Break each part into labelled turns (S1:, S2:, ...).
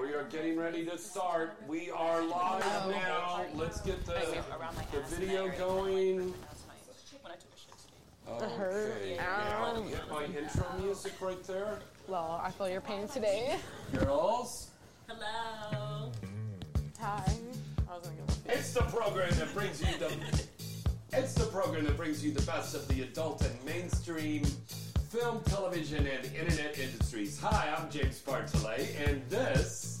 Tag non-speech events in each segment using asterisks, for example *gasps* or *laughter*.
S1: we are getting ready to start. We are live now. Let's get the,
S2: Oh. around my
S1: the
S2: ass and
S1: video
S2: that area.
S1: going.
S2: That's my, when I took a shit
S1: Okay.
S2: today.
S1: Now, Get my intro music right there.
S3: Well, I feel your pain today.
S1: Girls,
S2: Hello.
S3: Hi. I was gonna give a
S1: it's the program that brings you the It's the program that brings you the best of the adult and mainstream film, television, and internet industries. Hi, I'm James Bartolet, and this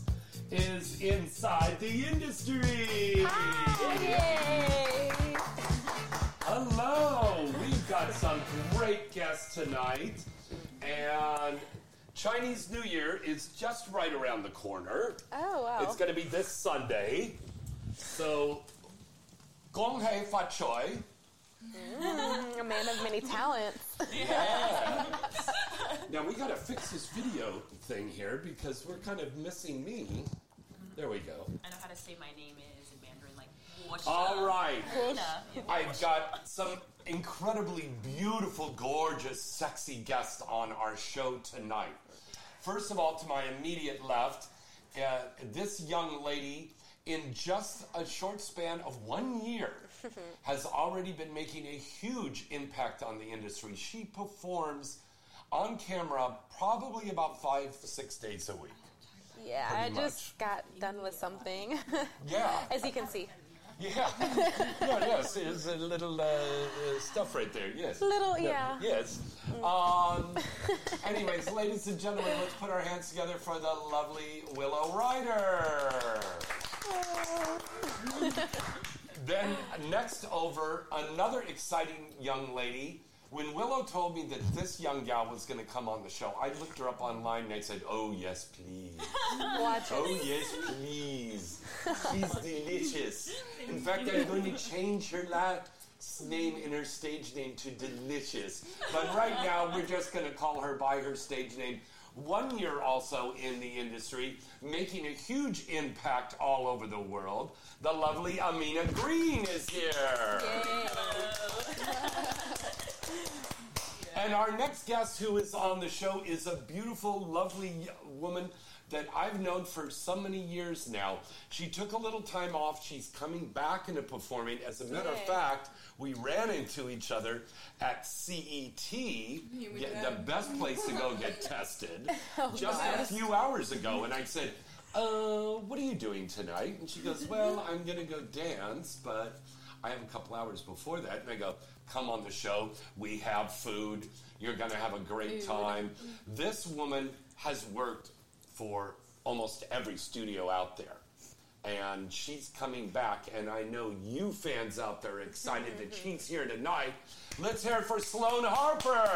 S1: is Inside the Industry.
S3: Yay! *laughs*
S1: Hello! We've got some great guests tonight, and Chinese New Year is just right around the corner.
S3: Oh wow.
S1: It's going to be this Sunday. So, Gong Hei Fa Choi.
S3: Mm, a man of many talents.
S1: Yeah. now, we got to fix this video thing here because we're kind of missing me. There we go.
S2: I know how to say my name is in Mandarin, like, what's
S1: All right.
S2: *laughs* Nah,
S1: I've got some incredibly beautiful, gorgeous, sexy guests on our show tonight. First of all, to my immediate left, uh, this young lady, in just a short span of one year, has already been making a huge impact on the industry. She performs on camera probably about five, six days a week.
S3: *laughs* Yeah, I
S1: Pretty
S3: just got done with something, *laughs*
S1: Yeah.
S3: as you can see.
S1: Yeah. *laughs* yeah, yes. It's a little uh, uh, stuff right there. Yes.
S3: Little, yeah.
S1: Yes. Um, anyways, ladies and gentlemen, let's put our hands together for the lovely Willow Ryder. then next over, another exciting young lady. When Willow told me that this young gal was going to come on the show, I looked her up online and I said, "Oh yes, please."
S3: Watch it.
S1: Oh
S3: *laughs*
S1: yes, please. She's delicious. In fact, I'm going to change her last name and her stage name to Delicious. But right now, we're just going to call her by her stage name. One year also in the industry, making a huge impact all over the world. The lovely Amina Green is here. And our next guest who is on the show is a beautiful, lovely woman that I've known for so many years now. She took a little time off. She's coming back into performing. As a matter of
S3: Yay.
S1: fact, we ran into each other at CET, yeah, the best place to go
S4: *laughs*
S1: get tested, just a few hours ago. And I said, uh, what are you doing tonight? And she goes, well, I'm going to go dance, but I have a couple hours before that, and I go, come on the show. We have food. You're going to have a great time. This woman has worked for almost every studio out there. And she's coming back, and I know you fans out there are excited that she's here tonight. Let's hear it for Sloan Harper.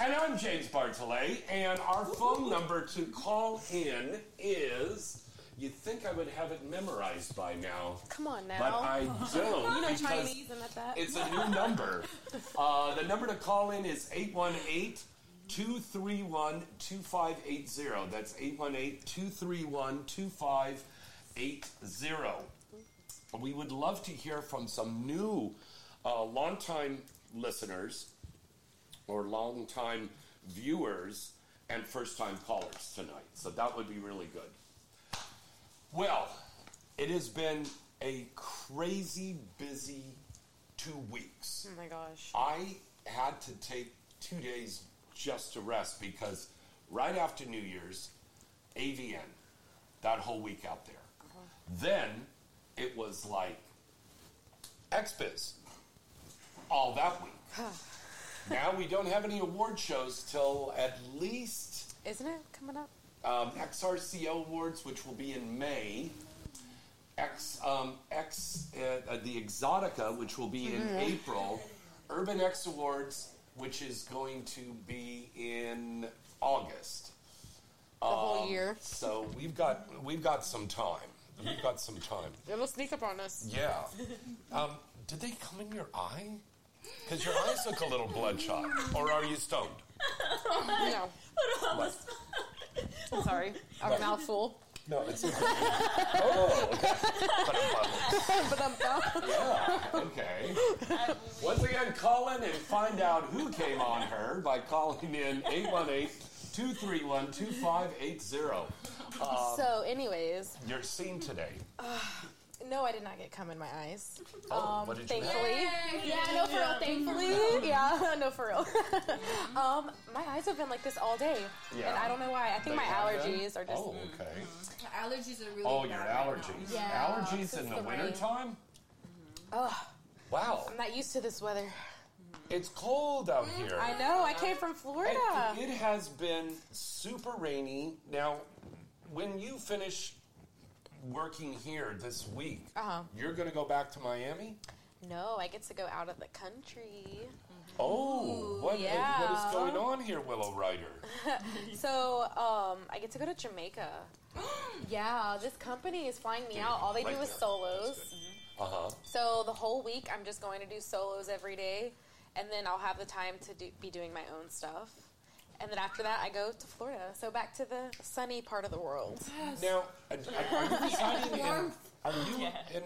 S1: And I'm James Bartolet, and our phone number to call in is. You'd think I would have it memorized by now,
S3: Come on now.
S1: but I don't.
S3: *laughs* you know
S1: because
S3: Chinese and at that.
S1: It's a new number. Uh, the number to call in is 818 231 2580. That's 818 231 2580. We would love to hear from some new, uh, longtime listeners or longtime viewers and first time callers tonight. So that would be really good. Well, it has been a crazy busy two weeks.
S3: Oh my gosh.
S1: I had to take two days just to rest because right after New Year's, AVN, that whole week out there. Then it was like XBiz all that week. now we don't have any award shows till at least
S3: Isn't it coming up?
S1: um, XRCO Awards, which will be in May. X, um, X, uh, uh, the Exotica, which will be in
S3: Mm-hmm.
S1: April. Urban X Awards, which is going to be in August. Um,
S3: The whole year.
S1: So we've got we've got some time. We've got some time.
S3: It'll sneak up on us.
S1: Yeah. Um, did they come in your eye? Because your eyes look a little bloodshot. Or are you stoned?
S3: No. I'm
S1: *laughs*
S3: sorry. Our mouthful.
S1: No, it's okay. oh. But I'm bummed.
S3: but I'm
S1: Yeah, okay. Once again, call in and find out who came on her by calling in 818 231 2580.
S3: so, anyways,
S1: Um, You're seen today.
S3: no, I did not get cum in my eyes. Um,
S1: Oh, what did you have?
S3: Thankfully. Yeah, no, for real.
S1: *laughs*
S3: Thankfully. Yeah, *laughs* no, for real.
S5: Mm.
S3: um, my eyes have been like this all day.
S1: Yeah.
S3: And I don't know why. I think
S1: They
S3: my
S1: have them?
S3: allergies are just.
S1: Oh, okay.
S5: My allergies are really
S1: Oh, your
S5: bad right now.
S1: allergies.
S3: Yeah,
S1: allergies in
S3: since
S1: the,
S3: the rain.
S1: wintertime?
S3: Ugh,
S1: Wow.
S3: I'm not used to this weather.
S1: It's cold out here.
S3: Mm-hmm. I know. I came from
S1: It-
S3: Florida.
S1: It, has been super rainy. Now, when you finish working here this week,
S3: Uh-huh.
S1: you're going to go back to Miami?
S3: No, I get to go out of the country. *laughs*
S1: Oh, what, what
S3: yeah.
S1: is going on here, Willow Ryder?
S3: So, um, I get to go to Jamaica.
S5: *gasps*
S3: yeah, this company is flying me out. All they
S1: Right
S3: do is
S1: there.
S3: solos.
S1: Uh huh.
S3: So the whole week, I'm just going to do solos every day, and then I'll have the time to do, be doing my own stuff. And then after that, I go to Florida. So back to the sunny part of the world.
S1: Now, are are
S3: *laughs*
S1: you residing in? Are you
S2: Yeah.
S1: in?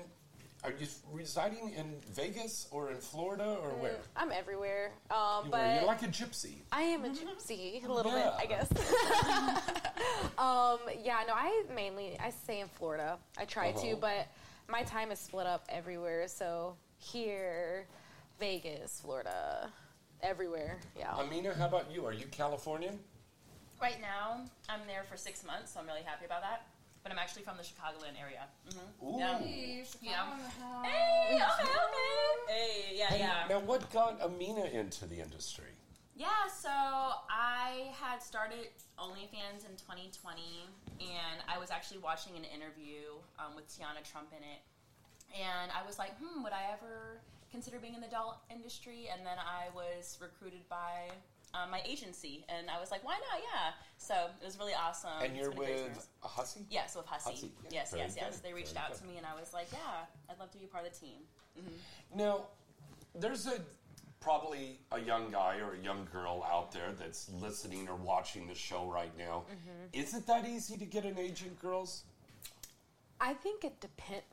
S1: Are you residing in Vegas or in Florida or where?
S3: I'm everywhere, um,
S1: You were,
S3: Mm, but
S1: you're like a gypsy.
S3: I am a gypsy a little
S1: Yeah.
S3: bit, I guess. um, yeah, no, I mainly I stay in Florida. I try
S1: Uh-huh.
S3: to, but my time is split up everywhere. So here, Vegas, Florida, everywhere. Yeah.
S1: Amina, how about you? Are you Californian?
S2: Right now, I'm there for six months, so I'm really happy about that. But I'm actually from the Chicagoland area. Mm-hmm.
S1: Ooh.
S2: Yeah.
S5: Hey, Chicago
S2: Yeah.
S5: in the house.
S2: Hey, okay, okay. Hey, yeah,
S1: And
S2: yeah.
S1: Now, what got Amina into the industry?
S2: Yeah, so I had started OnlyFans in 2020, and I was actually watching an interview um, with Tiana Trump in it, and I was like, hmm, would I ever consider being in the adult industry? And then I was recruited by um, my agency, and I was like, why not? Yeah. So it was really awesome.
S1: And
S2: Um, It's
S1: you're
S2: been a great experience.
S1: with a hussy?
S2: Yes, with Hussey.
S1: Hussey, yeah.
S2: Yes,
S1: Very
S2: yes, yes.
S1: good,
S2: They reached
S1: very
S2: out
S1: good.
S2: to me, and I was like, yeah, I'd love to be a part of the team. Mm-hmm.
S1: Now, there's a probably a young guy or a young girl out there that's listening or watching the show right now.
S3: Mm-hmm.
S1: Is it that easy to get an agent, girls?
S3: I think it depends.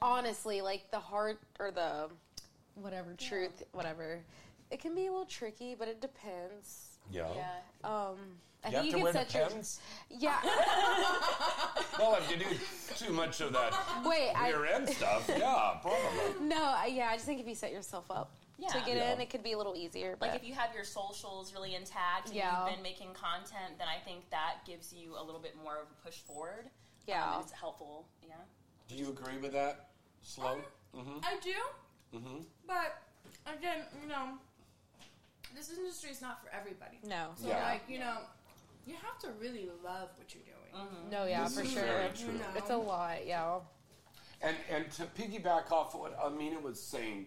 S3: Honestly, like the hard or the whatever truth, whatever, it can be a little tricky, but it depends.
S1: Yeah.
S3: Um, I
S1: You have to
S3: can
S1: wear the
S3: set your-
S1: pins.
S3: Yeah.
S1: Well, if you do too much of that
S3: Wait.
S1: rear
S3: I
S1: end stuff, yeah, probably.
S3: *laughs* no. I, yeah. I just think if you set yourself up to
S2: Yeah.
S3: get
S1: Yeah.
S3: in, it could be a little easier. But
S2: Like if you have your socials really intact and
S3: Yeah.
S2: you've been making content, then I think that gives you a little bit more of a push forward.
S3: Yeah.
S2: Um, and it's helpful. Yeah.
S1: Do you agree with that, Mm-hmm. Slow?
S5: I do. But again, you know, this industry is not for everybody.
S3: no,
S5: So
S1: Yeah.
S5: like, you know, you have to really love what you're doing.
S3: no,
S1: Mm-hmm.
S3: yeah,
S1: This
S3: for
S1: is
S3: sure.
S1: very true.
S5: You know?
S3: It's a lot. Yeah.
S1: And and to piggyback off what Amina was saying,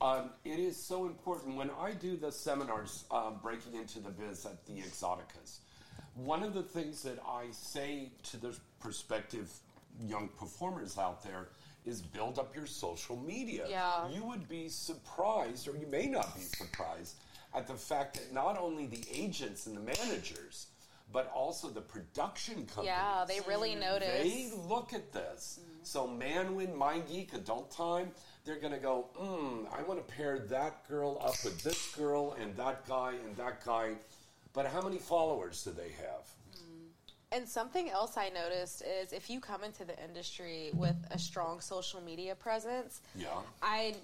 S1: um, it is so important when I do the seminars um, breaking into the biz at the Exoticas. One of the things that I say to the prospective young performers out there is build up your social media.
S3: Yeah.
S1: You would be surprised, or you may not be surprised, at the fact that not only the agents and the managers, but also the production companies
S3: Yeah. They really Mm-hmm. notice.
S1: they look at this. So Manwin, Mind Geek, Adult Time, they're gonna go, mm, I wanna pair that girl up with this girl and that guy and that guy. But how many followers do they have?
S3: And something else I noticed is if you come into the industry with a strong social media presence,
S1: Yeah.
S3: I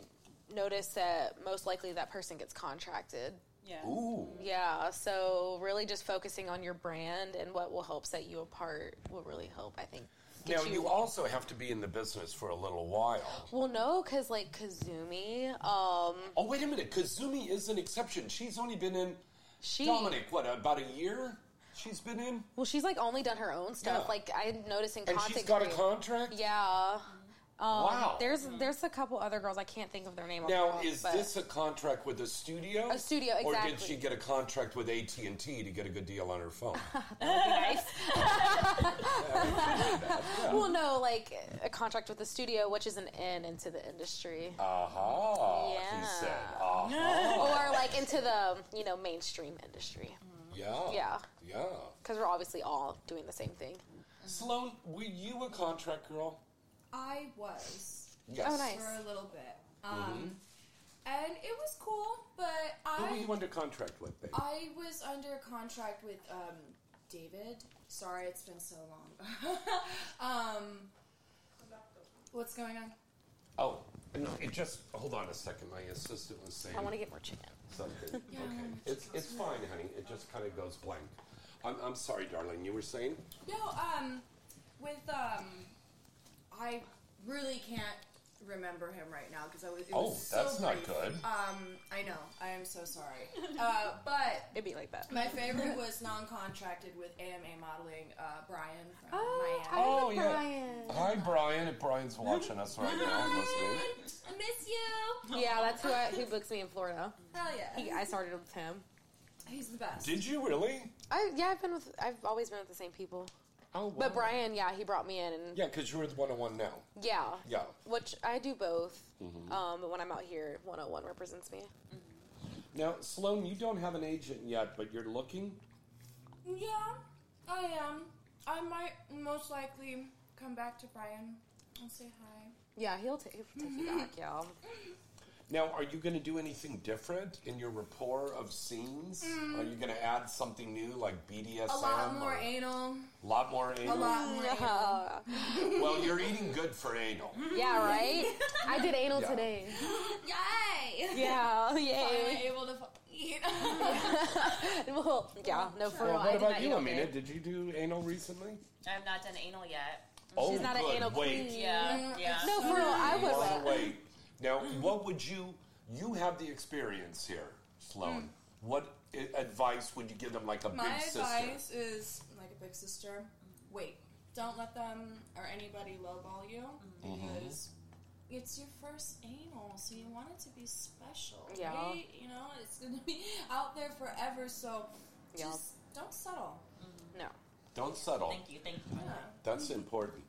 S3: noticed that most likely that person gets contracted.
S2: Yeah.
S1: Ooh.
S3: Yeah, so really just focusing on your brand and what will help set you apart will really help, I think. get
S1: Now you also have to be in the business for a little while.
S3: well, no, because like Kazumi, um,
S1: Oh wait a minute, Kazumi is an exception. She's only been in
S3: she
S1: Dominic, what, about a year? She's been in?
S3: well, she's like only done her own stuff.
S1: Yeah.
S3: Like I'm noticing,
S1: And
S3: content
S1: she's got a
S3: creat-
S1: contract?
S3: Yeah, Um,
S1: wow.
S3: there's there's a couple other girls I can't think of their name. off the
S1: Now,
S3: top,
S1: is
S3: but-
S1: this a contract with a studio?
S3: A studio,
S1: Or did
S3: exactly.
S1: she get a contract with AT and T to get a good deal on her phone?
S3: *laughs* nice. *laughs* Well, no, like a contract with the studio, which is an in into the industry,
S1: Aha! He
S3: Yeah.
S1: said, "Aha!"
S3: *laughs* or like into the you know mainstream industry,
S1: yeah.
S3: Yeah.
S1: Yeah.
S3: because we're obviously all doing the same thing.
S1: Sloan, were you a contract girl?
S5: I was
S1: Yes.
S3: Oh, nice.
S5: for a little bit. Um and it was cool, but
S1: Mm-hmm. Who were
S5: I
S1: you under contract with, babe?
S5: I was under contract with um David. Sorry, it's been so long. *laughs* um, what's going on?
S1: Oh, no, it just, hold on a second. My assistant was saying
S3: I want to get more chicken.
S1: something. okay. It's, it's fine, honey. It just kind of goes blank. I'm, I'm sorry, darling. You were saying?
S5: No, um, with um, I really can't remember him right now because I was. It
S1: Oh,
S5: was so
S1: that's not
S5: brief.
S1: good.
S5: Um, I know. I am so sorry. Uh, but
S3: It'd be like that. *laughs*
S5: my favorite was non-contracted with AMA modeling, uh, Brian from Miami.
S1: Oh, yeah. Hi, Brian. If Brian's watching us right now, and listening.
S5: I miss you.
S3: *laughs* *laughs* Yeah, that's who, I, who books me in Florida.
S5: Hell yeah,
S3: He, I started with him.
S5: he's the best.
S1: Did you really?
S3: I yeah, I've been with. I've always been with the same people.
S1: Oh, wow.
S3: But Brian, yeah, he brought me in, and yeah,
S1: Yeah, because you're the 101 now. Yeah.
S3: which I do both.
S1: Mm-hmm.
S3: Um, but when I'm out here, 101 represents me.
S1: Now, Sloan, you don't have an agent yet, but you're looking.
S5: Yeah, I am. I might most likely come back to Brian and say hi.
S3: Yeah, he'll take, he'll take you back, *laughs* y'all.
S1: Now, are you going to do anything different in your rapport of scenes?
S3: Mm.
S1: Are you going to add something new, like BDSM?
S5: A lot more
S1: or-
S5: anal.
S1: lot more
S5: A
S1: anal.
S5: lot more
S3: *laughs*
S5: anal.
S3: Yeah.
S1: Well, you're eating good for anal.
S3: yeah, right. I did anal
S1: Yeah.
S3: today.
S5: Yay! *laughs*
S3: Yeah,
S5: Finally
S3: yay.
S5: able to fu- eat.
S3: *laughs* well, yeah, no, *laughs* for
S1: Well,
S3: real. I
S1: what
S3: did
S1: about
S3: not
S1: you,
S3: anal
S1: Amina?
S3: today.
S1: Did you do anal recently?
S2: I have not done anal yet.
S1: oh,
S3: She's not an
S1: good.
S3: anal
S1: wait.
S3: queen.
S2: Yeah, yeah.
S3: No, for real, I
S1: Oh,
S3: was. *laughs*
S1: wait. Now, what would you? You have the experience here, Sloan.
S3: Hmm.
S1: What i- advice would you give them, like *laughs* a
S5: My
S1: big sister?
S5: advice is like a big sister. Wait, don't let them or anybody lowball you
S1: Mm-hmm.
S5: because it's your first anal, so you want it to be special.
S3: Yeah.
S5: right? you know it's gonna be out there forever. So
S3: Yeah.
S5: just don't settle.
S3: No.
S1: Don't settle.
S2: Thank you, thank you.
S3: Mm-hmm.
S1: That's important.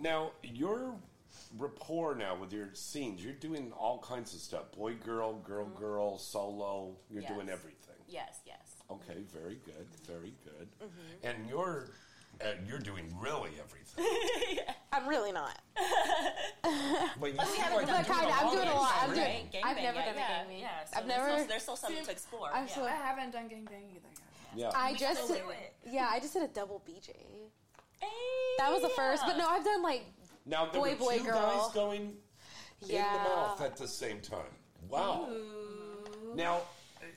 S1: Now, your rapport now with your scenes, you're doing all kinds of stuff boy, girl, girl,
S3: Mm-hmm.
S1: girl, solo. You're
S2: Yes.
S1: doing everything.
S2: Yes, yes.
S1: Okay, very good, very good.
S3: Mm-hmm.
S1: And you're. Uh, you're doing really
S3: *laughs*
S1: everything,
S3: I'm really not.
S1: but you seem like
S3: But
S1: you're
S3: kind of, I'm doing a lot. I'm
S1: already.
S3: doing. I've
S2: Gangbang,
S3: never
S2: yeah,
S3: done a
S2: yeah,
S3: gangbang.
S2: Yeah, so
S3: I've
S2: there's
S3: never.
S2: Still, there's still something to explore.
S3: I'm
S2: yeah.
S3: so-
S5: I haven't done gangbang either. Yet.
S1: *laughs* Yeah.
S3: I
S2: We
S3: just
S2: still
S3: did,
S2: do it.
S3: yeah, I just did a double BJ.
S2: Hey,
S3: That was the first, but
S2: yeah.
S3: no, I've done like
S1: now there
S3: boy,
S1: were
S3: boy,
S1: two
S3: girl.
S1: guys going
S3: yeah.
S1: in the mouth at the same time. Wow.
S3: Mm-hmm.
S1: Now,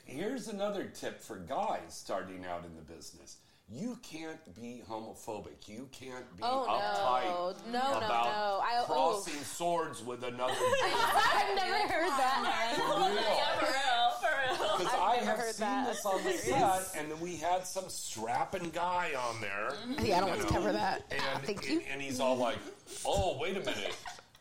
S1: here's another tip for guys starting out in the business. You can't be homophobic. You can't be
S3: Oh, no.
S1: uptight
S3: No, no,
S1: about
S3: no. I- oh.
S1: crossing swords with
S3: *laughs*
S1: another dude.
S3: I've never heard that.
S1: For real.
S2: Yeah, for real, for real.
S1: Because I
S3: never
S1: have
S3: heard
S1: seen
S3: that.
S1: this on
S3: *laughs*
S1: the set, and then we had some strapping guy on there.
S3: Mm-hmm. Yeah, I don't
S1: you
S3: want to
S1: know,
S3: cover that. Ah,
S1: And,
S3: Thank
S1: and-
S3: you.
S1: and he's all like, "Oh, wait a minute."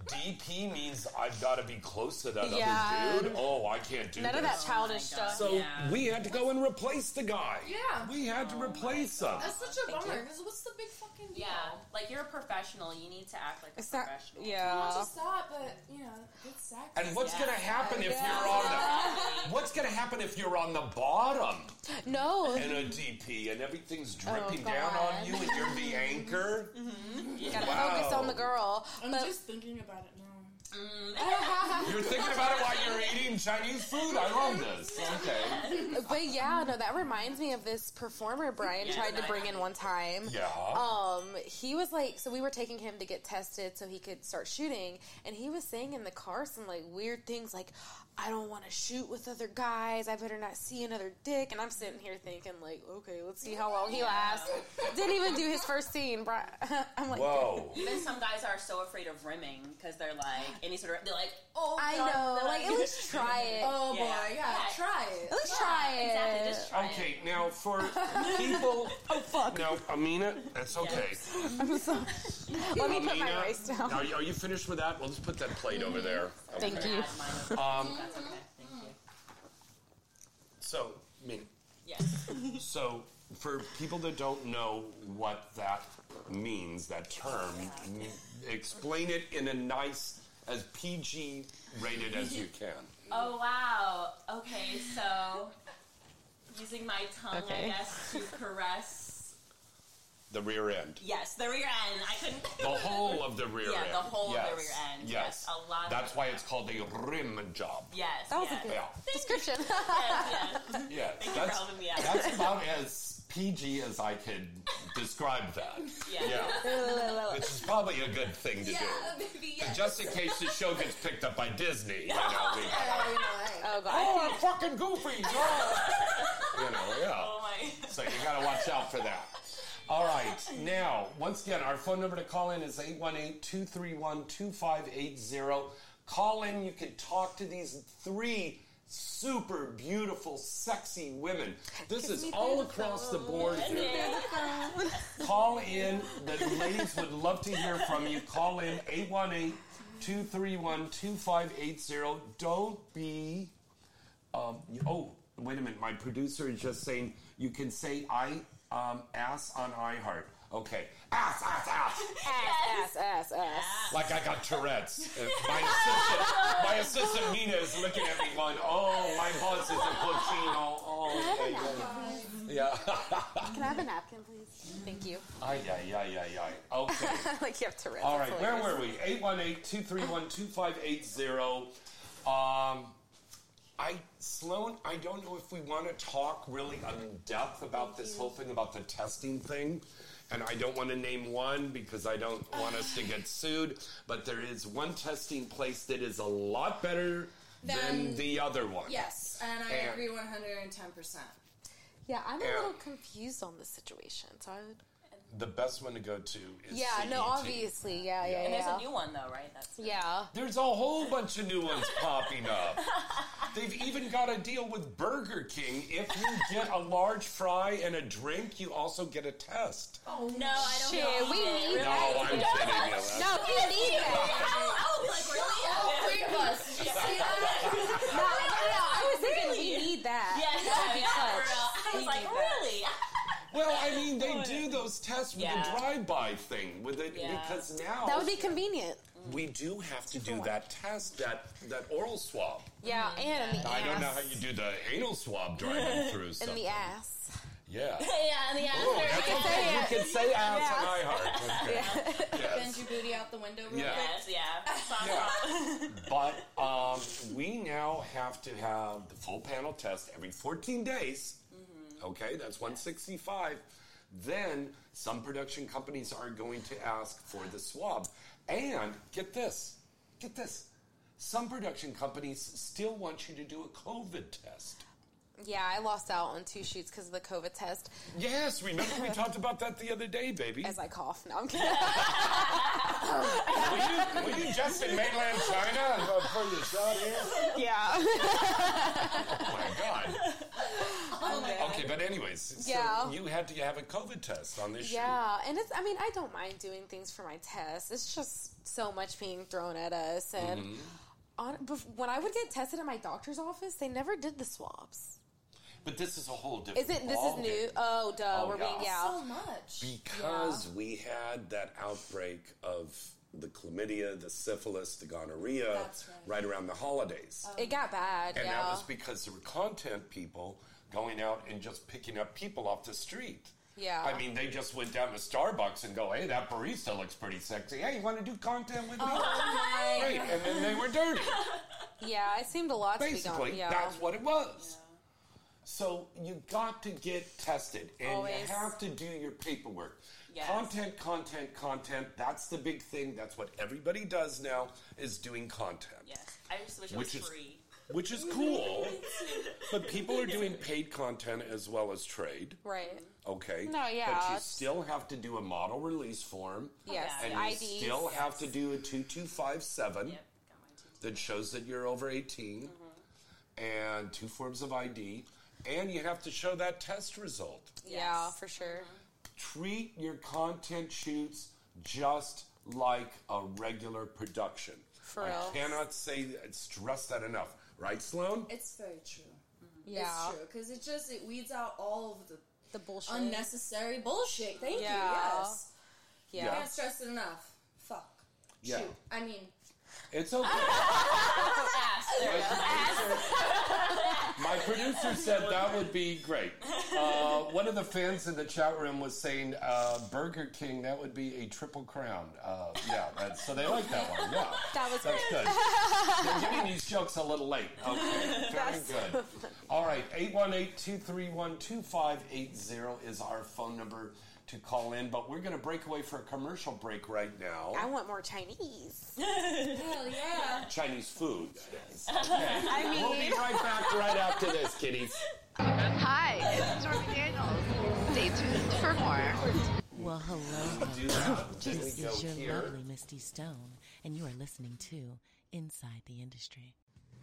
S1: DP means I've got to be close to that
S3: Yeah.
S1: other dude. Oh, I can't do
S3: None
S1: this.
S3: of that childish
S2: Oh my God.
S3: stuff.
S1: So
S2: Yeah. Oh
S1: we had to go and replace the guy.
S5: Yeah.
S1: We had to replace him.
S5: That's such a
S3: Thank
S5: bummer.
S3: you.
S5: Because what's the big fucking deal?
S2: Yeah, like you're a professional. You need to act like a
S3: It's not-
S2: professional.
S5: Not
S3: yeah.
S5: just that, but you know, good sex.
S1: And what's
S2: Yeah.
S1: gonna happen if you're on the What's gonna happen if you're on the bottom
S3: No, Oh,
S1: in a DP and everything's dripping down
S3: God. Mm-hmm.
S1: on you and you're
S3: *laughs*
S1: the anchor?
S3: you gotta
S1: Wow.
S3: focus on the girl.
S5: I'm
S3: But
S5: just thinking about it now.
S2: Mm.
S1: You're thinking about it while you're eating Chinese food. I love this.
S3: *laughs*
S1: Okay.
S3: but yeah, no, that reminds me of this performer Brian
S2: Yes,
S3: tried to
S2: I
S3: bring in one time.
S1: Yeah.
S3: Um, he was like, so we were taking him to get tested so he could start shooting, and he was saying in the car some like weird things, like, I don't want to shoot with other guys. I better not see another dick. And I'm sitting here thinking, like, okay, let's see how long he lasts. Didn't even do his first scene. Bri- *laughs* I'm like,
S1: Whoa.
S2: Even some guys are so afraid of rimming because they're like any sort of they're like oh
S3: I
S2: God,
S3: know.
S2: they're
S3: Like, at
S2: *laughs*
S3: least try it.
S5: Oh
S2: Uh, Yeah.
S5: boy, yeah,
S2: Yeah.
S5: try it.
S3: At least try it.
S2: exactly just try it.
S1: Okay, now for people
S3: *laughs* Oh fuck!
S1: Now, Amina, that's okay.
S3: *laughs*
S1: *laughs*
S3: I'm so. Let me put
S1: Amina,
S3: my rice down.
S1: Are you, are you finished with that? Well, let's put that plate over there.
S3: Thank
S2: Add
S3: you.
S2: mine over.
S1: Um,
S2: That's okay. Thank you.
S1: so, Amina,
S2: Yes.
S1: *laughs* So, for people that don't know what that means, that term, m- explain it in a nice, as PG rated as
S2: *laughs*
S1: you can.
S2: Oh wow. Okay, so using my tongue,
S3: Okay.
S2: I guess, to caress.
S1: The rear end.
S2: Yes, the rear end. I couldn't.
S1: The whole of the rear
S2: Yeah,
S1: end.
S2: the whole of the
S1: yes.
S2: rear end.
S1: Yes.
S2: Yes, a lot of-
S1: That's why it's called a rim
S2: *laughs*
S1: job.
S2: Yes.
S3: That was a
S2: yes,
S3: good
S1: Yeah.
S3: *laughs* description.
S2: yes, yes.
S1: Yeah.
S2: Thank you for
S1: that's,
S2: *laughs* helping me out.
S1: that's about as PG as I could describe that.
S2: Yeah.
S3: *laughs*
S2: *laughs*
S1: Which is probably a good thing to do.
S5: maybe
S1: And
S5: yes.
S1: Just in case the show gets picked up by Disney, you know, we,
S3: *laughs* Oh god.
S1: oh, I'm fucking goofy,
S3: *laughs*
S1: no. you know, yeah.
S2: Oh my.
S1: So you gotta watch out for that. All right, now, once again, our phone number to call in is 818 231 2580. Call in, you can talk to these three super beautiful, sexy women. This is all across the board here. Call in, the ladies would love to hear from you. Call in 818 231 2580. Don't be um, you- oh, wait a minute. My producer is just saying you can say I um, ass on iHeart. Okay, ass, ass, ass.
S3: Ass, ass, ass, ass.
S1: like I got Tourette's. Uh, my assistant, my *laughs* assistant Nina is looking at me going, "Oh, my boss is a cochino." Oh, okay, yeah, *laughs*
S3: Can I have a napkin, please? Thank you.
S1: ay, ay, ay, ay, ay. Okay.
S3: *laughs* like you have to rip.
S1: All right, where were we? 818-231-2580. Um, I Sloan, I don't know if we want to talk really in depth about this whole thing about the testing thing. And I don't want to name one because I don't want us to
S3: *laughs*
S1: get sued, but there is one testing place that is a lot better than,
S5: Than-
S1: the other one.
S5: Yes, and I
S1: And-
S5: agree 110%.
S3: Yeah, I'm a
S1: Yeah.
S3: little confused on this situation. So I would.
S1: The best one to go to is E
S3: Yeah, no,
S1: CET.
S3: obviously, yeah, yeah, yeah.
S2: And there's a new one though, right? That's
S3: yeah.
S1: There's a whole bunch of new ones popping up. They've even got a deal with Burger King. If you get a large fry and a drink, you also get a test.
S3: *laughs*
S2: Oh, No, I don't
S3: Shit,
S2: know.
S3: we need
S1: No, I'm kidding you.
S3: No,
S2: *laughs*
S3: we need that.
S2: I was like, really?
S5: Three of us. Did you see that?
S3: No, I, no, I was thinking we need that.
S2: Yeah, yeah, yeah, for real. I
S3: We
S2: was
S3: need
S2: like,
S3: that.
S2: really?
S1: Well, I mean, they do those tests with
S2: Yeah.
S1: the drive-by thing, with it
S2: Yeah.
S1: because now
S3: That would be convenient.
S1: we do have to do that test, that that oral swab.
S3: Yeah, and in the
S1: I
S3: ass.
S1: don't know how you do the anal swab driving
S3: *laughs*
S1: through
S3: In
S1: something. *laughs*
S3: the ass.
S1: Yeah.
S2: *laughs*
S3: *laughs*
S2: Yeah, and yeah,
S1: Ooh, that's
S2: yes,
S1: okay.
S3: say
S1: You can say ass
S3: Yeah.
S1: and I
S3: *laughs*
S1: heart. Okay. Yes.
S5: Bend your booty out the window real
S1: Yeah.
S5: quick.
S2: yeah. Sounds
S1: Yeah.
S2: wrong.
S1: *laughs* But um, we now have to have the full panel test every 14 days.
S3: Mm-hmm.
S1: Okay, that's 165. Then some production companies are going to ask for the swab. And get this, get this. Some production companies still want you to do a COVID test.
S3: Yeah, I lost out on two shoots because of the COVID test
S1: Yes, remember
S3: *laughs*
S1: we talked about that the other day, baby.
S3: as I cough.
S2: *laughs*
S3: No, I'm kidding.
S1: Were you, were you just in mainland China for your shot
S3: *laughs*
S1: here?
S3: yeah.
S1: Oh my god.
S5: Oh my
S1: Okay, but anyways,
S3: Yeah.
S1: so you had to have a COVID test on this shoot.
S3: Yeah, and it's, I mean, I don't mind doing things for my tests. It's just so much being thrown at us. And
S1: Mm-hmm.
S3: on, bef- when I would get tested at my doctor's office, they never did the swabs.
S1: But this is a whole different.
S3: Is it, this is
S1: ballgame
S3: new? Oh, duh,
S1: Oh,
S3: we're
S1: yeah.
S3: being, yeah.
S5: So much.
S1: Because we had that outbreak of the chlamydia, the syphilis, the gonorrhea
S5: That's right.
S1: around the holidays.
S3: It
S5: Um,
S3: got bad,
S1: and
S3: Oh, yeah.
S1: that was because there were content people going out and just picking up people off the street.
S3: Yeah.
S1: I mean, they just went down to Starbucks and go, hey, that barista looks pretty sexy. Hey, *laughs* you want to do content with me?
S5: Oh my
S1: Great. And then they were dirty.
S3: *laughs* yeah, it seemed a lot to be
S1: Basically,
S3: gone. Yeah.
S1: that's what it was. So you got to get tested, and
S3: Always.
S1: you have to do your paperwork.
S2: Yes.
S1: Content, content, content. That's the big thing. That's what everybody does now is doing content,
S2: Yes. I just wish it
S1: Which
S2: was
S1: is-
S2: free.
S1: which is cool. but people are doing paid content as well as trade.
S3: right.
S1: Okay.
S3: No,
S1: But
S3: yeah,
S1: you
S3: it's-
S1: still have to do a model release form.
S3: Yes,
S2: yeah.
S1: And you
S3: IDs.
S1: still have to do a two two five seven
S2: Yep. Got my two.
S1: that shows that you're over 18
S3: Mm-hmm.
S1: and two forms of ID and you have to show that test result.
S3: Yeah,
S2: Yes.
S3: for sure.
S1: Mm-hmm. Treat your content shoots just like a regular production.
S3: For
S1: I
S3: real.
S1: cannot say stress that enough. Right, Sloan?
S5: It's very true. Mm-hmm.
S3: Yeah.
S5: It's true because it just it weeds out all of the
S3: The bullshit.
S5: unnecessary bullshit. Thank
S3: Yeah.
S5: you. Yes.
S3: yeah.
S5: Can't stress it enough. Fuck.
S1: Yeah.
S5: *laughs* Shoot. I mean,
S1: It's okay.
S2: Ass. There we go.
S1: My producer said that would be great. Uh, one of the fans in the chat room was saying uh, Burger King. That would be a triple crown. Uh, yeah, that's, so they like that one. Yeah,
S3: *laughs* That was
S1: that's
S3: great.
S1: good. They're getting these jokes a little late. Okay, very good. All right, 818-231-2580 is our phone number to call in. But we're going to break away for a commercial break right now.
S3: I want more Chinese.
S5: *laughs* Hell
S1: *laughs*
S5: yeah.
S1: Chinese
S3: *laughs*
S1: food. Okay. we'll be right back right after this, kiddies.
S6: Hi, it's Stormy Daniels. Stay tuned for more.
S7: Well, hello. *laughs*
S1: Do that. Then we
S7: This
S1: go
S7: is your
S1: here.
S7: lovely Misty Stone, and you are listening to Inside the Industry.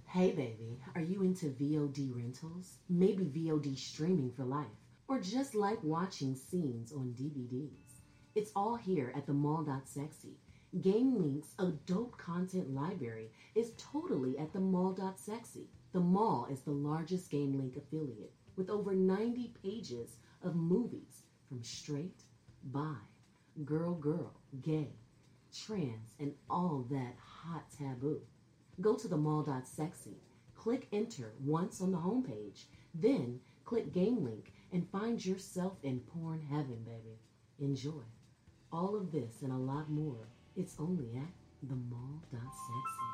S7: Hey, baby, are you into VOD rentals? Maybe VOD streaming for life, or just like watching scenes on DVDs. It's all here at the mall.sexy. Game Link's adult content library is totally at the mall.sexy. The mall is the largest Game Link affiliate with over 90 pages of movies from straight, bi, girl, girl, gay, trans, and all that hot taboo. Go to the mall.sexy, click enter once on the homepage, then click game link and find yourself in porn heaven, baby. Enjoy. All of this and a lot more. It's only at the mall.sexy.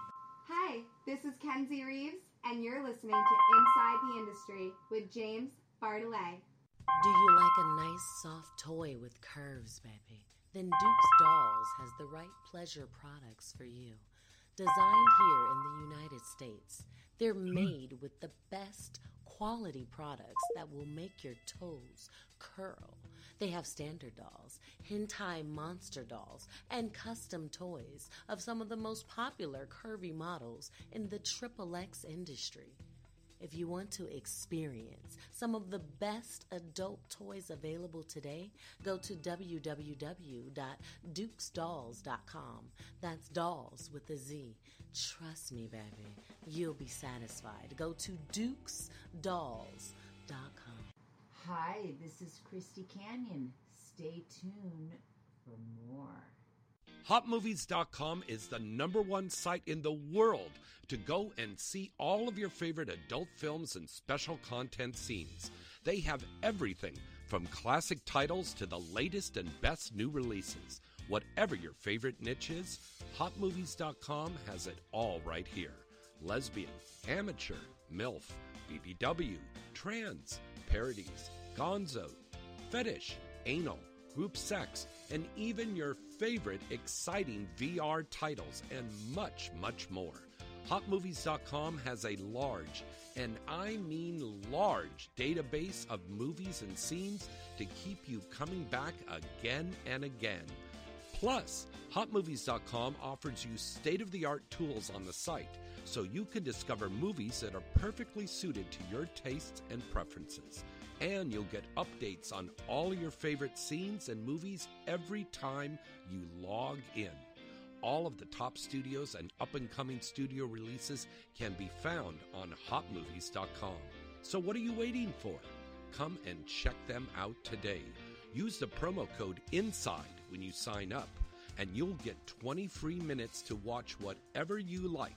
S8: Hi, this is Kenzie Reeves, and you're listening to Inside the Industry with James Bartolet.
S7: Do you like a nice soft toy with curves, baby? Then Duke's Dolls has the right pleasure products for you. Designed here in the United States, they're made with the best quality products that will make your toes curl. They have standard dolls, hentai monster dolls, and custom toys of some of the most popular curvy models in the XXX industry. If you want to experience some of the best adult toys available today, go to www.dukesdolls.com. That's dolls with a Z. Trust me, baby, you'll be satisfied. Go to dukesdolls.com.
S9: Hi, this is Christy Canyon. Stay tuned for more.
S1: HotMovies.com is the number one site in the world to go and see all of your favorite adult films and special content scenes. They have everything from classic titles to the latest and best new releases. Whatever your favorite niche is, HotMovies.com has it all right here lesbian, amateur, MILF, BBW, trans, parodies, gonzo fetish, anal, group sex, and even your favorite exciting VR titles and much, much more. HotMovies.com has a large, and I mean large, database of movies and scenes to keep you coming back again and again. Plus, HotMovies.com offers you state of the art tools on the site so you can discover movies that are perfectly suited to your tastes and preferences. And you'll get updates on all your favorite scenes and movies every time you log in. All of the top studios and up and coming studio releases can be found on HotMovies.com. So, what are you waiting for? Come and check them out today. Use the promo code INSIDE when you sign up, and you'll get 20 free minutes to watch whatever you like.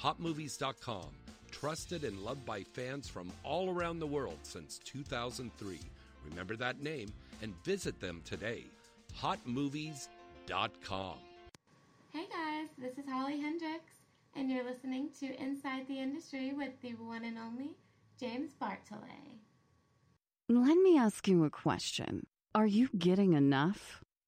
S1: HotMovies.com, trusted and loved by fans from all around the world since 2003. Remember that name and visit them today. HotMovies.com.
S8: Hey guys, this is Holly Hendricks, and you're listening to Inside the Industry with the one and only James Bartolet.
S10: Let me ask you a question. Are you getting enough?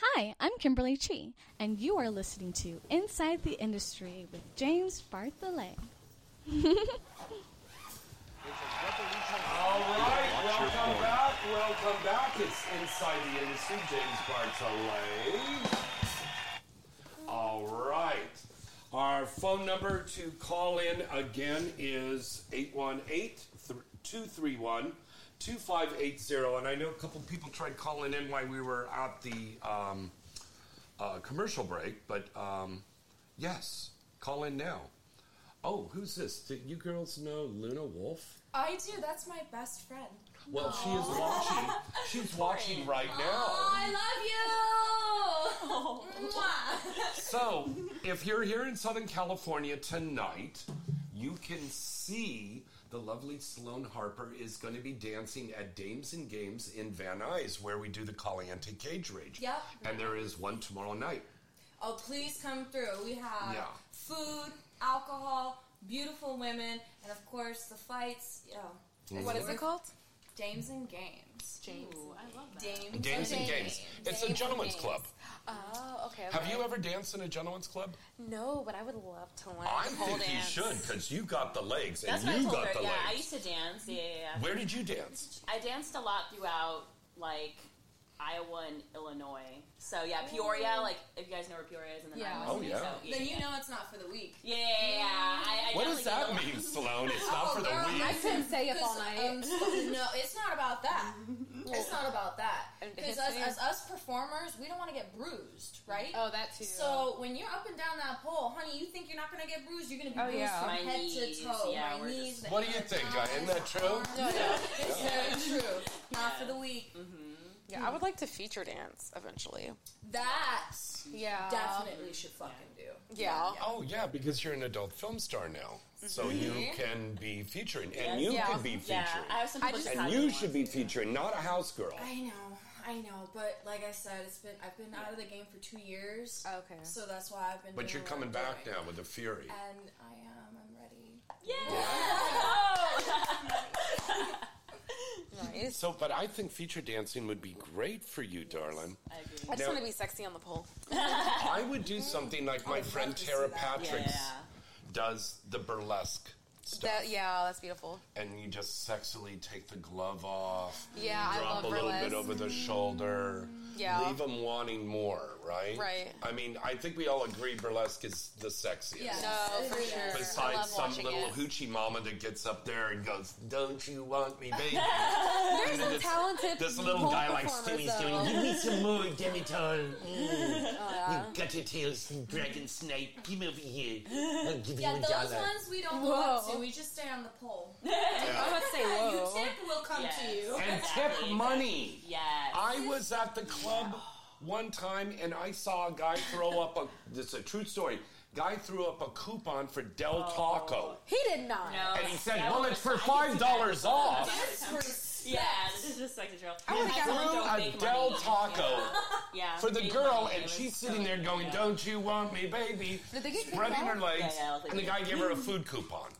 S11: Hi, I'm Kimberly Chi, and you are listening to Inside the Industry with James Barthelet.
S1: All right, welcome back, welcome back. It's Inside the Industry, James Bartolet. All right. Our phone number to call in again is 818-231-2580. And I know a couple people tried calling in while we were at the um, uh, commercial break, but um, yes, call in now. Oh, who's this? Do you girls know Luna Wolf?
S5: *laughs* I do. That's my best friend.
S1: Well, she is
S5: Aw.
S1: watching. She's watching right now.
S5: I love you. Mwah.
S1: So, if you're here in Southern California tonight, you can see the lovely Sloan Harper is going to be dancing at Dames and Games in Van Nuys, where we do the Caliente Cage Rage.
S5: Yep.
S1: And there is one tomorrow night.
S5: Oh, please come through. We have
S1: Yeah.
S5: food, alcohol, beautiful women, and of course the fights. Yeah.
S1: Mhm. What is it
S5: called? James and Games. James. I love that. Dames,
S1: Dames and Games. It's a gentleman's club.
S3: Oh, okay.
S1: Have
S3: okay.
S1: you ever danced in a gentleman's club?
S3: No, but I would love to learn.
S1: I
S3: pole
S1: think you
S3: dance.
S1: should because you got the legs
S2: That's what
S1: and you
S2: I told
S1: got
S2: her.
S1: the
S2: Yeah, I
S1: legs.
S2: used to dance. Yeah, yeah, yeah.
S1: Where did you dance?
S2: I danced a lot throughout like Iowa and Illinois. So yeah, Peoria.
S5: Ooh.
S2: Like if you guys know where Peoria is, and then
S5: Oh. Yeah.
S2: Iowa
S1: Oh,
S2: City,
S1: yeah.
S2: So,
S5: Then you know it's not for the week.
S2: Yeah, yeah, yeah. I, I
S1: What does that
S2: definitely did a lot.
S1: mean, Sloan? It's not
S5: Oh,
S1: for the
S5: girl,
S1: weak.
S5: I can
S3: stay up all night.
S5: um, so- no, it's not about that. It's not about that. Because us,
S3: dancing.
S5: as us performers, we don't want to get bruised, right?
S3: Oh, that too.
S5: So when you're up and down that pole, honey, you think you're not going to get bruised. You're going to be
S3: Oh,
S5: bruised
S3: yeah.
S5: from
S2: My
S5: head
S2: knees,
S5: to toe.
S2: yeah,
S5: my
S2: we're
S5: knees.
S2: just-
S1: What do you think? Uh, isn't that true?
S5: No, no, it's very true. Not for the weak.
S3: Mm-hmm. Yeah, I would like to feature dance eventually.
S5: That
S3: Yeah.
S5: definitely should fucking do.
S3: Yeah.
S1: Oh yeah, because you're an adult film star now, so you can be featuring, and you
S2: yeah.
S1: can be
S2: Yeah,
S1: featuring,
S2: I have some people just
S1: and you should be featuring, not a house girl.
S5: I know, I know, but like I said, it's been I've been out of the game for two years.
S3: Okay.
S5: So that's why I've been.
S1: But
S5: doing
S1: you're
S5: what
S1: coming
S5: I'm
S1: back
S5: doing.
S1: now with a fury.
S5: And I am. I'm ready.
S2: *laughs*
S3: Nice.
S1: So, but I think feature dancing would be great for you, darling.
S3: I just
S1: Now-
S3: want to be sexy on
S1: *laughs*
S3: the pole.
S1: I would do something like my friend Tara Patrick
S2: Yeah.
S1: does the burlesque stuff,
S3: *laughs* That, yeah, that's beautiful.
S1: and you just sexily take the glove off,
S3: Yeah, I
S1: drop
S3: love
S1: a little bit
S3: burlesque.
S1: over the shoulder.
S3: Yeah.
S1: Leave them wanting more, right?
S3: Right.
S1: I mean, I think we all agree burlesque is the sexiest.
S5: Yeah.
S3: No, for sure. I love
S1: Besides some
S3: watching
S1: little
S3: it.
S1: hoochie mama that gets up there and goes, "Don't you want me,
S3: *laughs*
S1: baby?"
S3: There's some
S1: this-
S3: talented
S1: this little
S3: pole
S1: guy like
S3: performers,
S1: Stevie's
S3: though. Oh,
S1: doing, "Give me some more
S3: *laughs*
S1: demitone. Mm. You got your tails, dragon snipe. Come over
S3: *laughs*
S1: here. I'll give
S5: Yeah,
S1: you a
S5: those
S1: dollar."
S5: ones we don't go up
S3: Whoa.
S5: to. We just stay on the
S2: *laughs*
S5: pole.
S3: I would say
S5: You
S3: whoa.
S5: tip, we'll come to you.
S1: And tip money.
S2: Yes.
S1: I was at the club one time and I saw a guy throw up a. This is a true story. Guy threw up a coupon for Del Taco.
S3: He did not.
S2: No,
S1: And he said,
S2: that
S1: well,
S2: Oh. was-
S1: it's for
S2: I can see that.
S1: $5 off.
S2: Yeah, *laughs* this is just like the drill.
S3: would've
S2: Yeah,
S3: got
S2: someone
S1: Threw
S2: don't
S1: a
S2: make
S1: Del
S2: money.
S1: Taco
S5: *laughs*
S2: Yeah,
S1: for the
S2: make
S1: girl
S2: money. It
S1: and
S2: was
S1: she's
S2: so-
S1: sitting there going,
S2: yeah.
S1: don't you want me, baby?
S3: Did they get kicked
S1: Spreading her
S3: out?
S1: legs.
S2: Yeah, yeah, I don't think
S1: And the
S2: they
S1: guy gave her a food coupon.
S5: *laughs*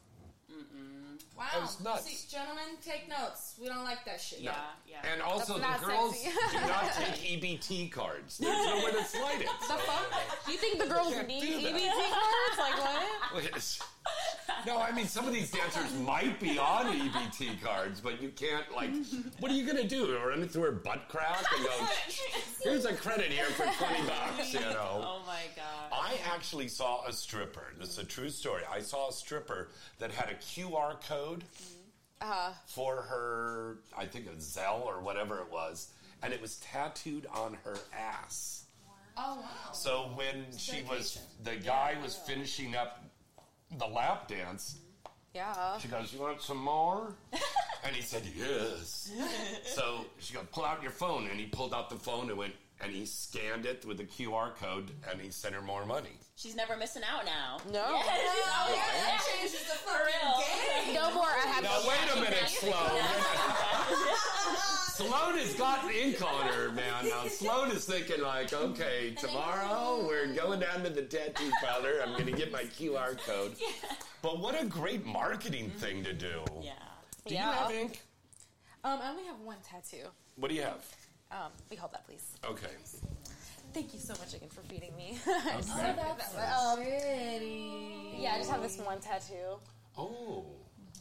S5: Wow.
S1: That was nuts.
S5: See, gentlemen, take notes. We don't like that shit.
S2: Yeah, yeah.
S1: And also, the
S3: That's not
S1: girls
S3: sexy. *laughs*
S1: do not
S5: *laughs*
S1: take EBT cards. There's no way to slide it.
S3: The fuck? You think the girls
S1: can't
S3: need E
S1: do that.
S3: EBT cards?
S1: *laughs*
S3: Like what?
S1: Look at this. No, I mean some of these dancers might be on EBT cards, but you can't
S3: *laughs*
S1: like. What are you gonna do? Run it through her butt crack and go? Here's a credit here for twenty bucks. You know.
S3: *laughs*
S2: Oh my god.
S1: I actually saw a stripper. This is a true story. I saw a stripper that had a QR code
S3: Uh-huh.
S1: for her, I think a Zelle or whatever it was, and it was tattooed on her ass.
S5: Oh wow.
S1: So when she was, the guy was finishing up the lap dance,
S3: Yeah.
S1: she goes, You want some more? and he said, Yes. so she goes, Pull out your phone. And he pulled out the phone and went, and he scanned it with a QR code and he sent her more money.
S2: She's never missing out now.
S3: No.
S2: She's always
S5: That changes the fucking
S2: real.
S5: game.
S2: *laughs*
S3: No more. I have
S1: Now,
S3: to
S1: wait a minute, Sloan. Sloan has got ink on her, man. Now Sloan is thinking like, okay, tomorrow we're going down to the tattoo parlor. I'm gonna get my QR code. But what a great marketing thing to do.
S2: Yeah.
S1: Do you have ink?
S3: Um, I only have one tattoo.
S1: What do you have?
S3: Um, we hold that, please.
S1: Okay.
S3: Thank you so much again for feeding *laughs* me.
S1: Okay. Oh,
S5: that's
S3: um, Yeah, I just have this one tattoo.
S1: Oh.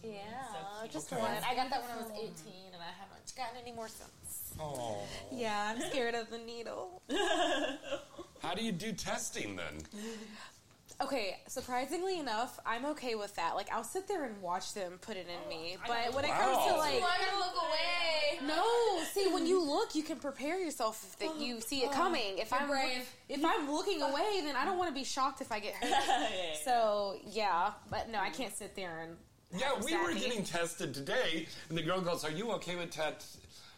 S3: Yeah, just
S1: Okay.
S3: one. I got that when I was 18, and I haven't gotten any more since.
S1: Oh.
S3: Yeah, I'm scared of the needle.
S1: How do you do testing then?
S3: Okay, surprisingly enough, I'm okay with that. Like, I'll sit there and watch them put it in me. But when it comes to
S1: Wow.
S3: like,
S1: Well, I
S5: gotta look away.
S3: No, see, when you look, you can prepare yourself that you see it coming. If
S5: You're
S3: I'm
S5: brave.
S3: if I'm looking away, then I don't want to be shocked if I get hurt.
S1: Yeah, yeah, yeah.
S3: So yeah, but no, I can't sit there and.
S1: Yeah,
S3: have them
S1: we
S3: stab
S1: were
S3: me.
S1: getting tested today, and the girl goes, "Are you okay with tat-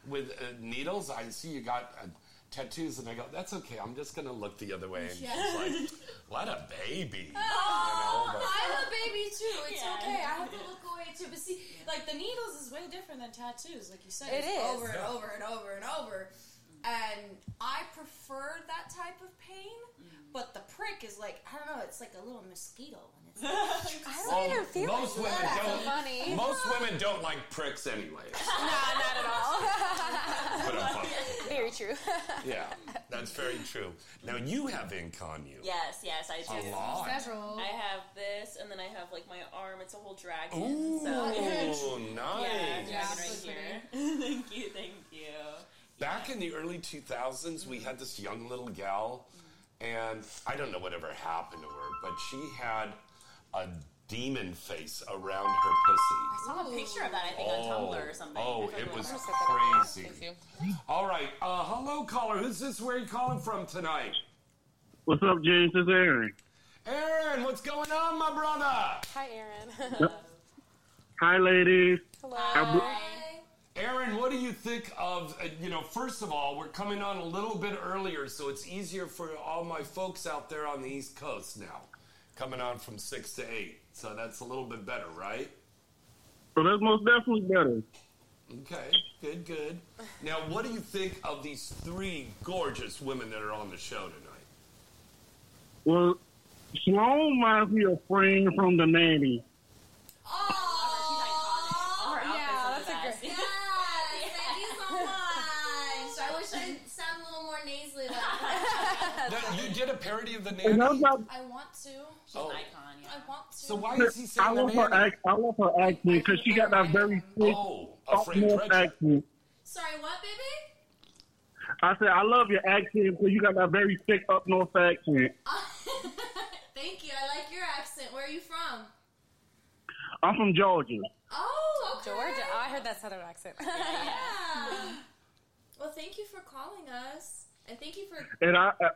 S1: with uh, needles? I see you got uh, tattoos," and I go, "That's okay. I'm just gonna look the other way." And
S3: *laughs*
S1: she's like, "What a baby!"
S5: Oh,
S1: but-
S5: I'm a baby too. It's
S2: Yeah.
S5: okay. I have to look away too. But see, like the needles is way different than tattoos. Like you said,
S3: It
S5: it's
S3: is.
S5: over and over and over and over. And I prefer that type of pain.
S3: Mm.
S5: But the prick is like I don't know. It's like a little mosquito. And
S3: *laughs*
S5: it's
S3: I
S1: Well,
S3: don't even feel
S1: most
S3: like
S1: women
S3: that.
S1: don't. *laughs*
S3: Funny.
S1: Most women don't like pricks anyway.
S3: *laughs* no, not at all.
S1: But I'm fine.
S3: Very true.
S5: *laughs*
S1: Yeah, that's very true. Now you have ink on you.
S2: Yes, yes, I
S1: A
S2: do.
S1: lot.
S2: I have this, and then I have like my arm. It's a whole dragon.
S1: Ooh,
S2: so. Yeah,
S1: Oh, nice.
S2: dragon right here. *laughs* thank you, thank you.
S1: Back in the early 2000s, we had this young little gal, and I don't know whatever happened to her, but she had a demon face around her
S2: *laughs* I
S1: pussy.
S2: saw a picture of that. I think on Tumblr or something.
S1: oh,
S2: I
S1: it
S2: forgot.
S1: was crazy. All right, uh, hello caller. Who's this? Where are you calling from tonight?
S12: What's up, James? It's Aaron.
S1: Aaron, what's going on, my brother?
S3: Hi, Aaron. *laughs*
S12: Hi, ladies.
S3: Hello.
S12: I bl-
S1: Aaron, what do you think of, uh, you know, first of all, we're coming on a little bit earlier, so it's easier for all my folks out there on the East Coast now, coming on from 6 to 8. So that's a little bit better, right?
S12: So that's most definitely better.
S1: Okay, good, good. Now, what do you think of these three gorgeous women that are on the show tonight?
S12: Well, Sloan reminds me of Spring from the Nanny.
S3: Oh,
S5: yeah,
S2: that's a
S5: great. Yes, thank you
S3: *laughs*
S5: so much. I wish I sound a little more nasally.
S3: *laughs*
S5: Like
S1: That, you did a parody of the
S12: And
S1: nanny?
S12: that's not-
S5: I want to.
S1: Oh.
S5: I want to.
S1: So why is he
S12: I
S1: saying the
S12: love her
S1: nanny?
S12: act. I love her acting because she got that very thick
S1: Oh, a
S12: South
S1: Fran
S12: North
S1: Dredger.
S12: accent.
S5: Sorry, what, baby?
S12: I said, I love your accent because you got that very thick up north accent.
S5: *laughs* Thank you. I like your accent. Where are you from?
S12: I'm from Georgia.
S5: Oh, okay.
S3: Georgia. Oh, I heard that southern accent.
S5: *laughs*
S3: *laughs*
S5: Yeah. well, thank you for calling us, and thank you for.
S12: And I, uh,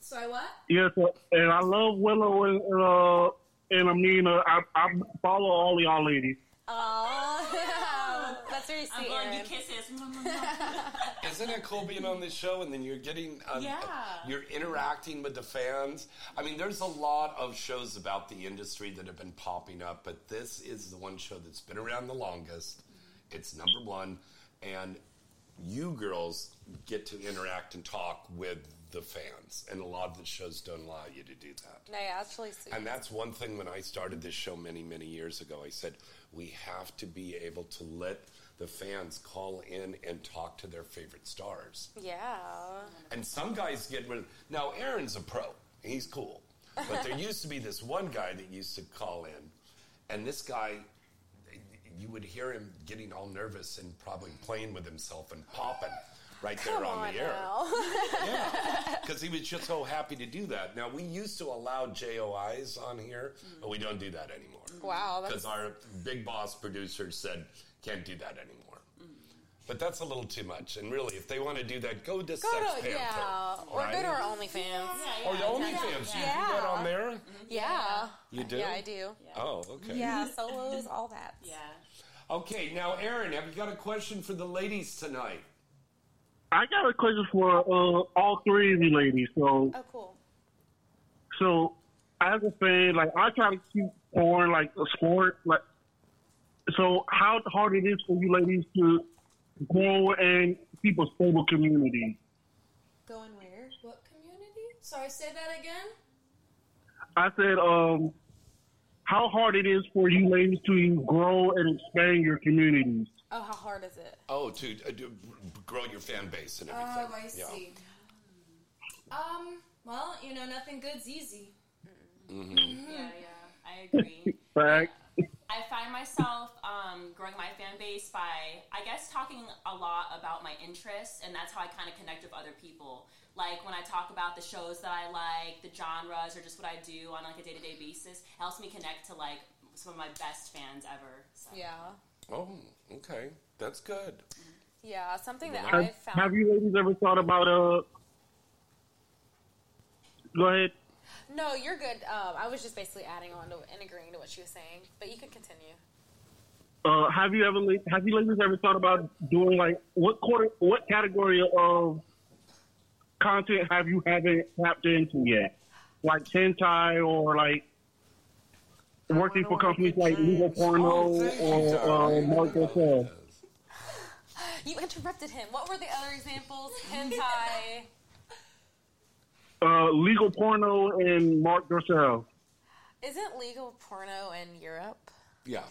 S5: Sorry, what?
S12: yes, uh, and I love Willow and, uh, and Amina. I, I follow all y'all ladies.
S3: *laughs*
S2: *laughs*
S3: Oh, that's very
S2: I'm
S3: sweet,
S2: blowing you
S3: Aaron.
S2: kisses. yeah,
S1: Isn't it cool being on this show and then you're getting, um,
S2: Yeah.
S1: you're interacting with the fans? I mean, there's a lot of shows about the industry that have been popping up, but this is the one show that's been around the longest. It's number one, and you girls get to interact and talk with the fans, and a lot of the shows don't allow you to do that.
S3: No, yeah, that's really sweet.
S1: And that's one thing when I started this show many, many years ago. I said, we have to be able to let the fans call in and talk to their favorite stars.
S3: Yeah.
S1: And some guys get rid Now, Aaron's a pro, he's cool. But
S3: *laughs*
S1: there used to be this one guy that used to call in, and this guy, you would hear him getting all nervous and probably playing with himself and popping right there
S3: Come
S1: on,
S3: on
S1: the air.
S2: *laughs*
S3: now. *laughs*
S1: Yeah, because he was just so happy to do that. Now we used to allow JOIs on here, but we don't do that anymore.
S3: Wow, Oh, that's-
S1: Because our big boss producer said can't do that anymore.
S3: Mm.
S1: But that's a little too much. And really, if they want to do that, go to
S3: Go
S1: Sex Panther.
S3: to yeah, or
S1: right?
S3: go to our OnlyFans.
S1: Or the OnlyFans. You do that on there?
S3: Yeah.
S1: You do?
S3: Yeah, I do.
S1: Oh, okay.
S3: *laughs* Yeah, solos, all that.
S1: Okay, now, Aaron, have you got a question for the ladies tonight?
S12: I got a question for uh, all three of you ladies. So,
S3: Oh, cool.
S12: so as a fan, like I try to keep porn like a sport. Like, so how hard it is for you ladies to
S13: grow and keep a stable community.
S5: Going where? What community? Sorry, say that again.
S13: I said, um, how hard it is for you ladies to grow and expand your communities.
S3: Oh, how hard is it?
S1: Oh, to, uh, to grow your fan base and everything.
S5: Oh, I
S1: Yeah.
S5: see. Um, well, you know, nothing good's easy.
S13: Mm.
S2: Yeah, yeah, I agree.
S12: *laughs*
S13: Fact.
S2: I find myself um, growing my fan base by, I guess, talking a lot about my interests, and that's how I kind of connect with other people. Like when I talk about the shows that I like, the genres, or just what I do on like a day to day basis, it helps me connect to like some of my best fans ever. So.
S3: Yeah.
S1: Oh, okay. That's good.
S3: Yeah, something that
S13: Have,
S3: I found.
S13: have you ladies ever thought about uh? Go ahead.
S3: No, you're good. Um, I was just basically adding on to and agreeing to what she was saying, but you can continue.
S13: Uh, have you ever la- have you ladies ever thought about doing like what quarter what category of content have you haven't tapped into yet? Like hentai or like *laughs* working for companies like Legal
S3: Oh,
S13: Porno or uh, Mark Hotel?
S3: You interrupted him. What were the other examples? *laughs* Hentai.
S13: Uh, legal porno and Mark yourself.
S3: Isn't legal porno in Europe?
S1: Yeah.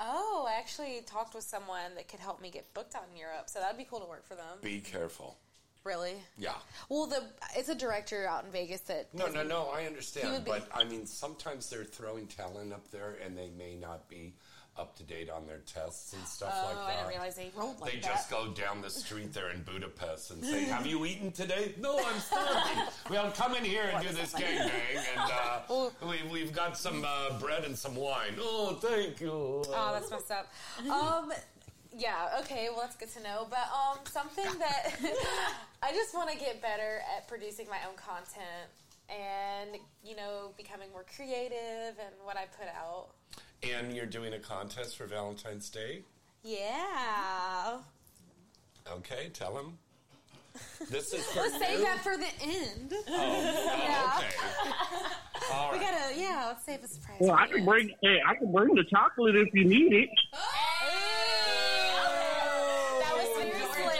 S3: Oh, I actually talked with someone that could help me get booked out in Europe, so that'd be cool to work for them.
S1: Be careful.
S3: Really?
S1: Yeah.
S3: Well, the it's a director out in Vegas that
S1: No, no, no. I
S3: He
S1: understand,
S3: would be-
S1: but I mean, sometimes they're throwing talent up there, and they may not be up to date on their tests and stuff
S3: Oh,
S1: like that.
S3: I didn't realize they rolled like
S1: they
S3: that.
S1: just go down the street there in Budapest and say, "Have you eaten today?" No, I'm starving. well, come in here and do this gangbang, and
S3: *laughs*
S1: uh, we, we've got some uh, bread and some wine. Oh, thank you.
S3: Oh, that's
S1: *laughs*
S3: messed up. Um, yeah, okay, well, that's good to know. But um, something that *laughs* I just want to get better at producing my own content and, you know, becoming more creative and what I put out.
S1: And you're doing a contest for Valentine's Day.
S3: Yeah.
S1: Okay, tell him. This
S3: *laughs*
S1: is for
S3: Let's save
S1: you?
S3: that for the end.
S1: oh,
S3: yeah. *laughs*
S1: All
S3: We
S1: right.
S3: gotta, yeah, let's save a surprise.
S13: Well, I can
S3: for the end.
S13: bring hey, I can bring the chocolate if you need it.
S3: Oh! That was very slick.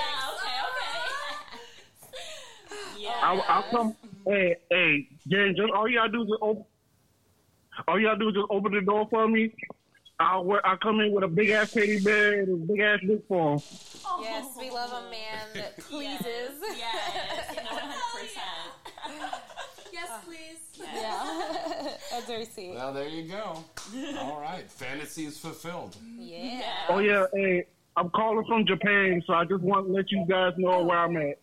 S13: I'll, I'll come. Hey, hey, Jen, just all y'all do is just open. All y'all do is just open the door for me. I'll wear, I'll come in with a big ass teddy bear and a big ass dick for him.
S3: Yes, we love a man that pleases.
S2: Yes,
S3: *laughs*
S2: you know, 100%.
S5: Yes, please.
S3: Yeah. That's very sweet.
S1: Well, there you go. All right, fantasy is fulfilled.
S3: *laughs* Yeah.
S13: Oh yeah, hey, I'm calling from Japan, so I just want to let you guys know where I'm at.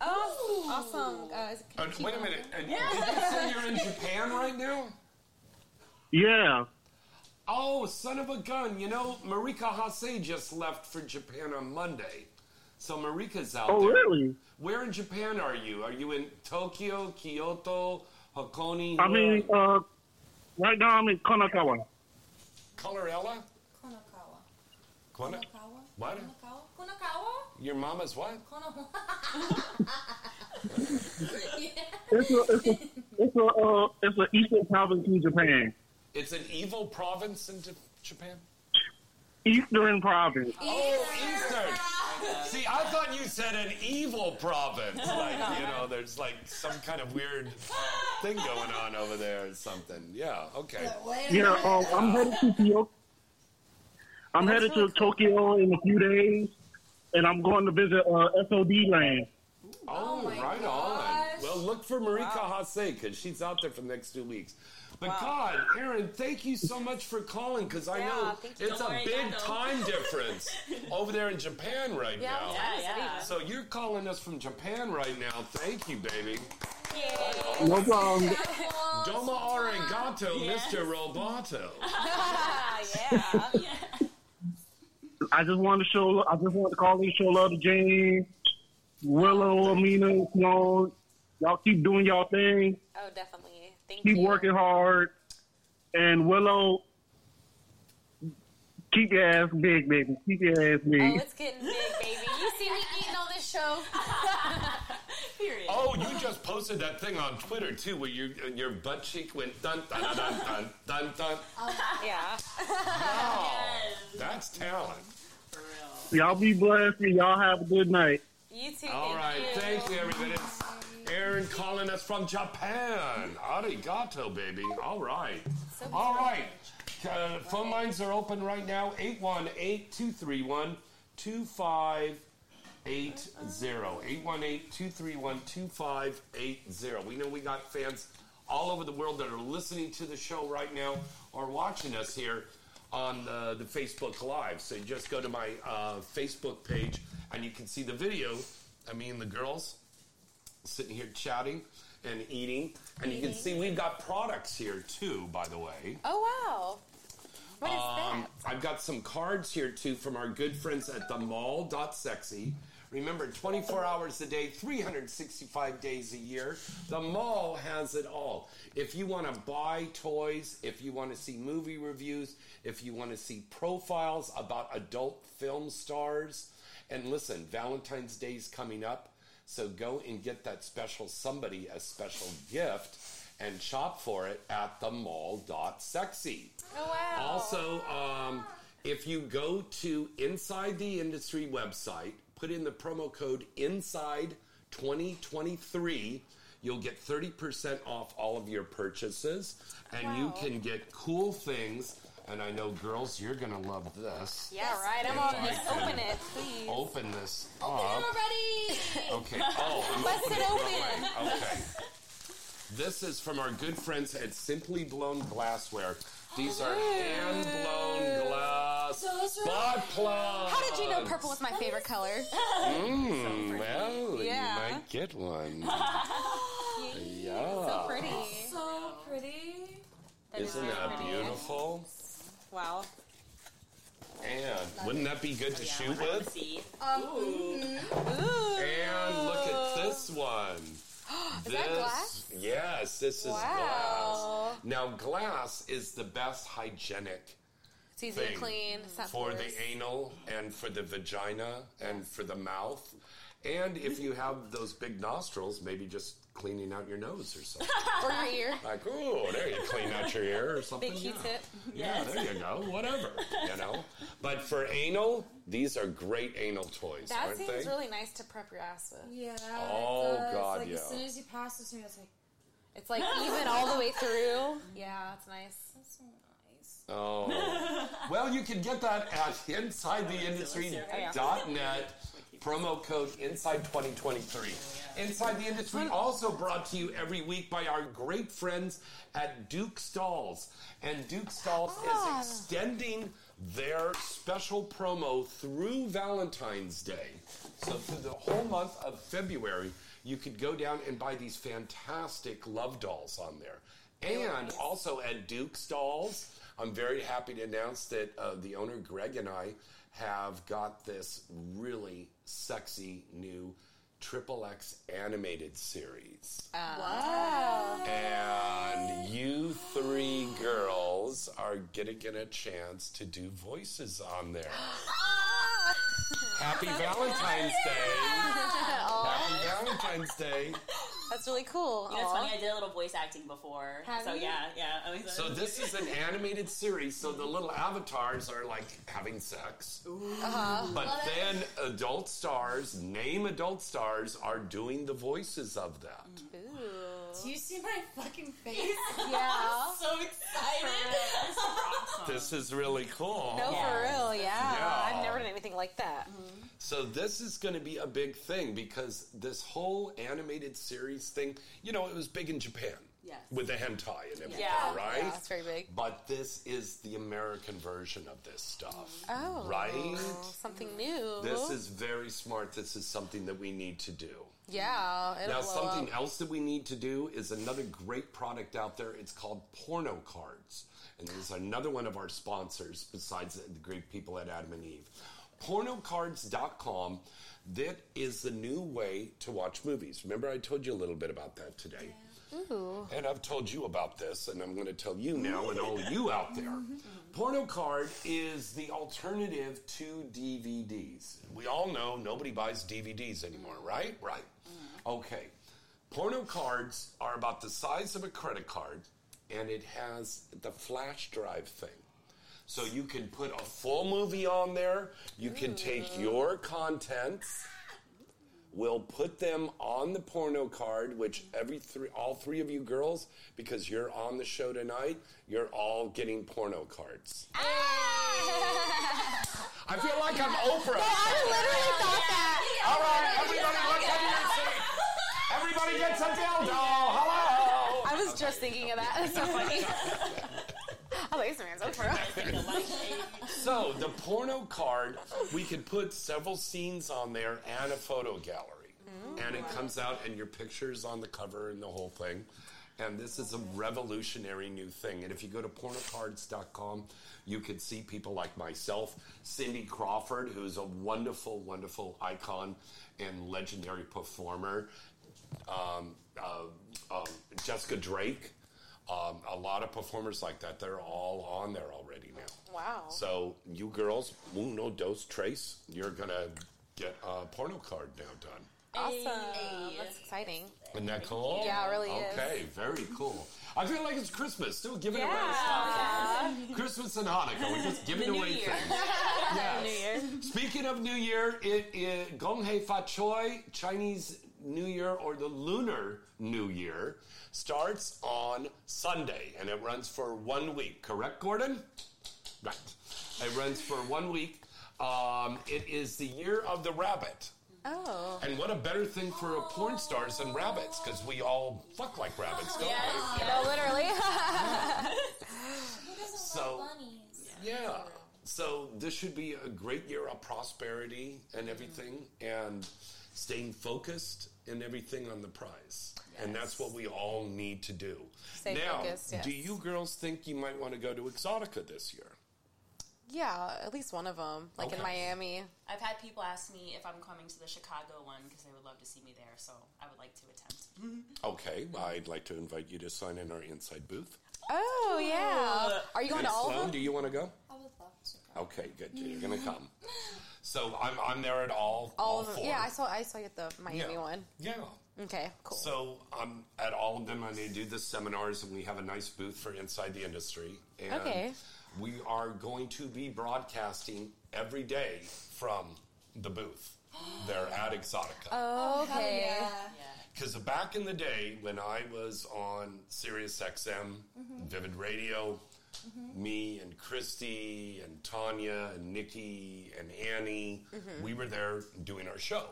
S3: Oh, awesome. Uh, is-
S1: Uh, wait a minute. Uh, Did you say you're in Japan right now?
S13: Yeah.
S1: Oh, son of a gun! You know, Marika Hase just left for Japan on Monday, so Marika's out
S13: Oh
S1: there.
S13: really?
S1: Where in Japan are you? Are you in Tokyo, Kyoto, Hakone?
S13: I mean, uh, right now I'm in Konakawa.
S1: Colorella?
S5: Konakawa.
S1: Kona-
S5: Konakawa?
S1: What?
S5: Konakawa? Konakawa? *laughs*
S1: Your mama's what?
S3: *laughs*
S13: It's a it's a it's a uh, it's a eastern province in Japan.
S1: It's an evil province in J- Japan.
S13: Eastern province.
S1: Oh, Eastern. See, I thought you said an evil province. Like, you know, there's like some kind of weird thing going on over there or something. Yeah, okay.
S13: Yeah, um, I'm headed to Tokyo. I'm headed to Tokyo in a few days, and I'm going to visit uh, SOD Land.
S1: Oh, right on. Well, look for Marika Hase because she's out there for the next two weeks. But God, Aaron, thank you so much for calling because I
S3: Yeah,
S1: know
S3: thank you.
S1: it's
S3: Don't
S1: a
S3: worry,
S1: big
S3: Dado.
S1: time
S3: *laughs*
S1: difference over there in Japan right
S3: Yeah,
S1: now.
S3: yeah, yeah.
S1: So you're calling us from Japan right now. Thank you, baby.
S13: No problem.
S1: Doma arigato, *laughs* Mr. Roboto.
S3: yeah.
S13: I just want to show. I just want to call and show love to James, Willow, Amina, Sloan. Y'all keep doing y'all thing.
S3: Oh, definitely. Thank
S13: Keep
S3: you.
S13: working hard, and Willow, keep your ass big, baby. Keep your ass big.
S3: Oh, it's getting big, baby. You see me eating on this show?
S2: Period.
S1: Oh, you just posted that thing on Twitter too, where your your butt cheek went dun dun dun dun dun dun. dun.
S3: yeah.
S1: Oh. Wow, that's talent.
S2: For real.
S13: *laughs*
S12: Y'all be blessed and y'all have a good night.
S3: You too.
S1: All right, thank you, everybody. It's Aaron calling us from Japan. Arigato, baby. All right. All right. Uh, phone lines are open right now 818 231 2580. 818 231 2580. We know we got fans all over the world that are listening to the show right now or watching us here on the, the Facebook Live. So just go to my uh, Facebook page and you can see the video. I mean, the girls sitting here chatting and eating. And you can see we've got products here too, by the way.
S3: Oh wow. What is
S1: Um,
S3: that?
S1: I've got some cards here too from our good friends at the mall. Sexy. Remember, 24 hours a day, 365 days a year. The mall has it all. If you want to buy toys, if you want to see movie reviews, if you want to see profiles about adult film stars, and listen, Valentine's Day's coming up. So go and get that special somebody a special gift and shop for it at the mall.sexy.
S3: Oh wow. *laughs*
S1: Also, um, if you go to Inside the Industry website, put in the promo code INSIDE 2023, you'll get 30% off all of your purchases and you
S3: Wow.
S1: can get cool things. And I know, girls, you're going to love this.
S3: Yeah, right. I'm
S1: If
S3: on
S1: I
S3: this.
S1: can
S3: Open it, please.
S1: Open this
S3: Open
S1: up.
S3: it already.
S1: Okay.
S3: *laughs*
S1: Oh, I'm
S3: Bust
S1: opening
S3: it
S1: it wrong
S3: open.
S1: way.
S3: *laughs*
S1: Okay. This is from our good friends at Simply Blown Glassware. These are
S3: Oh,
S1: hand blown glass butt plugs.
S3: How did you know purple was my favorite color?
S5: *laughs*
S3: *laughs*
S1: Mm, well,
S3: Yeah.
S1: you might get one. yeah.
S3: *laughs* so pretty.
S5: So pretty.
S1: Isn't that beautiful?
S3: Wow.
S1: And wouldn't that be
S3: Oh,
S1: good to shoot with?
S3: Um,
S1: mm-hmm. And look at this one.
S3: *gasps* Is that glass?
S1: Yes, this is
S3: Wow.
S1: glass. Now, glass is the best hygienic
S3: It's easy to
S1: thing
S3: clean. It's not
S1: for the
S3: porous.
S1: anal and for the vagina and for the mouth. And if you have those big nostrils, maybe just cleaning out your nose
S4: *laughs*
S1: or something.
S3: *laughs* or your ear.
S1: Like, oh, there you clean out your ear or something.
S3: Big Q-tip.
S1: Yeah, there you go. Whatever, you know. But for anal, these are great anal toys,
S3: That
S1: aren't
S3: seems
S1: they?
S3: really nice to prep your ass with.
S5: Yeah. it
S1: Oh,
S5: does.
S1: God,
S5: like,
S1: yeah.
S5: As soon as you pass this, thing, it's like
S3: It's like even all the
S5: *laughs*
S3: way through. Yeah, it's nice. That's so nice.
S1: Oh. *laughs* well, you can get that at insidetheindustry.net. Promo code INSIDE2023. Inside the Industry also brought to you every week by our great friends at Duke Stalls. And Duke Stalls
S3: Ah.
S1: is extending their special promo through Valentine's Day. So through the whole month of February, you could go down and buy these fantastic love dolls on there. And also at Duke's Dolls, I'm very happy to announce that uh, the owner Greg and I have got this really sexy new Triple X animated series.
S3: wow.
S1: And you three girls are gonna get a chance to do voices on there. Happy Valentine's Day! Happy
S3: Oh.
S1: Valentine's Day!
S3: *laughs* That's really cool.
S2: You know, it's
S3: Aw.
S2: funny. I did a little voice acting before,
S3: Have
S2: so
S3: you?
S2: yeah, yeah. I was-
S1: So this is an animated series, so the little avatars are like having sex.
S3: Uh-huh.
S1: But then adult stars, name adult stars, are doing the voices of that.
S5: Do you see my fucking face?
S3: Yeah.
S5: I'm *laughs* so excited.
S1: This is really cool.
S3: No, for real, Mm. yeah.
S1: Yeah.
S3: I've never done anything like that.
S5: Mm-hmm.
S1: So this is going to be a big thing because this whole animated series thing, you know, it was big in Japan.
S3: Yes.
S1: With the hentai and everything,
S3: Yeah.
S1: right?
S3: Yeah, it's very big.
S1: But this is the American version of this stuff.
S3: Oh,
S1: Right?
S3: Something new.
S1: This is very smart. This is something that we need to do.
S3: yeah. It'll
S1: now,
S3: blow
S1: something
S3: up.
S1: else that we need to do is another great product out there. It's called Porno Cards. And this is another one of our sponsors besides the great people at Adam and Eve. Pornocards.com, that is the new way to watch movies. Remember, I told you a little bit about that today.
S3: Ooh.
S1: And I've told you about this, and I'm going to tell you now and all you out there. Porno card is the alternative to DVDs. We all know nobody buys DVDs anymore, right? Right. Okay. Porno cards are about the size of a credit card, and it has the flash drive thing. So you can put a full movie on there. You can take your contents. We'll put them on the porno card, which every three, all three of you girls, because you're on the show tonight, you're all getting porno cards.
S3: Ah.
S1: I feel like I'm Oprah.
S3: literally thought that.
S1: All right, everybody, look at your seat. Everybody gets a dildo. Hello.
S3: I was just thinking of that. That's so funny. *laughs* I like this man's
S1: so the porno card, we could put several scenes on there and a photo gallery, and it comes out and your pictures on the cover and the whole thing. And this is a revolutionary new thing. And if you go to pornocards.com, you could see people like myself, Cindy Crawford, who's a wonderful, wonderful icon and legendary performer, um, uh, um, Jessica Drake, um, a lot of performers like that. They're all on there already now.
S3: Wow.
S1: So you girls, uno, dos, tres, you're gonna get a porno card now done.
S3: *laughs* Awesome. That's exciting.
S1: Isn't that cool?
S3: Yeah, it really is.
S1: Okay, very cool. I feel like it's Christmas. Still giving
S3: Yeah.
S1: away stuff. Christmas and Hanukkah. We're just giving
S3: The New
S1: away
S3: Year. *laughs*
S1: things. Speaking of New Year, it is Gong Hei Fa Choi, Chinese New Year or the Lunar New Year, starts on Sunday and it runs for one week. Correct, Gordon? Right. It runs for one week. Um, it is the year of the rabbit.
S3: Oh.
S1: And what a better thing for a porn stars than rabbits, because we all fuck like rabbits, don't we?
S3: No, *laughs* literally.
S1: So, yeah. So this should be a great year of prosperity and everything, and staying focused and everything on the prize. And that's what we all need to do.
S3: Stay
S1: now,
S3: focused, yes.
S1: do you girls think you might want to go to Exotica this year?
S3: yeah, at least one of them, like in
S1: Okay.
S3: Miami.
S2: I've had people ask me if I'm coming to the Chicago one because they would love to see me there, so I would like to attempt.
S1: Okay, well, I'd like to invite you to sign in our inside booth.
S3: Oh yeah. Are you going
S1: Hey,
S3: to all
S1: Sloan,
S3: of them?
S1: do you want to go?
S5: I would love to.
S1: Okay, good. You're going to come. So I'm, I'm there at all.
S3: All of them.
S1: four.
S3: Yeah, I saw. I saw you at the Miami
S1: Yeah.
S3: one.
S1: Yeah.
S3: Okay. Cool.
S1: So I'm at all of them, and they do the seminars, and we have a nice booth for Inside the Industry. And
S3: Okay.
S1: we are going to be broadcasting every day from the
S3: *gasps*
S1: booth. They're at Exotica.
S3: Oh, okay.
S1: Because back in the day when I was on Sirius XM,
S5: Mhm.
S1: Vivid Radio, me and Christy and Tanya and Nikki and Annie,
S5: Mhm.
S1: we were there doing our show,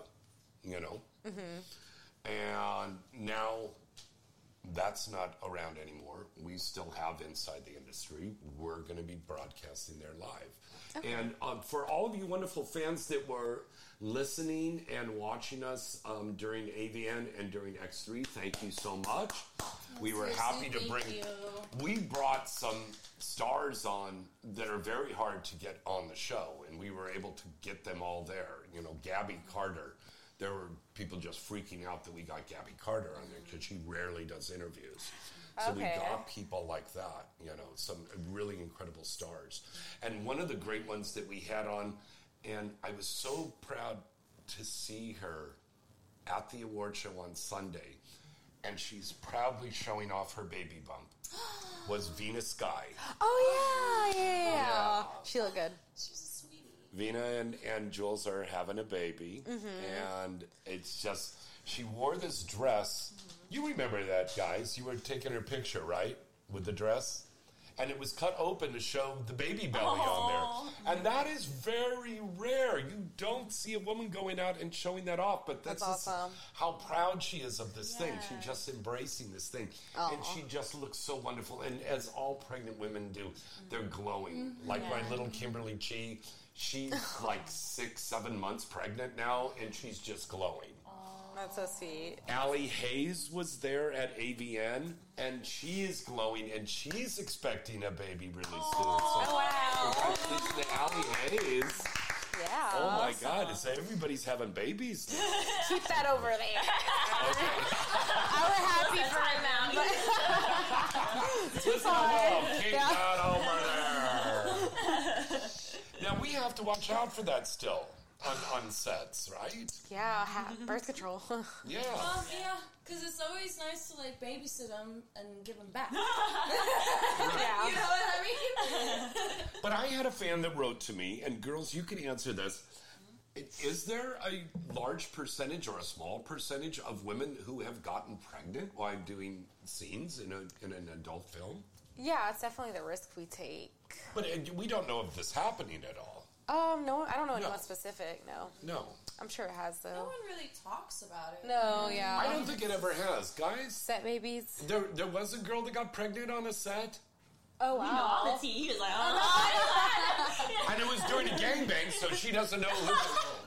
S1: you know?
S3: Mm-hmm.
S1: And now that's not around anymore. We still have Inside the Industry. We're going to be broadcasting there live.
S5: Okay.
S1: And um, for all of you wonderful fans that were listening and watching us um, during AVN and during X3, thank you so much. We were happy to bring. We brought some stars on that are very hard to get on the show, and we were able to get them all there. You know, Gabby Carter. There were people just freaking out that we got Gabby Carter on there because she rarely does interviews. So
S5: Okay.
S1: we got people like that, you know, some really incredible stars. And one of the great ones that we had on, and I was so proud to see her at the award show on Sunday, and she's proudly showing off her baby bump, was Venus Sky.
S3: Oh yeah, yeah, yeah, yeah.
S1: Yeah.
S3: She looked good.
S1: Vina and, and Jules are having a baby,
S3: Mhm.
S1: and it's just she wore this dress.
S3: Mm-hmm.
S1: You remember that, guys? You were taking her picture, right, with the dress, and it was cut open to show the baby belly on there, and that is very rare. You don't see a woman going out and showing that off, but this
S3: That's
S1: is
S3: awesome.
S1: how proud she is of this thing. She's just embracing this thing, and
S3: Aw.
S1: she just looks so wonderful. And as all pregnant women do, they're glowing.
S3: Mm-hmm.
S5: Mhm.
S1: Like my
S5: Yeah.
S1: little Kimberly Chi, she's like six, seven months pregnant now, and she's just glowing.
S3: That's so sweet.
S1: Allie Hayes was there at AVN, and she is glowing, and she's expecting a baby really soon. So
S3: Oh, wow.
S1: congratulations to Allie Hayes.
S3: Yeah.
S1: Oh my God! Is everybody's having babies?
S3: *laughs*
S1: now.
S3: Keep that over there. *laughs* I was happy for my mom. But *laughs*
S1: Listen to uh, love. Keep
S3: Yeah.
S1: that over
S3: *laughs*
S1: there. Now we have to watch out for that still on, on sets, right?
S3: Yeah, ha- birth control. *laughs*
S1: Yeah.
S5: Well, Um, yeah, because it's always nice to like babysit them and give them back. You know what I mean?
S1: But I had a fan that wrote to me, and girls, you can answer this. Is there a large percentage or a small percentage of women who have gotten pregnant while doing scenes in, a, in an adult film?
S3: Yeah, it's definitely the risk we take.
S1: But uh, we don't know if this happening at all.
S3: Um, no, I don't know
S1: No.
S3: anyone specific. No,
S1: No.
S3: I'm sure it has though.
S5: No one really talks about it. Mm-hmm.
S3: No, yeah.
S1: I don't think it ever has. Guys,
S3: Set babies.
S1: there, there was a girl that got pregnant on a set,
S3: Oh
S2: You
S3: wow.
S2: know all the tea. He was like, oh,
S1: *laughs* and it was doing a gangbang, so she doesn't know who.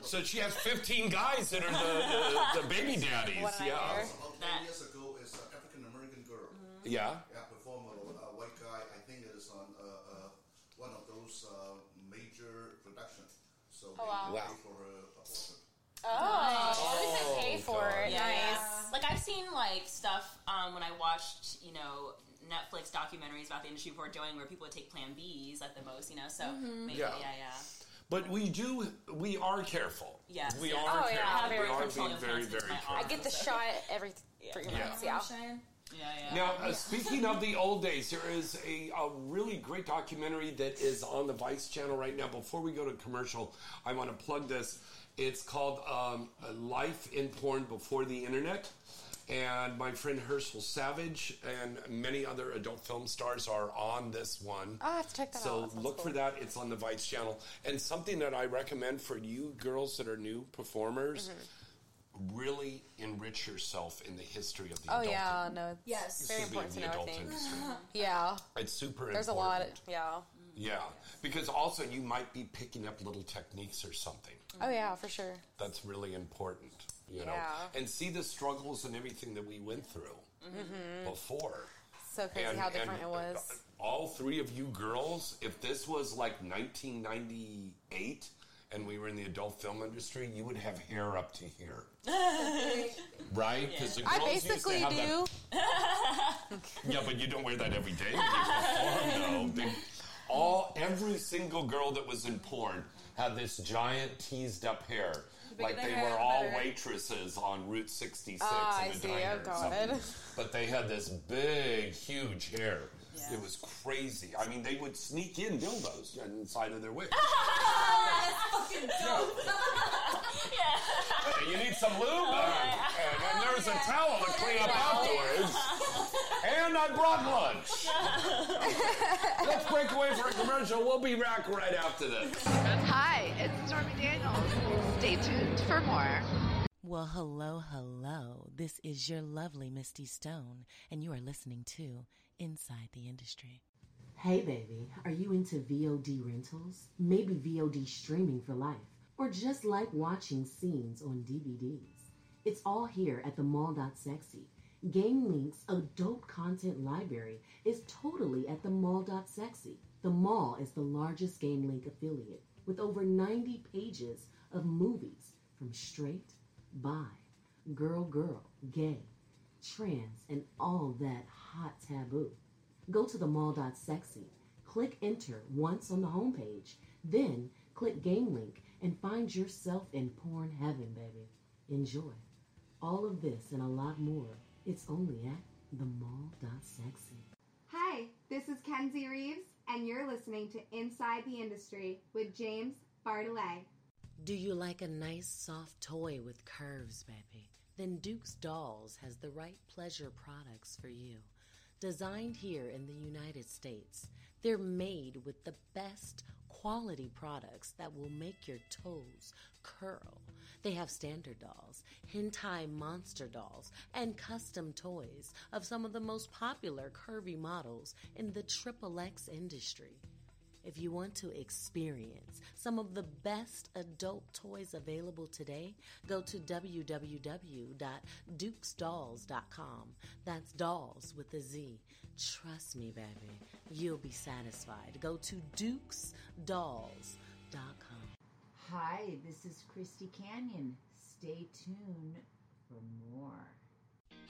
S1: So she has 15 guys that are the, the, the baby daddies.
S14: What an
S1: yeah.
S14: idea. About 10 years ago, is an African American girl.
S1: Yeah.
S14: Yeah, performed with a, a white guy. I think it is on uh, uh, one of those uh, major productions. So
S2: Oh,
S14: they
S2: wow. Wow.
S14: pay for her uh, abortion.
S3: Oh,
S2: Oh, at least I pay
S14: Oh,
S2: for it.
S14: God.
S2: Nice. Like I've seen like stuff um, when I watched, you know, Netflix documentaries about the industry before joining, where people would take Plan Bs at the most, you know. So
S3: Mm-hmm.
S1: Mhm.
S2: maybe,
S1: Yeah.
S2: yeah, yeah.
S3: *laughs*
S1: But we do, we are careful.
S2: Yes.
S1: We
S2: Yeah.
S1: are
S2: Oh,
S1: careful.
S2: yeah.
S1: We
S2: Very
S1: are
S2: control
S1: being
S2: of
S1: very,
S2: consequences
S1: very
S2: by
S1: careful.
S3: I get the shot every three
S1: Yeah.
S3: months. Yeah. *laughs*
S2: Yeah,
S1: Now, uh, speaking of the old days, there is a, a really great documentary that is on the Vice channel right now. Before we go to commercial, I want to plug this. It's called um, uh, Life in Porn Before the Internet. And my friend Herschel Savage and many other adult film stars are on this one.
S3: I'll have to Oh, check that out.
S1: So
S3: That sounds
S1: look for
S3: cool.
S1: that. It's on the Vice channel. And something that I recommend for you girls that are new performers. Really enrich yourself in the history of the
S3: Mm-hmm.
S1: adult
S3: Oh yeah, no, it's
S1: Yes.
S3: very
S1: Should be in
S3: important to
S1: the
S3: know. I
S1: adult
S3: think.
S1: industry.
S3: *laughs* yeah,
S1: It's super
S3: there's a
S1: important.
S3: lot. yeah.
S1: Yeah. Because also you might be picking up little techniques or something.
S3: Oh yeah, for sure.
S1: That's really important, you know.
S3: Yeah.
S1: And see the struggles and everything that we went through
S3: Mhm.
S1: before.
S3: So crazy
S1: And-
S3: how
S1: and
S3: different it was.
S1: All three of you girls, if this was like 1998 and we were in the adult film industry, you would have hair up to here, right? Because
S3: I
S1: the girls
S3: basically
S1: used to have *laughs* that
S3: do.
S1: Yeah, but you don't wear that every day. when You perform, though. They- all every single girl that was in porn had this giant teased up hair,
S3: The bigger
S1: like
S3: the
S1: they
S3: hair,
S1: were
S3: the
S1: all
S3: better.
S1: waitresses on Route 66
S3: Ah,
S1: in a
S3: I see. Oh,
S1: diner. or
S3: God.
S1: something. But they had this big, huge hair. It was crazy. I mean, they would sneak in dildos inside of their wig. Hey, you need
S3: *laughs*
S1: some lube,
S3: Oh,
S1: and, and, and there's a towel to clean up
S3: *laughs*
S1: afterwards. And I brought lunch. Let's break away for a commercial. We'll be back right after this.
S6: Hi, it's Stormy Daniels. Stay tuned for more.
S7: Well, hello, hello. This is your lovely Misty Stone, and you are listening to Inside the Industry. Hey, baby, are you into VOD rentals? Maybe VOD streaming for life, or just like watching scenes on DVDs? It's all here at the mall.sexy. Game Link's adult content library is totally at the mall.sexy. The mall is the largest Game Link affiliate with over 90 pages of movies from straight, bi, girl, girl, gay, trans, and all that hot taboo. Go to the mall.sexy, click enter once on the homepage, then click game link and find yourself in porn heaven, baby. Enjoy. All of this and a lot more. It's only at the mall.sexy.
S15: Hi, this is Kenzie Reeves, and you're listening to Inside the Industry with James Bartolet.
S7: Do you like a nice soft toy with curves, baby? Then Duke's Dolls has the right pleasure products for you. Designed here in the United States, they're made with the best quality products that will make your toes curl. They have standard dolls, hentai monster dolls, and custom toys of some of the most popular curvy models in the XXX industry. If you want to experience some of the best adult toys available today, go to www.dukesdolls.com. That's dolls with a Z. Trust me, baby, you'll be satisfied. Go to dukesdolls.com.
S9: Hi, this is Christy Canyon. Stay tuned for more.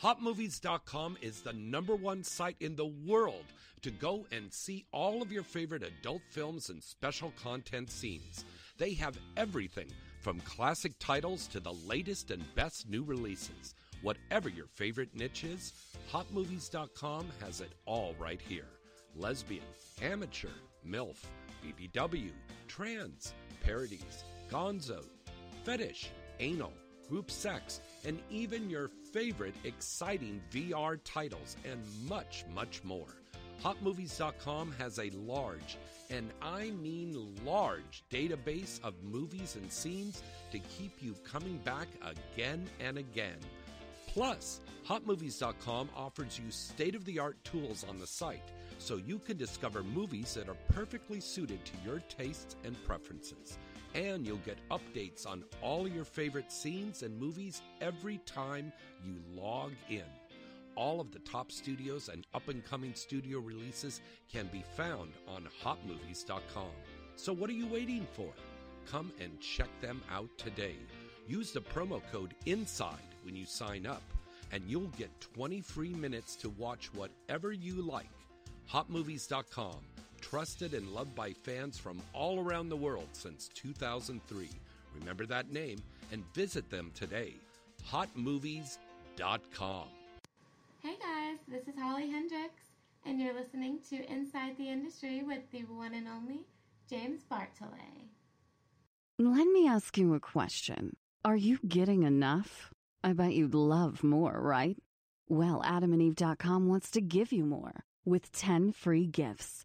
S1: HotMovies.com is the number one site in the world to go and see all of your favorite adult films and special content scenes. They have everything from classic titles to the latest and best new releases. Whatever your favorite niche is, HotMovies.com has it all right here lesbian, amateur, MILF,
S16: BBW, trans, parodies, gonzo, fetish, anal, group sex, and even your favorite exciting VR titles and much, much more. HotMovies.com has a large, and I mean large, database of movies and scenes to keep you coming back again and again. Plus, HotMovies.com offers you state of the art tools on the site so you can discover movies that are perfectly suited to your tastes and preferences. And you'll get updates on all your favorite scenes and movies every time you log in. All of the top studios and up and coming studio releases can be found on HotMovies.com. So, what are you waiting for? Come and check them out today. Use the promo code INSIDE when you sign up, and you'll get 20 free minutes to watch whatever you like. HotMovies.com, trusted and loved by fans from all around the world since 2003. Remember that name and visit them today. HotMovies.com.
S8: Hey guys, this is Holly Hendricks, and you're listening to Inside the Industry with the one and only James Bartolet.
S10: Let me ask you a question. Are you getting enough? I bet you'd love more, right? Well, adamandeve.com wants to give you more with 10 free gifts.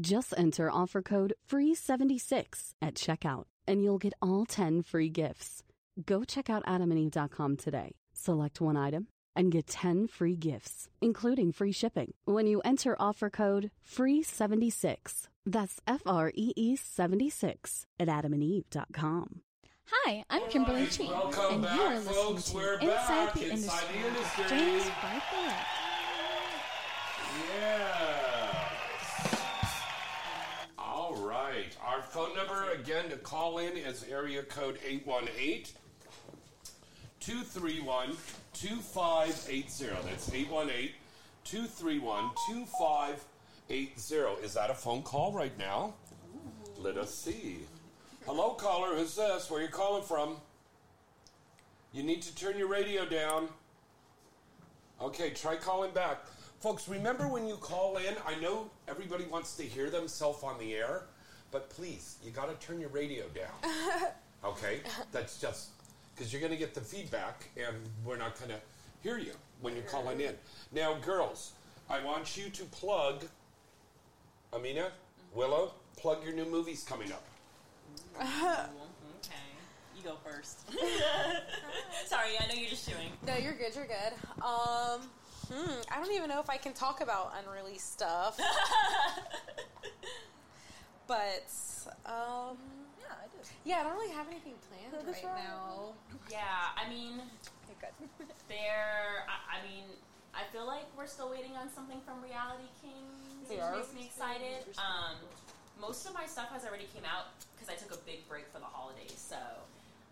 S10: Just enter offer code E FREE76 at checkout and you'll get all 10 free gifts. Go check out adamandeve.com today. Select one item and get 10 free gifts, including free shipping, when you enter offer code E FREE76. That's F R E E 76 at adamandeve.com.
S11: *laughs* Hi, I'm Kimberly Chi,
S1: Welcome
S11: and you are
S1: back,
S11: listening
S1: folks.
S11: to
S1: We're
S11: Inside
S1: back
S11: the
S1: inside
S11: Industry.
S1: the industry.
S11: James Bartlett.
S1: Yeah. All right. Our phone number again to call in is area code 818 231 2580. That's 818 231 2580. Is that a phone call right now? Let us see. Hello, caller. Who's this? Where you calling from? You need to turn your radio down. Okay, try calling back. Folks, remember when you call in, I know everybody wants to hear themselves on the air, but please, you got to turn your radio down. Okay? That's just because you're going to get the feedback and we're not going to hear you when you're calling in. Now, girls, I want you to plug Amina, Willow, plug your new movies coming up.
S2: okay. You go first. *laughs* Sorry, I know you're just chewing.
S3: No, you're good. You're good. Um, hmm, I don't even know if I can talk about unreleased stuff. but um, yeah, I do. Yeah, I don't really have anything planned
S2: That's
S3: right
S2: right.
S3: now.
S2: Yeah, I mean, there. I, I mean, I feel like we're still waiting on something from Reality Kings,
S3: We
S2: which
S3: are.
S2: makes me excited. Um, most of my stuff has already came out because I took a big break for the holidays, so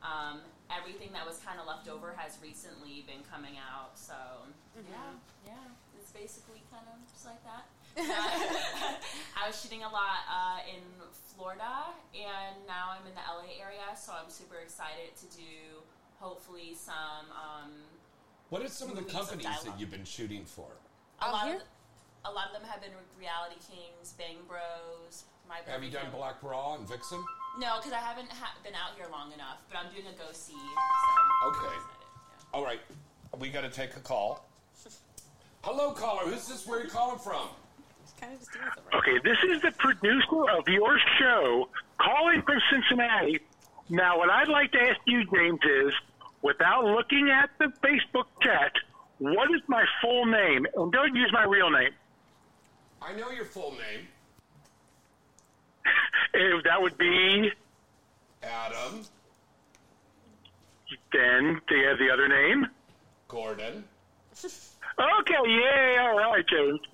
S2: um, everything that was kind of left over has recently been coming out. So
S5: Mm-hmm.
S2: yeah, yeah, it's basically kind of just like that. I was shooting a lot uh, in Florida, and now I'm in the LA area, so I'm super excited to do hopefully some. Um,
S1: What are some of the
S2: movies
S1: companies that
S2: dialogue.
S1: you've been shooting for?
S2: A lot of a lot of them have been Reality Kings, Bang Bros, My
S1: Have you done
S2: Bloody Valentine.
S1: Black Bra and Vixen?
S2: No, because I haven't ha- been out here long enough. But I'm doing a go see.
S1: Okay. All right. We got to take a call. *laughs* Hello, caller. Who's this? Where you calling from?
S3: Kind of just deal with it.
S12: Okay, this is the producer of your show calling from Cincinnati. Now, what I'd like to ask you, James, is without looking at the Facebook chat, what is my full name? And don't use my real name. *laughs*
S1: I know your full name.
S12: If that would be
S1: Adam
S12: then do you have the other name?
S1: Gordon.
S12: Okay, yeah, all right, James. *laughs*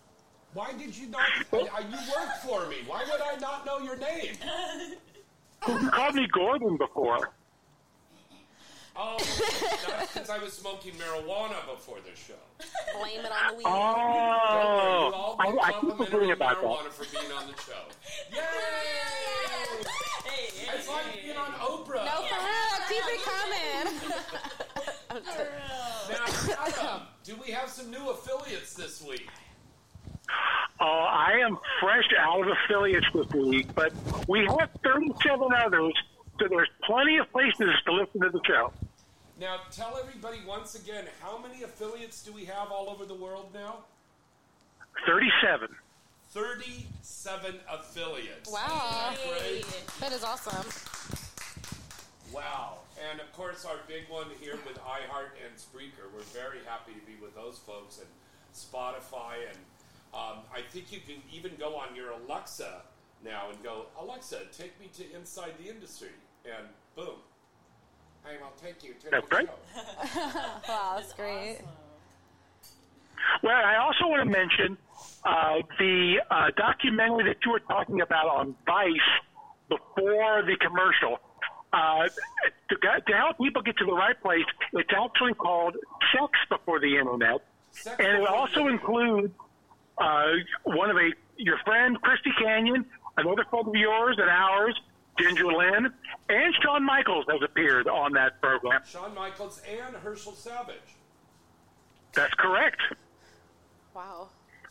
S1: Uh,
S3: *laughs*
S1: Why did you not? I, I, you work for me. Why would I not know your name?
S12: You called me Gordon before.
S1: Oh, that's because I was smoking marijuana before the show.
S3: Blame it on the weed.
S12: Oh, I, I keep forgetting about
S1: Marijuana
S12: that.
S1: for being on the show. Yay! it's like being on Oprah.
S3: No, for real. Keep it coming. *laughs* I'm just-
S1: Now, Adam, do we have some new affiliates this week?
S12: Oh, I am fresh out of affiliates this week, but we have 37 others, so there's plenty of places to listen to the show.
S1: Now, tell everybody once again how many affiliates do we have all over the world now?
S12: 37.
S1: 37 affiliates.
S3: Wow.
S1: Isn't that great?
S3: That is awesome.
S1: Wow. And of course, our big one here with iHeart and Spreaker. We're very happy to be with those folks and Spotify. And um, I think you can even go on your Alexa now and go, Alexa, take me to Inside the Industry. And boom. I will take you to
S12: That's
S1: the
S12: right.
S1: show.
S3: *laughs* wow, that's great.
S12: Well, I also want to mention uh, the uh, documentary that you were talking about on Vice before the commercial. Uh, to, get- to help people get to the right place, it's actually called Sex Before the Internet, and it also includes uh, one of a your friend Christy Canyon, another friend of yours and ours, Ginger Lynn, and Shawn Michaels has appeared on that program.
S1: Shawn Michaels and Herschel Savage.
S12: That's correct.
S3: Wow.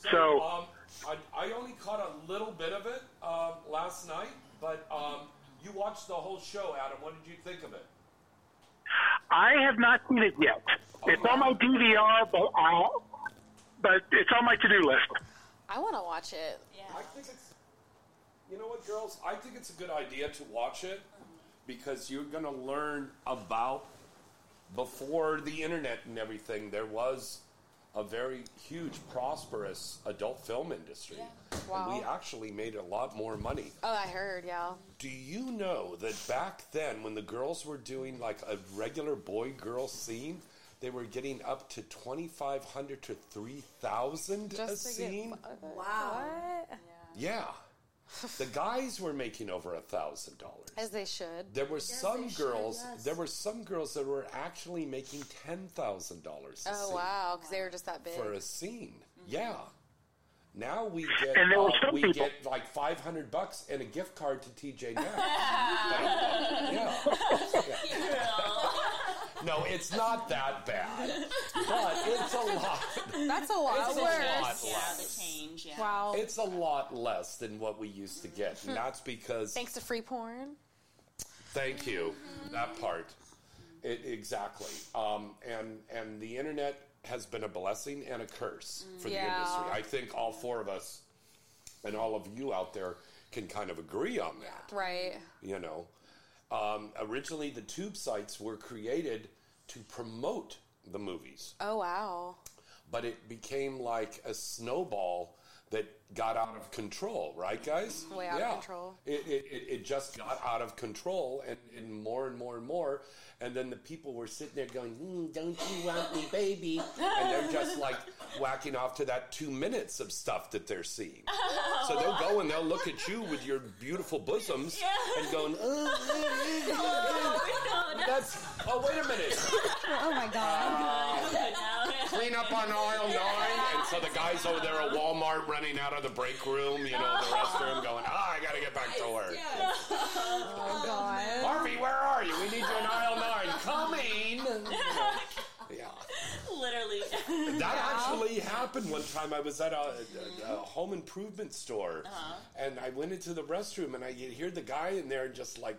S12: So-
S1: um, I, I only caught a little bit of it um, last night, but um, you watched the whole show, Adam. What did you think of it?
S12: I have not seen it yet. It's on my DVR, but I, but it's on my to-do list.
S3: I want to watch it.
S1: Yeah. I think it's. You know what, girls? I think it's a good idea to watch it because you're going to learn about before the internet and everything. There was a very huge, prosperous adult film industry, and we
S3: Wow.
S1: actually made a lot more money.
S3: Oh, I heard, y'all.
S1: Do you know that back then, when the girls were doing like a regular boy girl scene, they were getting up to 2,500 to 3,000 a
S3: Just to
S1: scene?
S3: get,
S5: Wow.
S3: What?
S1: yeah. the guys were making over a thousand dollars.
S3: As they should.
S1: There were some
S3: should,
S1: girls.
S3: yes.
S1: There were some girls that were actually making ten thousand dollars.
S3: Oh wow, Mm-hmm. because they were just that big.
S1: For a scene, yeah. Now we get
S12: And there were
S1: uh,
S12: some
S1: we
S12: people-
S1: get like five hundred bucks and a gift card to TJ Maxx.
S3: *laughs*
S1: yeah. No, it's not that bad, but it's a lot.
S3: *laughs* That's a lot
S1: It's a
S3: worse.
S1: lot
S2: Yeah, the
S1: less.
S2: change. Yeah.
S3: Wow.
S1: It's a lot less than what we used to get, and that's because
S3: Thanks to free porn.
S1: Thank you. That part. It, exactly. Um, and and the internet has been a blessing and a curse for
S3: Yeah.
S1: the industry. I think all four of us and all of you out there can kind of agree on that.
S3: Right.
S1: You know, um, originally the tube sites were created to promote the movies,
S3: Oh wow.
S1: but it became like a snowball that got out of control. Right, guys?
S3: Way out of
S1: Yeah
S3: control.
S1: it, it, it, it just got out of control and, and more and more and more. And then the people were sitting there going, mm, Don't you want me, baby? And they're just like whacking off to that two minutes of stuff that they're seeing. So they'll go and they'll look at you with your beautiful bosoms and going, oh, yeah, yeah, yeah, yeah." That's, oh, wait a minute.
S17: Oh my
S1: Clean up on aisle nine. And so the guy's over there at Walmart running out of the break room, you know, the restroom going, Ah, I got to get back to work.
S17: *laughs* Oh god.
S1: Harvey, where are
S2: *laughs*
S1: you? We need you in aisle nine. Coming. Yeah.
S2: Literally.
S1: That
S2: *laughs*
S1: actually happened one time. I was at a, a, a home improvement store,
S2: Uh-huh.
S1: and I went into the restroom, and I could hear the guy in there just like,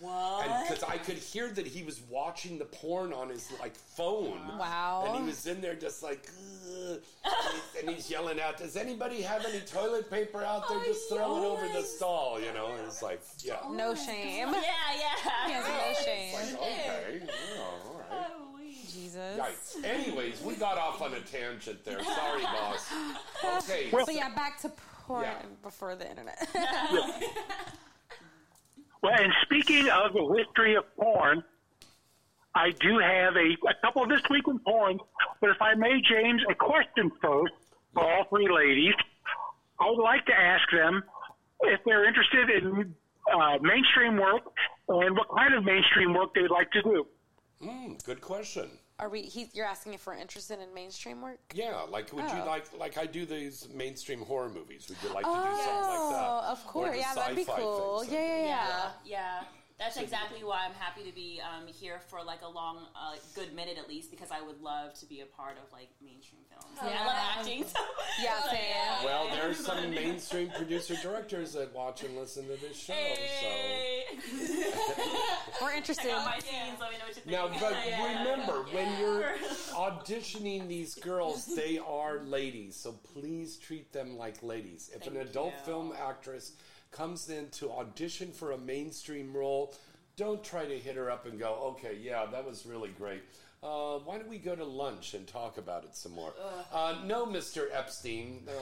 S2: What?
S1: because I could hear that he was watching the porn on his like phone.
S3: Wow.
S1: And he was in there just like, "Ugh," and he's- and he's yelling out, "Does anybody have any toilet paper out
S3: Oh,
S1: there? Just throw it over the stall, you know?" And it's like, yeah,
S3: No shame.
S2: Yeah, yeah.
S3: He has no shame.
S1: okay, yeah, all right.
S3: Jesus.
S1: Yikes. Anyways, we got off on a tangent there.
S3: *laughs*
S1: Sorry, boss. Okay.
S3: But yeah, back to porn
S1: Yeah.
S3: before the internet. *laughs*
S12: Well, and speaking of the history of porn, I do have a, a couple this week in porn. But if I may, James, a question first for all three ladies. I would like to ask them if they're interested in uh, mainstream work and what kind of mainstream work they'd like to do.
S1: Mm, good question.
S3: Are we? He, you're asking if we're interested in mainstream work?
S1: Yeah, like would you
S3: Oh.
S1: like like I do these mainstream horror movies? Would you like to do something like that?
S3: Oh, of
S1: Or
S3: course.
S1: the
S3: Yeah, that'd be
S1: sci-fi
S3: cool.
S1: things.
S3: Yeah, yeah, yeah.
S2: Yeah, that's exactly why I'm happy to be um, here for like a long, uh, good minute at least, because I would love to be a part of like mainstream films.
S3: Oh,
S2: And I
S3: yeah.
S2: love acting. So
S3: Yeah,
S2: Like,
S3: same.
S2: yeah,
S1: Well,
S2: yeah,
S1: there's some
S2: everybody.
S1: mainstream producer directors that watch and listen to this show.
S2: Hey. *laughs*
S3: We're
S2: Check out my scenes. Let me know what you
S1: So
S2: think.
S1: now, but
S2: *laughs* Yeah.
S1: remember when
S2: Yeah. *laughs*
S1: you're auditioning these girls, they are ladies, so please treat them like ladies. If an
S2: Thank
S1: adult
S2: you.
S1: film actress comes in to audition for a mainstream role, don't try to hit her up and go, "Okay, yeah, that was really great." Uh, why don't we go to lunch and talk about it some more? Uh, no, Mr. Epstein. No,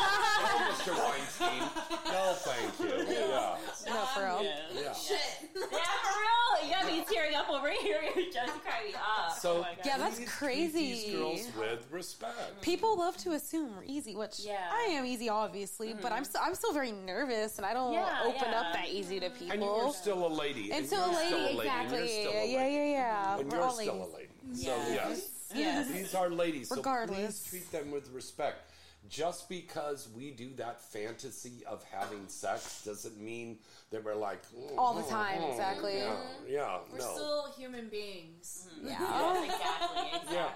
S1: no,
S2: *laughs*
S1: Mr. Weinstein. No, thank you. Yeah.
S3: No, for real.
S1: Yeah.
S2: yeah, for real. You got me tearing up over here. *laughs* You're just crying me up.
S1: So
S2: Oh my God.
S3: Yeah, that's
S1: These
S3: crazy.
S1: girls with respect.
S3: People love to assume we're easy, which I am easy, obviously, but I'm still, I'm still very nervous, and I don't
S2: Mm. Yeah,
S3: open
S2: yeah.
S3: up that easy to people.
S1: And you are still a lady.
S3: and so,
S1: you're
S3: lady,
S1: still a lady, and
S3: exactly.
S1: you're still a lady.
S3: Yeah, yeah, yeah.
S1: And
S3: We're
S1: you're
S3: all
S1: still
S3: ladies.
S1: a lady. So yes.
S3: Yes.
S1: These are ladies. So
S3: Regardless.
S1: please treat them with respect. Just because we do that fantasy of having sex doesn't mean that we're like "Mm,
S3: All the
S1: mm,
S3: time,
S1: mm,
S3: exactly.
S1: Yeah, yeah,
S5: We're
S1: no.
S5: still human beings.
S1: Yeah. *laughs*
S2: exactly.
S1: yeah.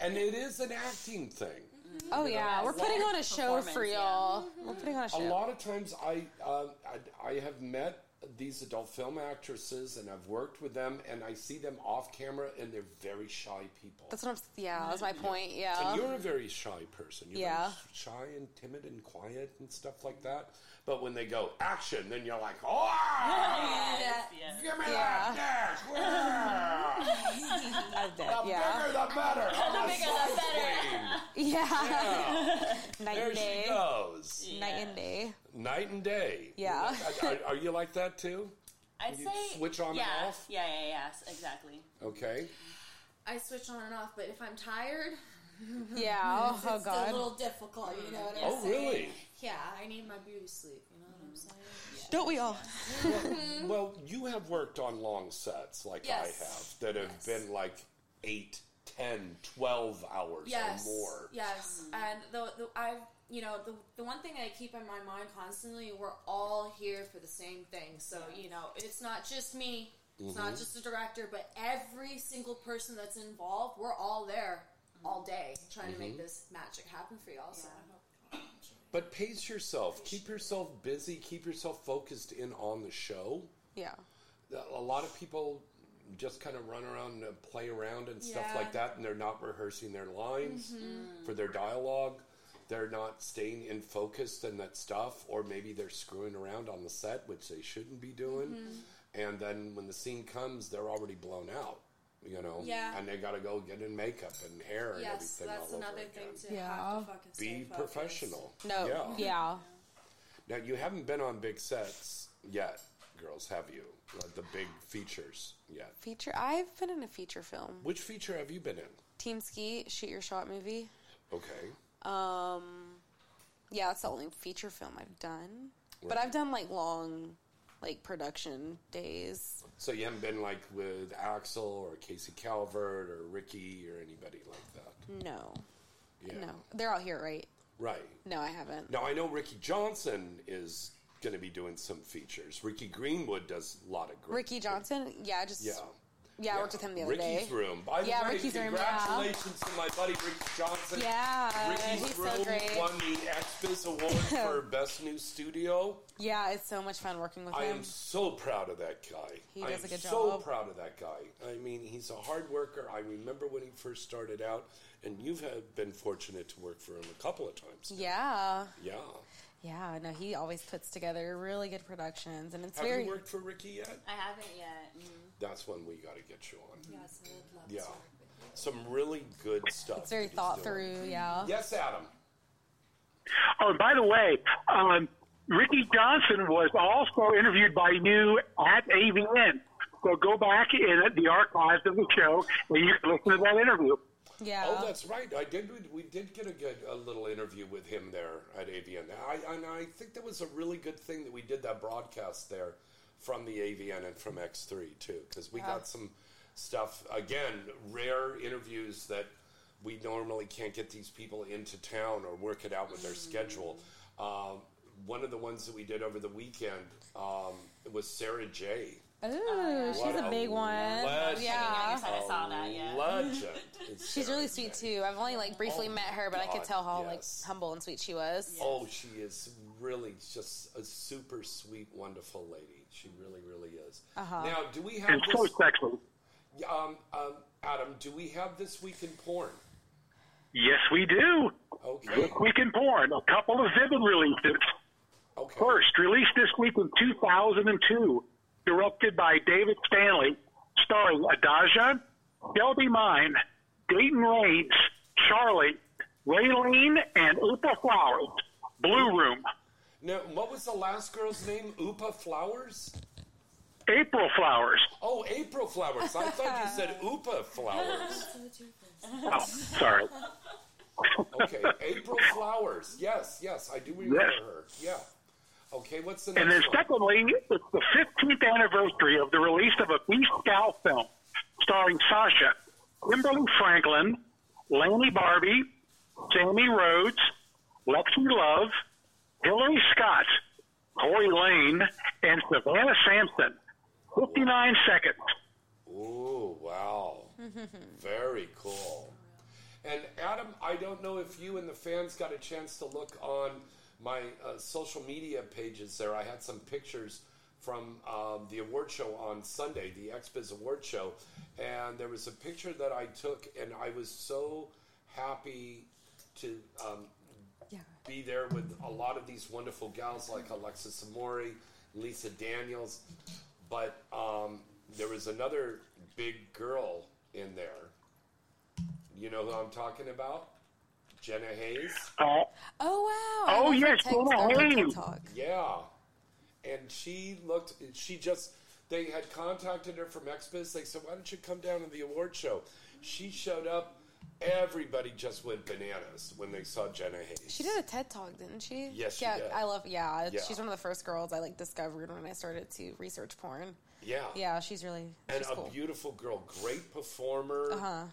S1: And it is an acting thing.
S3: Oh
S1: You know?
S3: yeah, we're putting on a show for
S2: Performance, yeah. Mm-hmm.
S3: y'all. We're putting on a show.
S1: A lot of times, I, um, I I have met these adult film actresses, and I've worked with them, and I see them off camera, and they're very shy people.
S3: That's what I'm. s- Yeah, that's my
S2: Mm-hmm.
S3: point.
S1: And
S3: Yeah.
S1: you're a very shy person. You're
S3: Yeah.
S1: very shy and timid and quiet and stuff like that. But when they go action, then you're like, oh,
S2: Yes, yes.
S1: give me
S3: Yeah. *laughs*
S1: that dick. yeah."
S3: that,
S1: the
S3: yeah.
S1: bigger the better.
S5: *laughs*
S1: I'm a
S2: The bigger
S1: side
S2: the better.
S1: queen.
S3: *laughs* Yeah. Night
S1: There
S3: and
S1: she
S3: day.
S1: goes.
S3: Night and day.
S1: Night and day.
S3: Yeah.
S1: Are, are- are you like that too?
S2: I'd
S1: You
S2: say
S1: switch on and
S2: yeah,
S1: off?
S2: Yeah, yeah, yeah, yes, exactly.
S1: Okay.
S5: I switch on and off, but if I'm tired,
S3: Yeah,
S5: *laughs*
S3: oh,
S5: it's,
S3: oh,
S5: it's
S3: God.
S5: a little difficult. You know what I'm
S1: Oh,
S5: saying?
S1: really?
S5: Yeah, I need my beauty sleep. You know what I'm saying?
S3: Don't we all?
S1: Well, you have worked on long sets like
S5: Yes.
S1: I have that have been like 8, 10, 12 hours
S5: yes,
S1: or more.
S5: Yes, and the, the I've you know the the one thing I keep in my mind constantly, we're all here for the same thing. So you know, it's not just me. It's not
S1: Mhm.
S5: just the director, but every single person that's involved. We're all there all day trying to
S1: Mhm.
S5: make this magic happen for y'all. So I hope
S1: But pace yourself. Keep yourself busy. Keep yourself focused in on the show.
S3: Yeah.
S1: A lot of people just kind of run around and play around and stuff
S5: Yeah.
S1: like that, and they're not rehearsing their lines
S5: Mhm.
S1: for their dialogue. They're not staying in focus and that stuff, or maybe they're screwing around on the set, which they shouldn't be doing.
S5: Mhm.
S1: And then when the scene comes, they're already blown out, you know?
S5: Yeah.
S1: And they got to go get in makeup and hair and
S5: Yes,
S1: everything
S5: that's
S1: all over
S5: another
S1: again.
S5: thing to
S3: Yeah.
S5: have to fucking stay
S1: Be
S5: focused.
S1: professional.
S3: No. Yeah.
S1: Now you haven't been on big sets yet, girls, have you? Like the big features yet?
S3: Feature. I've been in a feature film.
S1: Which feature have you been in?
S3: Team Ski, shoot your shot movie.
S1: Okay.
S3: Um, yeah, that's the only feature film I've done. But
S1: Right.
S3: I've done like long, like production days.
S1: So you haven't been like with Axel or Casey Calvert or Ricky or anybody like that.
S3: No.
S1: Yeah.
S3: No, they're all here, right?
S1: Right.
S3: No, I haven't.
S1: Now I know Ricky Johnson is going to be doing some features. Ricky Greenwood does a lot of great.
S3: Ricky Johnson. Yeah, I just.
S1: Yeah.
S3: Yeah, I worked with him the other
S1: Ricky's
S3: day.
S1: room. By the
S3: yeah,
S1: way,
S3: Ricky's room. Yeah.
S1: congratulations to my buddy Ricky Johnson.
S3: Yeah,
S1: Ricky's
S3: he's so
S1: room
S3: great.
S1: won the XBiz Award
S3: *laughs*
S1: for Best New Studio.
S3: Yeah, it's so much fun working with
S1: I
S3: him.
S1: am so proud of that guy.
S3: He
S1: I
S3: does
S1: am
S3: a good
S1: So
S3: job.
S1: proud of that guy. I mean, he's a hard worker. I remember when he first started out, and you've had been fortunate to work for him a couple of times.
S3: yeah.
S1: Yeah.
S3: Yeah, no, he always puts together really good productions, and it's
S1: Have
S3: very
S1: you worked for Ricky yet?
S2: I haven't yet. Mm.
S1: That's one we got to get you on.
S5: Yes, I would love
S1: Yeah. Some really good stuff.
S3: it's very
S1: that he's
S3: thought
S1: doing.
S3: through. Yeah.
S1: Yes, Adam.
S12: Oh, by the way, um, Ricky Johnson was also interviewed by you at AVN. So go back in the archives of the show and you can listen to that interview.
S3: Yeah.
S1: Oh, that's right. I did. We, we did get a good a little interview with him there at AVN. I and I think that was a really good thing that we did that broadcast there from the AVN and from X3 too, because we
S4: Oh.
S1: got some stuff again, rare interviews that we normally can't get these people into town or work it out with
S3: Mm.
S1: their schedule. Um, one of the ones that we did over the weekend um, was Sarah J.
S3: Oh, she's
S1: What
S3: a big one.
S1: legend.
S3: Yeah.
S1: A Legend. It's
S3: She's really sweet too. I've only like briefly
S1: Oh,
S3: met her, but I could
S1: God,
S3: tell how
S1: yes.
S3: like humble and sweet she was.
S1: Oh, she is really just a super sweet, wonderful lady. She really, really is.
S3: Uh-huh.
S1: Now, do we have
S12: And so
S1: this?
S12: sexual.
S1: Um, um, Adam, do we have this week in porn?
S12: Yes, we do.
S1: Okay.
S12: This week in porn, a couple of Zibin releases. First, released this week in 2002, directed by David Stanley, starring Adaja, Shelby Mine, Dayton Raines, Charlie, Raylene, and Upa Flowers. Blue Room.
S1: Now, what was the last girl's name? Upa Flowers?
S12: April Flowers.
S1: Oh, April Flowers. I thought you said Upa Flowers.
S12: Oh, sorry.
S1: Okay, April Flowers. Yes, yes, I do remember
S12: Yes.
S1: her. Yeah. Okay, what's the next
S12: And then,
S1: one?
S12: secondly, it's the 15th anniversary of the release of a Beast Gal film starring Sasha, Kimberly Franklin, Laney Barbie, Jamie Rhodes, Lexi Love, Hillary Scott, Corey Lane, and Savannah Sampson. 59 seconds.
S1: Ooh, wow. Very cool. And Adam, I don't know if you and the fans got a chance to look on my uh, social media pages there. I had some pictures from um, the award show on Sunday, the XBiz award show, and there was a picture that I took, and I was so happy to um, be there with a lot of these wonderful gals like Alexis Amori, Lisa Daniels, but um, there was another big girl in there. You know who I'm talking about? Jenna Hayes.
S12: Uh,
S3: Oh wow!
S1: Oh,
S3: I
S1: yes, Jenna
S3: never text- oh, we can
S1: Hayes.
S3: talk.
S1: Yeah. And she looked, she just, they had contacted her from XBiz. They said, why don't you come down to the award show? She showed up. Everybody just went bananas when they saw Jenna Hayes.
S3: She did a TED talk, didn't she?
S1: Yes, she
S3: yeah,
S1: did.
S3: I love. Yeah,
S1: Yeah.
S3: she's one of the first girls I like discovered when I started to research porn.
S1: Yeah.
S3: yeah, she's really
S1: And
S3: she's
S1: a
S3: cool.
S1: beautiful girl, great performer.
S3: Uh huh.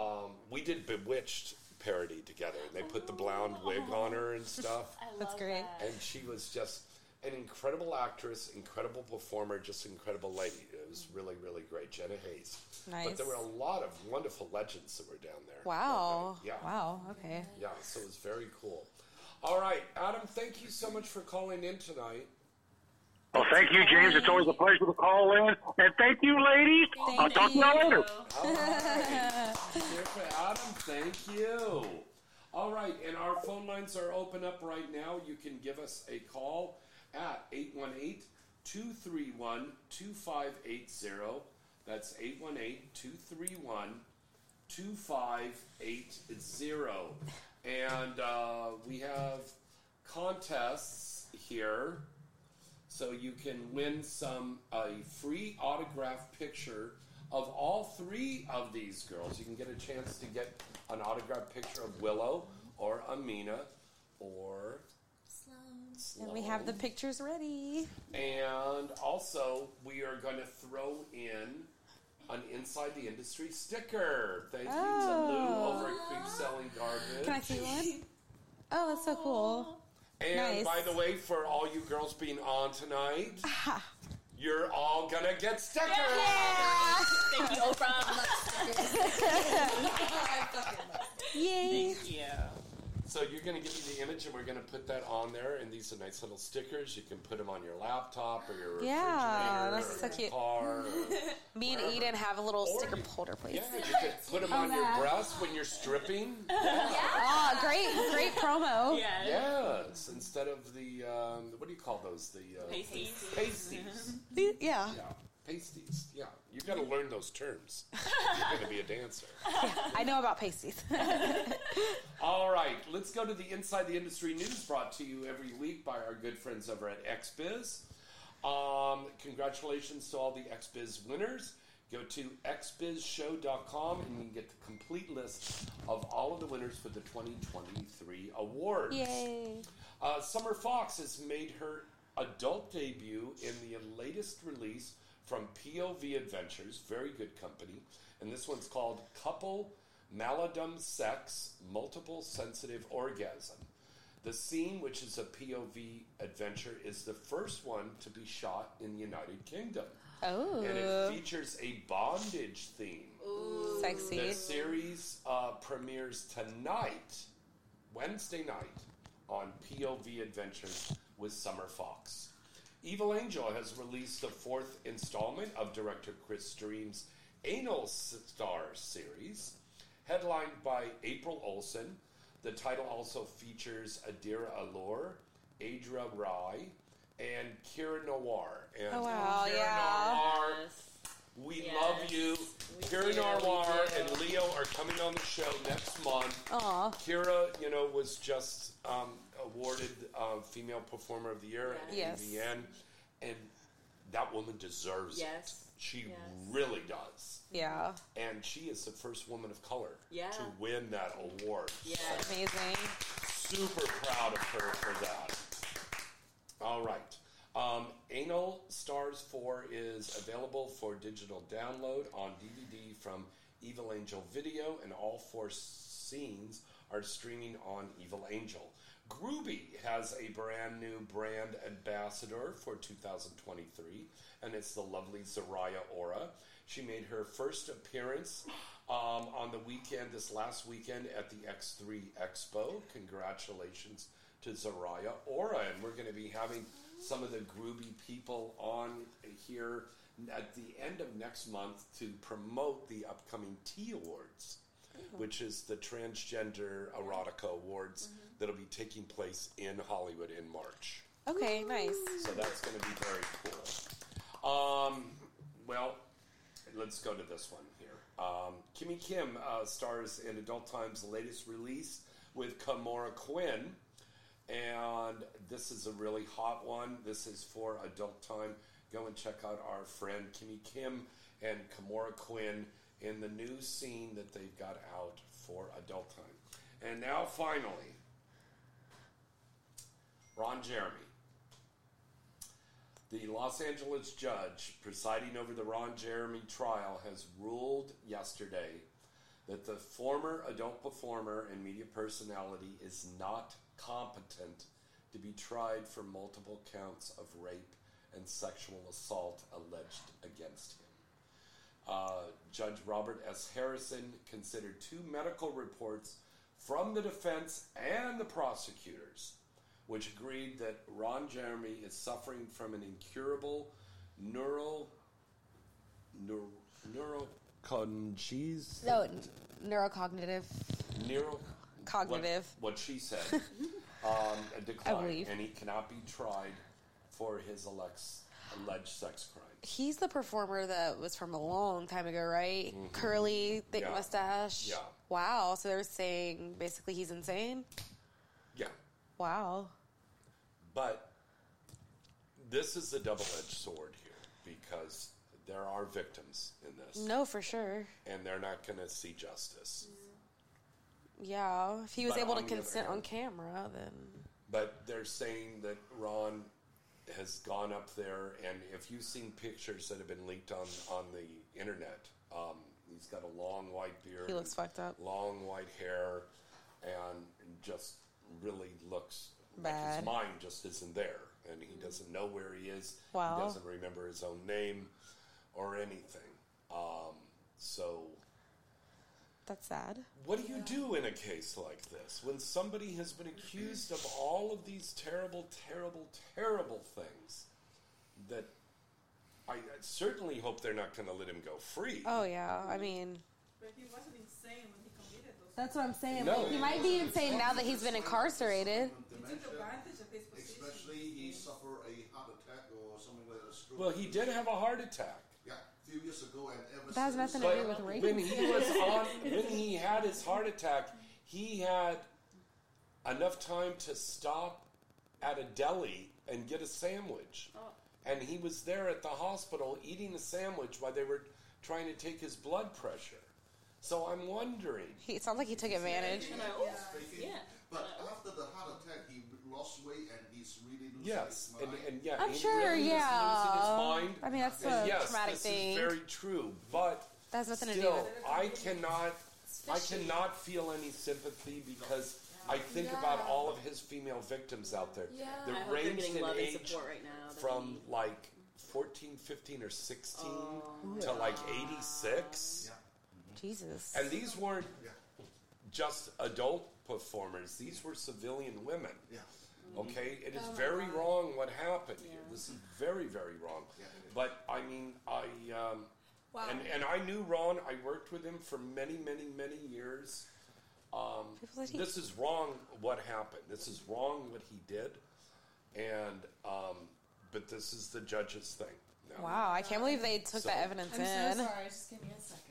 S1: Um, we did Bewitched parody together. They put the blonde wig on her and stuff.
S3: That's great.
S1: and she was just an incredible actress, incredible performer, just incredible lady. It was really, really great. Jenna Hayes. But
S3: Nice.
S1: there were a lot of wonderful legends that were down there.
S3: Wow.
S1: Yeah.
S3: Wow. Okay.
S1: Yeah, so it was very cool. All right, Adam, thank you so much for calling in tonight.
S12: Well, Oh, thank you, James. It's always a pleasure to call in. And thank you, ladies. I'll talk to y'all later.
S1: All right. Here for Adam, thank you. All right, and our phone lines are open up right now. You can give us a call at 818 231 2580. That's 818 231 2580. And uh, we have contests here. So you can win some a free autograph picture of all three of these girls. You can get a chance to get an autograph picture of Willow or Amina or
S3: And we have the pictures ready.
S1: and also we are going to throw in an inside the industry sticker. Thank you to Lou
S3: Oh.
S1: over at Creep Selling Garbage.
S3: Can I see one? Oh, that's so cool.
S1: And
S3: Nice.
S1: by the way, for all you girls being on tonight, you're all gonna get stickers.
S2: Thank you, Oprah.
S3: Yay!
S1: So you're gonna give me the image, and we're gonna put that on there. And these are nice little stickers. You can put them on your laptop or your refrigerator
S3: Yeah,
S1: or
S3: that's so
S1: your
S3: cute. *laughs*
S1: car.
S3: Me and Eden have a little sticker holder, please. Oh,
S1: yeah, you can put them on your breast when you're stripping.
S3: Ah, great, great promo.
S1: Yes, instead of the um, what do you call those? The uh,
S2: Pasties.
S1: Pasties.
S3: Yeah. yeah.
S1: Pasties. Yeah, you got to learn those terms. You're gonna be a dancer.
S3: *laughs* I know about pasties. *laughs*
S1: All right, let's go to the Inside the Industry news brought to you every week by our good friends over at XBiz. Um, congratulations to all the XBiz winners. Go to xbizshow.com and you can get the complete list of all of the winners for the 2023 awards.
S3: Yay.
S1: Uh, Summer Fox has made her adult debut in the latest latest release from POV Adventures, very good company, and this one's called Couple Maladum Sex Multiple Sensitive Orgasm. The scene, which is a POV adventure, is the first one to be shot in the United Kingdom.
S4: Oh.
S1: And it features a bondage theme.
S4: Sexy.
S1: The series uh, premieres tonight, Wednesday night, on POV Adventures with Summer Fox. Evil Angel has released the fourth installment of director Chris Dream's Anal Star series, headlined by April Olsen. The title also features Adira Alor, Adra Rai, and Kira Noir. And
S4: Oh, wow,
S1: Kira
S4: yeah.
S1: Noir, we
S4: Yes.
S1: love you. Kira
S4: do,
S1: Noir
S4: we do.
S1: and Leo are coming on the show next month.
S4: Aw.
S1: Kira, you know, was just um, awarded uh, Female Performer of the Year
S4: Yes.
S1: at AVN, and that woman deserves
S4: Yes.
S1: it. She
S4: Yes.
S1: really does.
S4: Yeah.
S1: And she is the first woman of color
S4: Yeah.
S1: to win that award.
S4: Amazing.
S1: Super proud of her for that. All right. Um, Anal Stars 4 is available for digital download on DVD from Evil Angel Video, and all four scenes are streaming on Evil Angel. Groovy has a brand new brand ambassador for 2023, and it's the lovely Zariah Ora. She made her first appearance um, on the weekend, this last weekend, at the X3 Expo. Congratulations to Zariah Ora, and we're going to be having some of the groovy people on here at the end of next month to promote the upcoming T Awards, which is the Transgender Erotica Awards that'll be taking place in Hollywood in March.
S4: Okay, nice.
S1: So that's going to be very cool. Um, well, let's go to this one here. Um, Kimmy Kim uh, stars in Adult Time's latest release with Kamora Quinn. And this is a really hot one. This is for Adult Time. Go and check out our friend Kimmy Kim and Kamora Quinn in the new scene that they've got out for Adult Time. And now, finally, Ron Jeremy. The Los Angeles judge presiding over the Ron Jeremy trial has ruled yesterday that the former adult performer and media personality is not competent to be tried for multiple counts of rape and sexual assault alleged against him. Uh, Judge Robert S. Harrison considered two medical reports from the defense and the prosecutors, which agreed that Ron Jeremy is suffering from an incurable neural neuro, neuroconges
S3: No, neurocognitive.
S1: neuro
S3: Cognitive.
S1: What, what she
S3: *laughs*
S1: said, um, a
S3: I
S1: decline,
S3: believe.
S1: and he cannot be tried for his alex- alleged sex crime.
S3: He's the performer that was from a long time ago, right? Curly, thick
S1: Mm-hmm. Yeah.
S3: mustache.
S1: Yeah.
S3: Wow. So they're saying basically he's insane.
S1: Yeah.
S3: Wow.
S1: But this is a double edged sword here because there are victims in this.
S3: No, for sure. Mm.
S1: And they're not going to see justice.
S3: Yeah. If he was
S1: But
S3: able to
S1: on the other
S3: consent on
S1: hand-
S3: camera, then
S1: But they're saying that Ron has gone up there, and if you've seen pictures that have been leaked on, on the internet, um, he's got a long white beard.
S3: He looks
S1: and
S3: fucked up.
S1: Long white hair, and just really looks like
S3: Bad.
S1: his mind just isn't there, and he doesn't know where he is.
S3: Wow.
S1: He doesn't remember his own name or anything. Um, so
S3: that's sad.
S1: what do you do in a case like this when somebody has been accused of all of these terrible, terrible, terrible things that I, I certainly hope they're not going to let him go free?
S3: Oh, yeah. I mean,
S18: But he wasn't insane when he committed those.
S3: that's what I'm saying.
S1: No.
S3: Like, he might be insane now that he's been incarcerated.
S18: Advantage of his position.
S14: Especially he suffered a heart attack or something like a stroke.
S1: Well, he did have a heart attack.
S14: Yeah, a few years ago, and ever
S3: That has
S14: since.
S3: nothing to do with rape.
S1: When he was on, when he had his heart attack, he had enough time to stop at a deli and get a
S3: Oh.
S1: sandwich, and he was there at the hospital eating a sandwich while they were trying to take his blood pressure. So I'm wondering.
S3: He, it sounds like he took advantage.
S14: Speaking, But after the heart attack, he lost weight and he's really losing
S1: Yes,
S14: his
S1: and,
S14: mind.
S1: and yeah,
S3: I'm
S1: he
S3: sure,
S1: really is
S3: yeah.
S1: losing his mind,
S4: I mean, that's
S1: And
S4: a
S1: yes,
S4: traumatic
S1: this
S4: thing.
S1: is very true, but
S4: That has nothing to do
S1: still,
S4: with it.
S1: I cannot, I
S4: fishy.
S1: cannot feel any sympathy because I think
S2: Yeah.
S1: about all of his female victims out there.
S2: Yeah.
S1: They're
S2: I hope they're
S1: ranged
S2: getting
S1: in
S2: love and
S1: age
S2: support right now that
S1: from like 14, 15, or 16 to like 86.
S14: Mm-hmm.
S4: Jesus.
S1: And these weren't just adult performers, these were civilian women. Okay, it is
S14: Oh my
S1: very wrong what happened here. This is very, very wrong. But I mean, I um,
S14: Wow.
S1: and and I knew Ron. I worked with him for many, many, many years. Um, this is wrong. What happened? This is wrong. What he did, and um, but this is the judge's thing. No.
S4: Wow, I can't believe they took
S1: So-
S4: that evidence
S5: I'm
S4: in.
S5: so sorry. Just give me a second.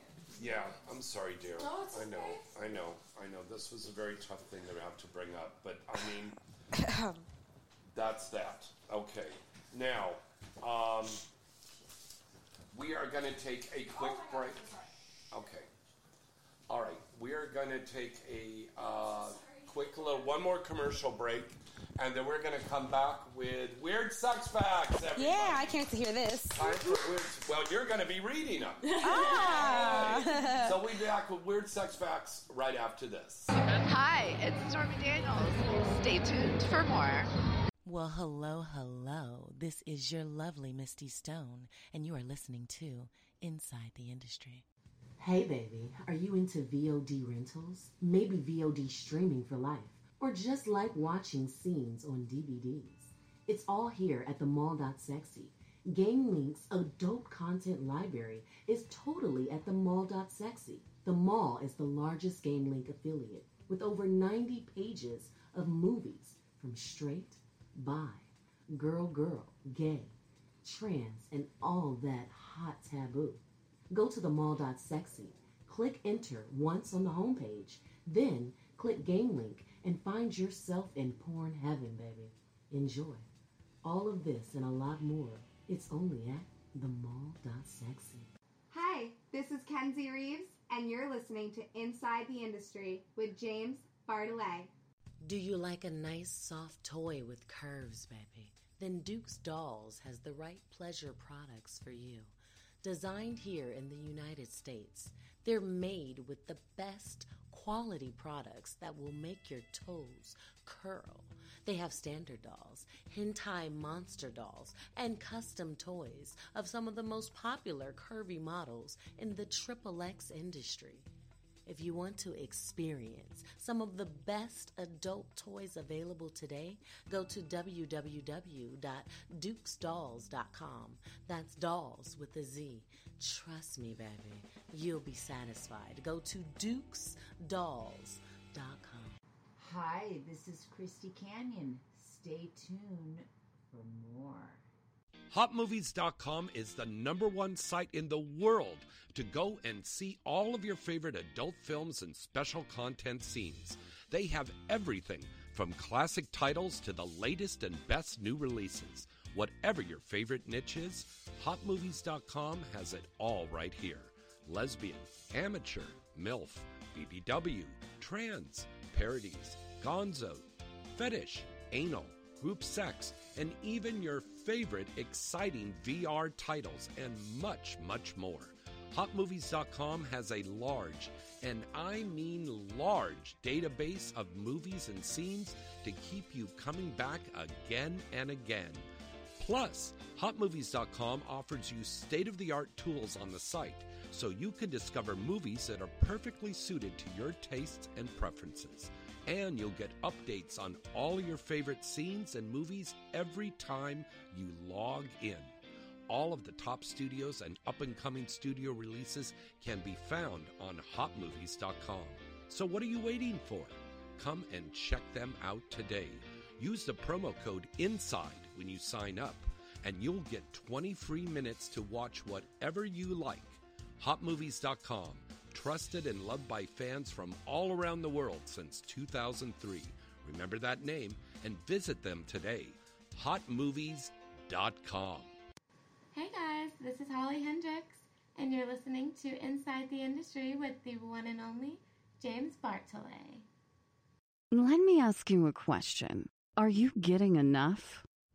S1: Yeah, I'm sorry, dear.
S5: No, it's
S1: I know,
S5: okay.
S1: I know, I know. This was a very tough thing to have to bring up, but
S5: *coughs*
S1: I mean, that's that. Okay, now um, we are going to take a quick
S5: Oh
S1: break. Okay, all right. We are going to take a uh, quick little one more commercial break, and then we're going to come back with weird sex facts. Everybody.
S4: Yeah, I can't hear this.
S1: Time for weird. Well, you're going to be reading them.
S4: Ah.
S1: so we'll be back with weird sex facts right after this.
S6: Hi, it's Stormy Daniels. Stay tuned for
S1: *laughs*
S6: more.
S7: Well, hello, hello. This is your lovely Misty Stone, and you are listening to Inside the Industry. Hey, baby, are you into VOD rentals? Maybe VOD streaming for life, or just like watching scenes on DVDs? It's all here at the mall.sexy. Gang Link's adult content library is totally at the mall.sexy. The mall is the largest Game Link affiliate with over 90 pages of movies from straight, bi, girl, girl, gay, trans, and all that hot taboo. Go to the mall.sexy, click enter once on the homepage, then click Game Link and find yourself in porn heaven, baby. Enjoy. All of this and a lot more. It's only at the mall.sexy.
S15: Hi, this is Kenzie Reeves, and you're listening to Inside the Industry with James Bartolet.
S19: Do you like a nice soft toy with curves, baby? Then Duke's Dolls has the right pleasure products for you. Designed here in the United States, they're made with the best quality products that will make your toes curl. They have standard dolls, hentai monster dolls, and custom toys of some of the most popular curvy models in the XXX industry. If you want to experience some of the best adult toys available today, go to www.dukesdolls.com. That's dolls with a Z. Trust me, baby, you'll be satisfied. Go to dukesdolls.com.
S9: Hi, this is Christy Canyon. Stay tuned for more.
S16: HotMovies.com is the number one site in the world to go and see all of your favorite adult films and special content scenes. They have everything from classic titles to the latest and best new releases. Whatever your favorite niche is, HotMovies.com has it all right here lesbian, amateur, MILF, BBW, trans, parodies, gonzo fetish, anal, group sex, and even your favorite exciting VR titles and much, much more. Hotmovies.com has a large, and I mean large, database of movies and scenes to keep you coming back again and again. Plus, HotMovies.com offers you state of the art tools on the site so you can discover movies that are perfectly suited to your tastes and preferences. And you'll get updates on all your favorite scenes and movies every time you log in. All of the top studios and up and coming studio releases can be found on HotMovies.com. So, what are you waiting for? Come and check them out today. Use the promo code INSIDE when you sign up, and you'll get 20 free minutes to watch whatever you like. HotMovies.com, trusted and loved by fans from all around the world since 2003. Remember that name and visit them today. HotMovies.com.
S8: Hey guys, this is Holly Hendricks, and you're listening to Inside the Industry with the one and only James Bartolet.
S10: Let me ask you a question. Are you getting enough?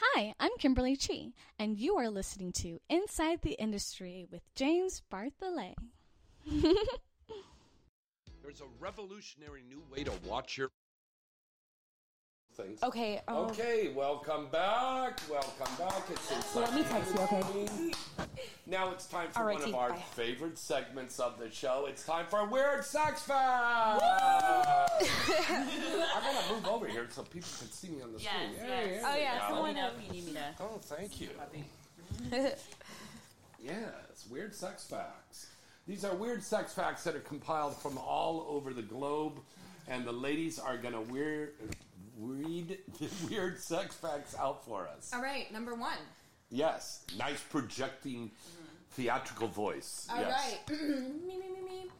S11: Hi, I'm Kimberly Chi, and you are listening to Inside the Industry with James *laughs* Barthelet.
S16: There's a revolutionary new way to watch your
S1: things.
S3: Okay, um,
S1: okay, welcome back. Welcome back. It's inside
S3: Let me
S1: the
S3: text you, okay?
S1: Industry. Now it's time for
S3: Alrighty,
S1: one of our
S3: bye.
S1: favorite segments of the show. It's time for Weird Sex *laughs* Facts. I gotta move over here so people can see me on the
S2: Yes,
S1: screen.
S2: yes.
S1: Hey,
S2: Oh,
S1: hey,
S2: yeah,
S1: now.
S2: someone Let me know if you need me to-
S1: Oh, thank you. Yes, weird sex facts. These are weird sex facts that are compiled from all over the globe, and the ladies are gonna weird read *laughs* the weird sex facts out for us.
S5: All right, number one.
S1: Yes, nice projecting theatrical voice.
S5: All
S1: yes.
S5: right. *clears throat* me, me, me, me. *clears throat*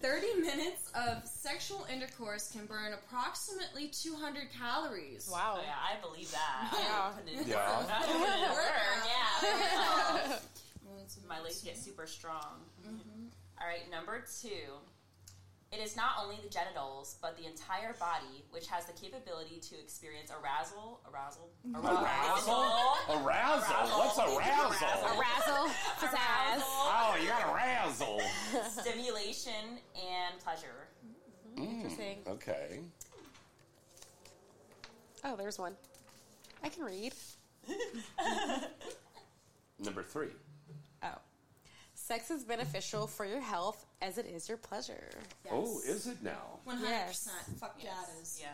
S5: Mm. 30 minutes of sexual intercourse can burn approximately 200 calories.
S2: Wow. Oh, Yeah, I believe *laughs* that.
S5: Yeah.
S2: Yeah.
S1: Yeah.
S2: *laughs* yeah. My legs get super strong. All right, number two. It is not only the genitals, but the entire body, which has the capability to experience arousal, arousal,
S1: Arousal? Arousal? What's arousal?
S2: arousal,
S1: Oh, you got arousal.
S2: stimulation and pleasure.
S1: Mm-hmm.
S3: Interesting.
S1: Mm. Okay.
S3: Oh, there's one. I can *laughs* read.
S1: Number three.
S3: Oh. Sex is beneficial for your health as it is your pleasure.
S1: Oh, is it now?
S5: 100%.
S3: Yes.
S5: Fuck yes. that is. Yes.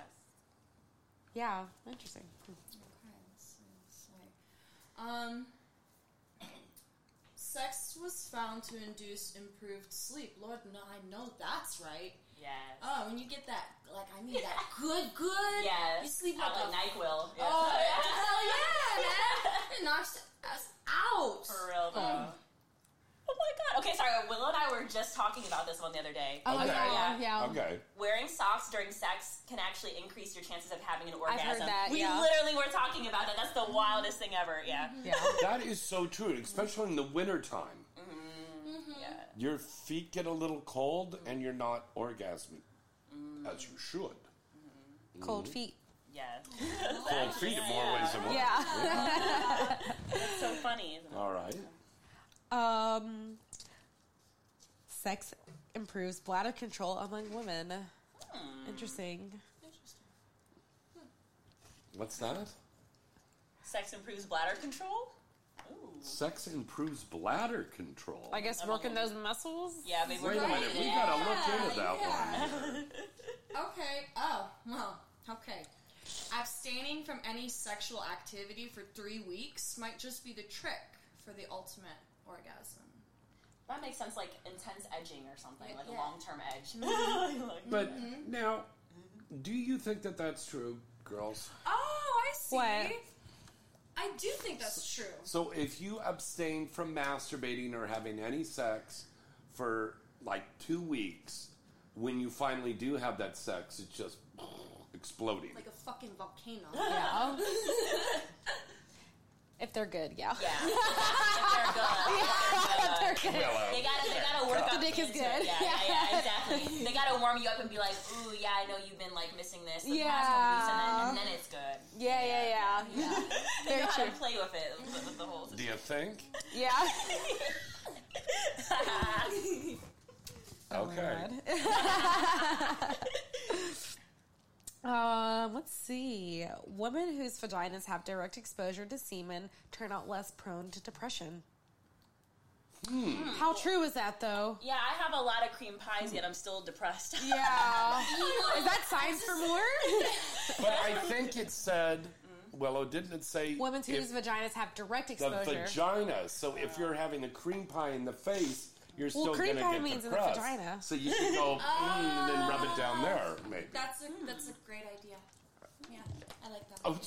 S3: Yeah, *laughs* interesting.
S5: Um, sex was found to induce improved sleep. Lord, no, I know that's right.
S2: Yes.
S5: Oh, when you get that, like, I mean, *laughs* that good, good.
S2: Yes.
S5: You sleep
S2: I
S5: like
S2: like
S5: a
S2: NyQuil. Yeah.
S5: Oh, hell yeah, man. It knocks us out.
S2: For real, though.
S5: Um,
S2: Oh my god. Okay, sorry. Willow and I were just talking about this one the other day.
S1: Oh, Okay. yeah, yeah. Okay.
S2: Wearing socks during sex can actually increase your chances of having an
S3: I've
S2: orgasm.
S3: heard that,
S2: we
S3: yeah. Mm-hmm.
S2: literally were talking about that. That's the wildest thing ever. Yeah.
S1: That is so true, especially in the wintertime.
S2: Mm-hmm. Yeah.
S1: Your feet get a little cold and you're not orgasmic as you should.
S3: Mm-hmm. Cold feet.
S2: Yes.
S1: Mm-hmm. Cold feet in more ways than one.
S3: Yeah.
S2: That's so funny. Isn't it?
S1: All right.
S3: Um, sex improves bladder control among women. Interesting.
S1: What's that?
S2: *laughs* Sex improves bladder control.
S1: Sex improves bladder control.
S3: I guess working those muscles.
S2: Yeah,
S1: Wait a minute, we gotta look into that one.
S5: okay. Oh, well, okay. Abstaining from any sexual activity for three weeks might just be the trick for the ultimate orgasm.
S2: That makes sense. Like intense edging or something, like
S5: Yeah.
S2: a long-term edge.
S3: Mm-hmm.
S5: Mhm.
S2: *laughs* Like-
S1: But now, do you think that that's true, girls?
S5: Oh, I see.
S1: What?
S5: I do think that's true.
S1: So if you abstain from masturbating or having any sex for like two weeks, when you finally do have that sex, it's just *sniffs* exploding.
S5: Like a fucking volcano.
S3: Yeah. If they're good, yeah. *laughs*
S2: Yeah,
S3: they're good.
S1: Willow.
S2: They gotta, they gotta work
S3: If
S2: up
S3: the dick is
S2: into
S3: good.
S2: It. Yeah,
S3: *laughs*
S2: yeah, yeah, exactly. They gotta warm you up and be like, "Ooh, yeah, I know you've been like missing this the past couple weeks," and then, and then it's good.
S3: Yeah, yeah, yeah. *laughs*
S2: They
S3: Very
S2: know how to
S3: true.
S2: play with it with, with the whole.
S1: Do you think?
S3: Yeah.
S20: Oh,
S1: Okay.
S20: *laughs* *laughs*
S3: Um, let's see. Women whose vaginas have direct exposure to semen turn out less prone to depression.
S20: How true is that, though?
S2: Yeah, I have a lot of cream pies, yet I'm still depressed.
S20: Yeah. Is that signs
S2: *laughs*
S20: for more?
S1: But I think it said, Willow, didn't it say
S20: Mm-hmm. Women's
S1: if
S20: whose vaginas have direct
S1: the
S20: exposure.
S1: vagina? So if you're having a cream pie in the face, you're
S20: Well,
S1: still
S20: cream
S1: going to
S20: pie
S1: get
S20: means in the
S1: depressed.
S20: vagina. Ah.
S1: So you
S20: *laughs*
S1: should go mm, and then rub it down there, maybe.
S5: *laughs* That's a that's a great idea. Yeah, I like *laughs* that.
S1: Oh,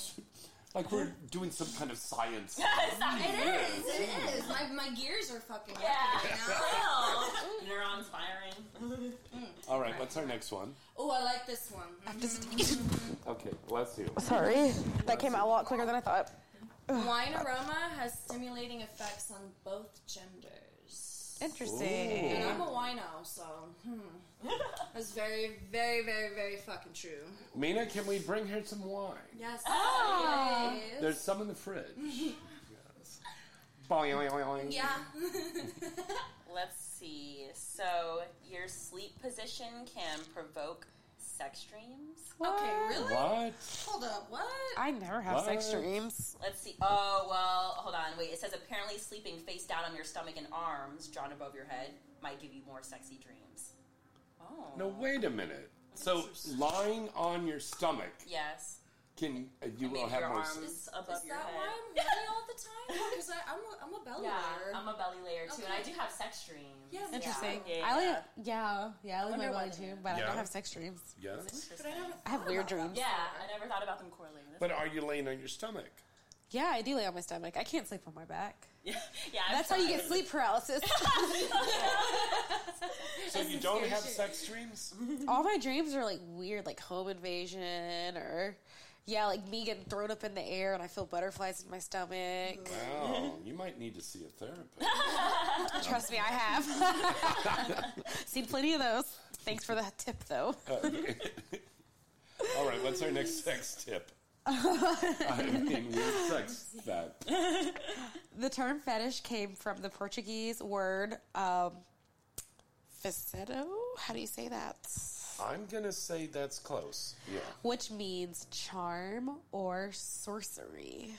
S1: like we're doing some kind
S20: *laughs*
S1: of science.
S5: it is.
S1: Yeah.
S5: It is. My, my gears are fucking.
S2: Yeah,
S1: *laughs*
S5: up right now.
S2: Neurons firing.
S1: All right, what's our next one?
S5: Oh, Mm. I like this one. Mm-hmm.
S1: Okay, bless you.
S3: Sorry, that came out a lot quicker than I thought. Ugh.
S5: Wine aroma has stimulating effects on both genders.
S3: Interesting.
S5: And I'm a wino, so hmm. that's very, very, very, very fucking true.
S1: Mina, can we bring her some wine?
S5: Yes.
S2: Oh.
S3: Ah.
S5: yes.
S1: There's some in the fridge. yes. Boing, boing, boing.
S2: Yeah. *laughs* Let's see. So your sleep position can provoke sex dreams.
S5: Okay, really?
S1: What?
S5: *laughs* Hold up, what?
S3: I never have sex
S1: What?
S3: dreams.
S2: Let's see. Oh well, hold on. Wait. It says apparently sleeping face down on your stomach and arms drawn above your head might give you more sexy dreams. Oh.
S1: No, wait a minute. So lying on your stomach,
S2: Yes.
S1: can uh, you will
S2: Maybe
S1: have
S2: your
S1: more?
S2: arms above
S5: Is
S2: your
S5: that
S2: head.
S5: why
S2: *laughs*
S5: I'm wine all the time? Because I- I'm a, I'm a belly
S2: yeah,
S5: layer.
S2: I'm a belly layer too, and I
S5: Okay.
S2: do have sex dreams.
S5: Yeah, me
S3: Interesting.
S2: Yeah, yeah,
S3: I
S2: yeah.
S3: like, yeah, yeah, I live my
S2: Wonder
S3: belly
S2: why.
S3: too, but I
S1: Yeah.
S3: don't have sex dreams.
S1: Yes.
S2: But I,
S3: I have weird dreams.
S2: Yeah, I never thought about them correlating.
S1: But are you laying on your stomach?
S3: Yeah, I do lay on my stomach. I can't sleep on my back.
S2: *laughs* yeah,
S3: That's how you get
S2: *laughs*
S3: sleep paralysis.
S1: So you don't have sex dreams?
S3: All my dreams are like weird, like home invasion or yeah, like me getting thrown up in the air and I feel butterflies in my stomach.
S1: Wow, you might need to see a therapist.
S3: *laughs*
S1: *laughs*
S3: Trust me, I *laughs* have *laughs* seen plenty of those. Thanks for the tip, though.
S1: All right, what's our next sex tip? I mean, weird sex that.
S3: *laughs* the term fetish came from the Portuguese word um, faceto. How do you say that?
S1: I'm gonna say that's close. Yeah.
S3: Which means charm or sorcery.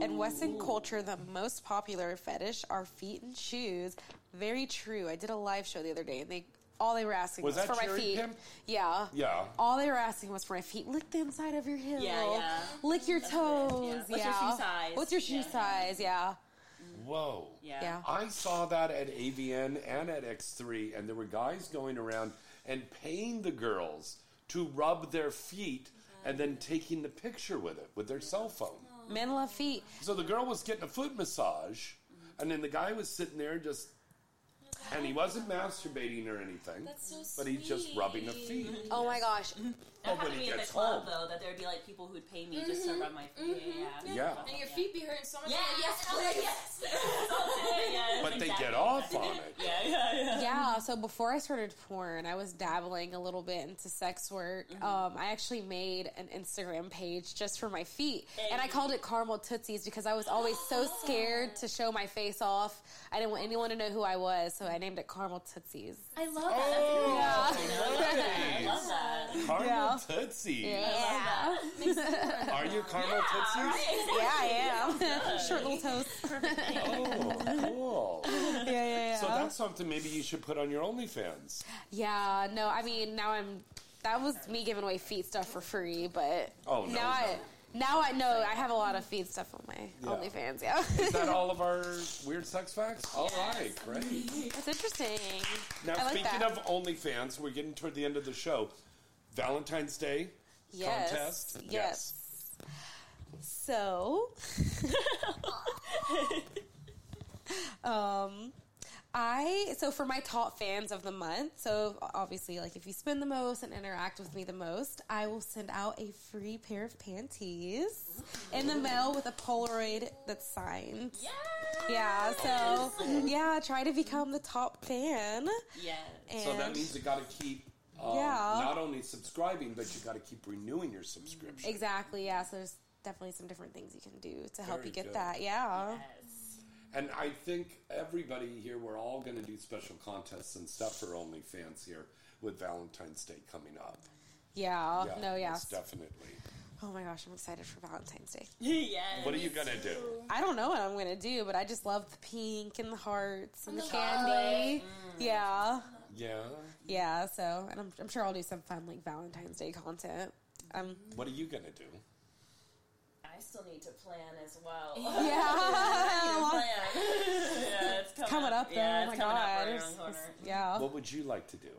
S3: In Western culture, the most popular fetish are feet and shoes. Very true. I did a live show the other day, and they all they were asking
S1: Was
S3: was,
S1: that
S3: for my
S1: Cherry
S3: feet.
S1: Pimp?
S3: Yeah.
S1: Yeah.
S3: All they were asking was for my feet. Lick the inside of your heel.
S2: Yeah, yeah.
S3: Lick your toes.
S2: What's your
S3: yeah.
S2: shoe size?
S3: What's your shoe size? Yeah.
S1: Whoa.
S2: Yeah. Yeah.
S1: I saw that at AVN and at X3, and there were guys going around and paying the girls to rub their feet and then
S2: Mm-hmm.
S1: taking the picture with it with their cell phone.
S2: Oh.
S3: Men love feet.
S1: So the girl was getting a foot massage,
S2: Mm-hmm.
S1: and then the guy was sitting there just. And he wasn't masturbating or anything,
S2: That's so
S1: but he's just rubbing the feet.
S2: Mm-hmm.
S3: Oh my gosh.
S2: That
S1: Oh, when
S2: happened to
S1: he
S2: me at the
S1: gets home.
S2: club though. That there would be like people who'd pay me just to
S5: Mhm.
S2: rub my feet. Yeah.
S1: Yeah.
S5: And your feet be hurting so much.
S2: Yeah,
S5: yes,
S2: yeah,
S5: please.
S2: *laughs* *laughs* yeah,
S1: But they get off on it.
S2: Yeah, yeah, yeah.
S3: Yeah, so before I started porn, I was dabbling a little bit into sex work.
S2: Mm-hmm.
S3: Um, I actually made an Instagram page just for my feet, and I called it Caramel Tootsies because I was always
S2: *gasps*
S3: so scared to show my face off. I didn't want anyone to know who I was, so I named it Caramel Tootsies.
S5: I love
S1: Oh,
S5: that.
S1: nice.
S5: I love that.
S1: Caramel
S3: Yeah.
S1: Tootsies.
S3: *laughs* Yeah,
S1: Are you Caramel Tootsies?
S3: yeah,
S2: *laughs*
S3: I am. Short little toes.
S1: *laughs* Oh, cool.
S3: *laughs* yeah, yeah, yeah.
S1: So that's something maybe you should put on your OnlyFans.
S3: yeah, no, I mean now I'm. That was me giving away feet stuff for free, but
S1: Oh, no,
S3: now I. Now I know I have a lot of feed stuff on my
S1: Yeah.
S3: OnlyFans. Yeah, *laughs*
S1: Is that all of our weird sex facts? All right, great.
S3: That's interesting.
S1: Now,
S3: I like
S1: speaking
S3: that.
S1: of OnlyFans, we're getting toward the end of the show. Valentine's Day
S3: Yes.
S1: contest.
S3: Yes. So, *laughs* um, I so for my top fans of the month. So obviously, like if you spend the most and interact with me the most, I will send out a free pair of panties in the mail with a Polaroid that's signed. Yeah. So yeah, try to become the top fan.
S2: Yes.
S1: so that
S3: And-
S1: means you got to keep um,
S3: Yeah.
S1: not only subscribing, but you got to keep renewing your subscription.
S3: Exactly. Yeah. So there's definitely some different things you can do to help
S1: Very
S3: you get
S1: good.
S3: that. Yeah.
S1: And I think everybody here, we're all going to do special contests and stuff for OnlyFans here with Valentine's Day coming up.
S3: Yeah. Ah, No. Yeah.
S1: most Definitely.
S3: Oh my gosh, I'm excited for Valentine's *laughs* Day.
S2: yes.
S1: What are you gonna do?
S3: I don't know what I'm gonna do, but I just love the pink and the hearts and,
S2: And
S3: the,
S2: the
S3: candy.
S1: Mm.
S3: Yeah,
S1: Yeah.
S3: yeah. So, and I'm, I'm sure I'll do some fun like Valentine's Day content. Um,
S1: What are you gonna do?
S2: I still need to plan as well. *laughs*
S3: Yeah.
S2: I need to plan. yeah, it's
S3: It's
S2: coming,
S3: coming up, though.
S2: Yeah,
S3: Oh
S2: it's
S3: my
S2: coming up
S3: God.
S2: right around the
S3: It's-
S2: corner.
S3: yeah.
S1: What would you like to do?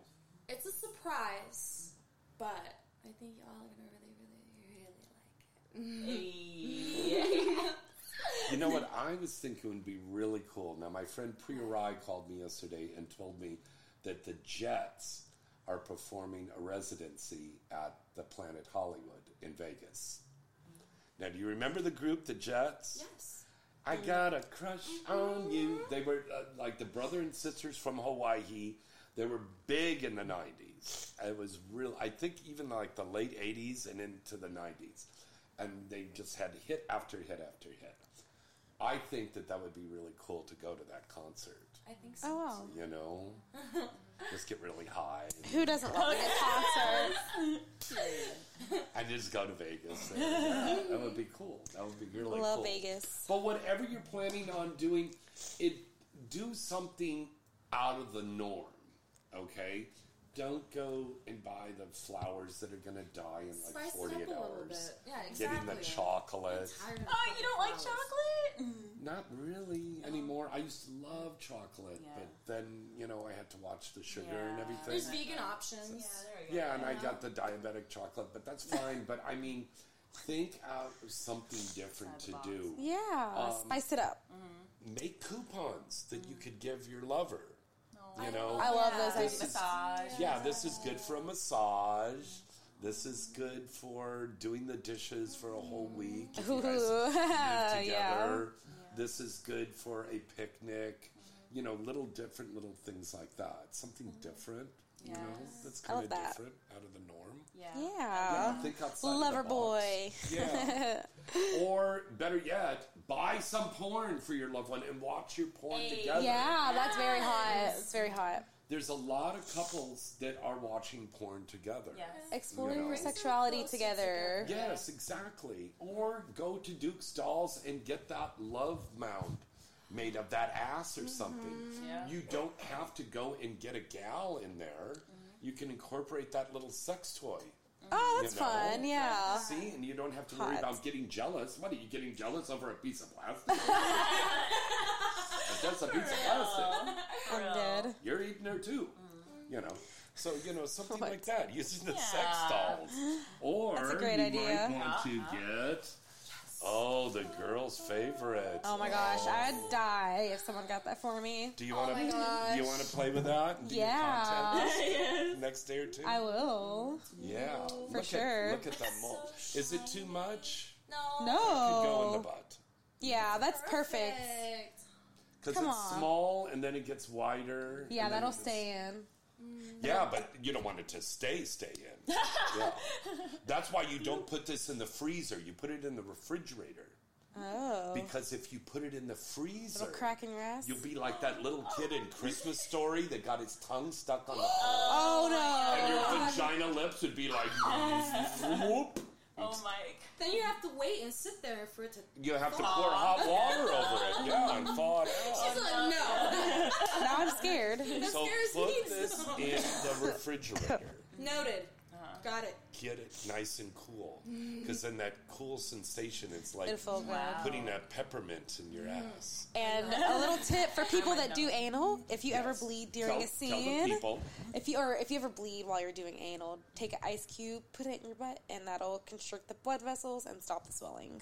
S5: It's a surprise, but I think y'all are gonna really, Mm-hmm. really, really like it.
S1: You know what I was thinking would be really cool. Now my friend Priya Rai called me yesterday and told me that the Jets are performing a residency at the Planet Hollywood in Vegas. Now, do you remember the group, the Jets?
S5: Yes.
S1: I got a crush on you. They were uh, like the brother and sisters from Hawaii. They were big in the 90s. It was real, I think even like the late 80s and into the 90s. And they just had hit after hit after hit. I think that that would be really cool to go to that concert.
S5: I think so.
S3: oh wow.
S1: You
S5: *laughs*
S1: know, just get really high
S3: Who doesn't love a good concert?
S1: *laughs* and just go to Vegas. Yeah, that would be cool. That would be really
S3: Love
S1: cool.
S3: Vegas.
S1: But whatever you're planning on doing, it do something out of the norm. Okay, don't go and buy the flowers that are going to die in like
S5: Spice it up
S1: 48
S5: a little
S1: hours.
S5: bit. Yeah,
S1: Getting the
S5: exactly.
S1: chocolate.
S2: Oh, you don't like chocolate?
S1: Not really anymore. I used to love chocolate,
S5: Yeah.
S1: but then you know I had to watch the sugar and everything.
S5: There's vegan options. Yeah, there
S1: Yeah, and I got the diabetic chocolate, but that's fine. but I mean, think out of something different to do.
S3: Yeah,
S1: Um,
S3: spice it up.
S1: Make coupons that you could give your lover. You know,
S3: I love those
S1: This
S3: ideas.
S1: is-
S3: Massage.
S1: Yeah, this is good for a massage. This is good for doing the dishes for a whole week. if you guys
S3: Ooh,
S1: live
S3: *laughs* yeah.
S1: together. This is good for a picnic. You know, little different little things like that. Something different. You
S3: Yeah.
S1: know, that's
S3: I
S1: kind
S3: love
S1: of
S3: that.
S1: different, out of the norm.
S2: Yeah.
S1: Yeah, think outside of the
S3: Lover
S1: box.
S3: boy. *laughs*
S1: Yeah. or better yet, buy some porn for your loved one and watch your porn together.
S3: Yeah, Ah, that's very hot. It's very hot.
S1: There's a lot of couples that are watching porn together.
S3: Exploring
S1: You know?
S3: your sexuality together.
S1: Yes, exactly. Or go to Duke's Dolls and get that love mound made of that ass or something.
S3: Mm-hmm.
S2: Yeah.
S1: You don't have to go and get a gal in there. You can incorporate that little sex toy.
S3: Mm-hmm. Oh,
S1: you
S3: that's
S1: know?
S3: fun. Yeah.
S1: See, and you don't have to worry
S3: Hot.
S1: about getting jealous. What are you getting jealous over a piece of
S3: *laughs*
S1: plastic? That's a piece of plastic.
S3: I'm dead.
S1: You're eating her too. You know. So, you know, something like that. Using the sex
S3: Mm. Yeah.
S1: dolls. Or
S3: That's a great
S1: you
S3: idea.
S1: might want to
S3: Uh-huh.
S1: get Oh, the girl's favorite.
S3: Oh my gosh,
S1: Oh.
S3: I'd die if someone got that for me.
S1: Do you want
S3: Oh my
S1: to
S3: gosh.
S1: do you want to play with that? and do your
S3: Yeah.
S1: contest
S3: *laughs* Yes.
S1: Next day or two?
S3: I will.
S1: Yeah.
S3: For
S1: look
S3: sure.
S1: At, look at the mold. Is it too much?
S3: No.
S1: It could go in the
S3: No.
S1: butt.
S3: Yeah, that's perfect.
S1: Because
S3: Come
S1: it's
S3: on.
S1: small and then it gets wider. and
S3: Yeah,
S1: then
S3: that'll
S1: it gets-
S3: stay in.
S1: Yeah, but you don't want it to stay, stay
S3: *laughs*
S1: in. Yeah. That's why you don't put this in the freezer. You put it in the refrigerator.
S3: Oh.
S1: Because if you put it in the freezer,
S3: Little crack in your ass.
S1: you'll be like that little kid in Christmas Story that got his tongue stuck on the.
S3: Oh, no.
S1: And your vagina lips would be like, whoop.
S2: Oh my.
S5: Then you have to wait and sit there for
S2: *laughs*
S5: it to.
S1: You have to pour hot water over it. Yeah, and thaw it out.
S5: She's like,
S2: *laughs*
S5: no.
S3: now I'm scared.
S1: so put this in
S3: *laughs*
S1: the refrigerator.
S5: Noted.
S1: Uh-huh.
S5: Got it.
S1: Get it nice and cool, because then that cool sensation is like
S3: It'll feel good.
S1: putting a peppermint in your ass.
S3: And a little tip for people that do anal: if you ever bleed during
S1: Tell- tell
S3: a
S1: the
S3: scene,
S1: people.
S3: if you or if you ever bleed while you're doing anal, take an ice cube, put it in your butt, and that'll constrict the blood vessels and stop the swelling.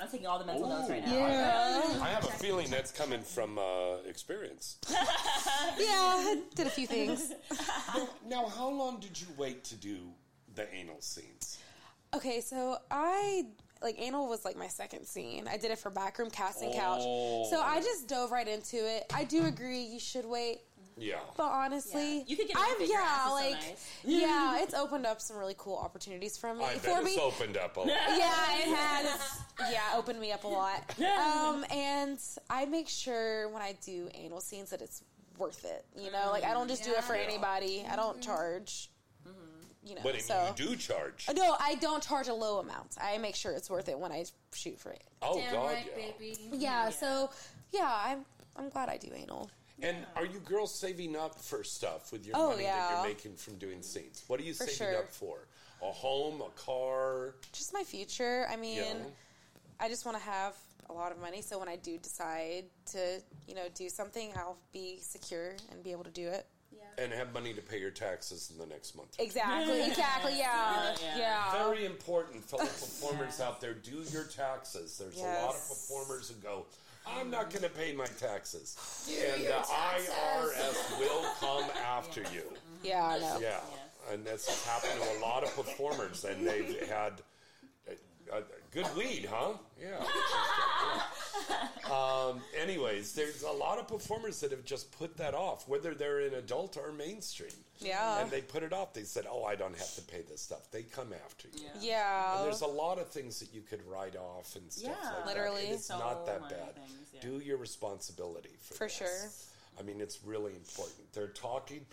S2: I'm taking all the mental notes
S1: Ooh.
S2: right now.
S3: Yeah.
S1: I have a feeling that's coming from uh, experience.
S3: *laughs* yeah, did a few *laughs* things.
S1: now, now, how long did you wait to do the anal scenes?
S3: Okay, so I like anal was like my second scene. I did it for backroom casting
S1: Oh.
S3: couch, so I just dove right into it. I do agree you should wait.
S1: Yeah.
S3: But honestly,
S2: You could get
S3: I've
S2: it, your ass
S3: yeah,
S2: is so
S3: like
S2: nice. *laughs*
S3: yeah, it's opened up some really cool opportunities for me.
S1: I
S3: for
S1: bet
S3: me,
S1: it's opened up a
S3: *laughs*
S1: lot.
S3: yeah, it has. Yeah, opened me up a
S2: *laughs*
S3: lot. Um, and I make sure when I do anal scenes that it's worth it. You know, like I don't just do it for
S2: Mm-hmm.
S1: Yeah.
S3: anybody. I don't charge. you know.
S1: But I mean,
S3: so
S1: you do charge.
S3: Uh, No, I don't charge a low amount. I make sure it's worth it when I shoot for it.
S1: Oh, God, yeah.
S3: Yeah, So yeah, I'm I'm glad I do anal.
S1: And are you girls saving up for stuff with your
S3: Oh,
S1: money that
S3: yeah.
S1: you're making from doing scenes? What are you
S3: For
S1: saving
S3: sure.
S1: up for? A home, a car?
S3: Just my future. I mean,
S1: Yeah.
S3: I just want to have a lot of money so when I do decide to you know do something, I'll be secure and be able to do it.
S1: And have money to pay your taxes in the next month.
S3: Exactly. Exactly.
S1: *laughs*
S3: Yeah. Yeah.
S1: Very important fellow
S3: *laughs*
S1: performers out there. Do your taxes. There's a lot of
S3: Yes.
S1: performers who go, I'm not going to pay my taxes.
S3: Do
S1: and
S3: your
S1: the IRS will
S3: *laughs*
S1: come after you.
S3: Yeah, I know.
S1: Yeah. And this has happened to a lot of performers, and they've had a, a good lead, huh? Yeah. Um, anyways, there's a lot of performers that have just put that off, whether they're in adult or mainstream.
S3: Yeah.
S1: And they put it off. They said, "Oh, I don't have to pay this stuff." They come after you.
S3: Yeah.
S1: And there's a lot of things that you could write off and stuff
S3: Yeah.
S1: like
S3: Literally.
S1: that. And it's
S3: So
S1: not that
S3: many
S1: bad.
S3: things, yeah.
S1: Do your responsibility for,
S3: For
S1: this.
S3: sure.
S1: I mean, it's really important. They're talking.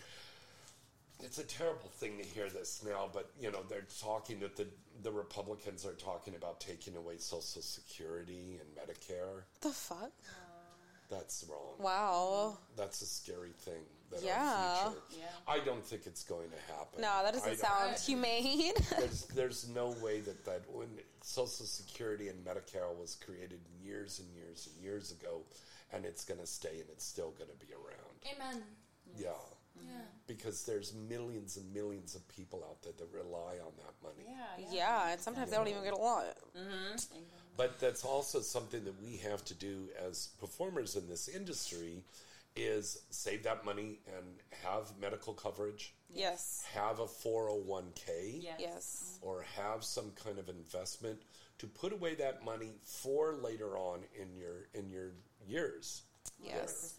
S1: It's a terrible thing to hear this now, but you know they're talking that the the Republicans are talking about taking away Social Security and Medicare.
S3: The fuck?
S1: That's wrong.
S3: Wow.
S1: That's a scary thing. That
S3: Yeah.
S1: Our future, I don't think it's going to happen.
S3: No, that
S1: I
S3: doesn't
S1: don't-
S3: sound humane. *laughs*
S1: there's there's no way that that when Social Security and Medicare was created years and years and years ago, and it's going to stay and it's still going to be around.
S5: Amen.
S1: Yeah,
S5: Yeah.
S3: Mm-hmm.
S1: because there's millions and millions of people out there that rely on that money.
S3: yeah, and sometimes they don't even get along. Mm-hmm.
S1: But that's also something that we have to do as performers in this industry is save that money and have medical coverage.
S3: Yes.
S1: Have a 401k.
S3: Yes. Yes.
S1: Or have some kind of investment to put away that money for later on in your in your years.
S3: Yes.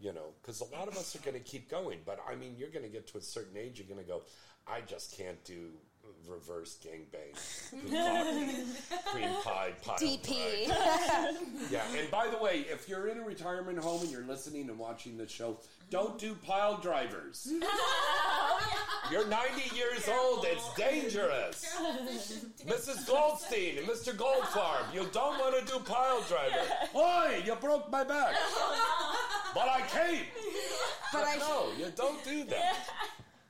S1: You know, because a lot of us are going to keep going, but I mean, you're going to get to a certain age, you're going to go, I just can't do reverse gangbang. Cream pie,
S3: *laughs*
S1: pie. *laughs*
S3: DP.
S1: Yeah, and by the way, if you're in a retirement home and you're listening and watching the show, don't do pile drivers. You're 90 years old, it's dangerous. Mrs. Goldstein and Mr. Goldfarb, you don't want to do pile driver. Why? You broke my back. But I can't. But
S3: I-
S1: no, you don't do that.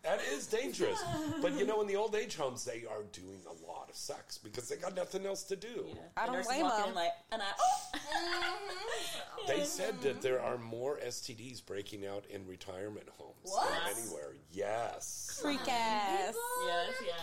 S1: That is dangerous. But you know, in the old age homes, they are doing a lot of sex because they got nothing else to do.
S3: I don't
S2: nurses
S3: blame
S2: walk in
S3: them.
S2: like- and I,
S3: Oh.
S2: *laughs*
S1: They said that there are more STDs breaking out in retirement homes
S2: What?
S1: than anywhere. Yes.
S3: *laughs* Freak ass.
S2: Yes, yes.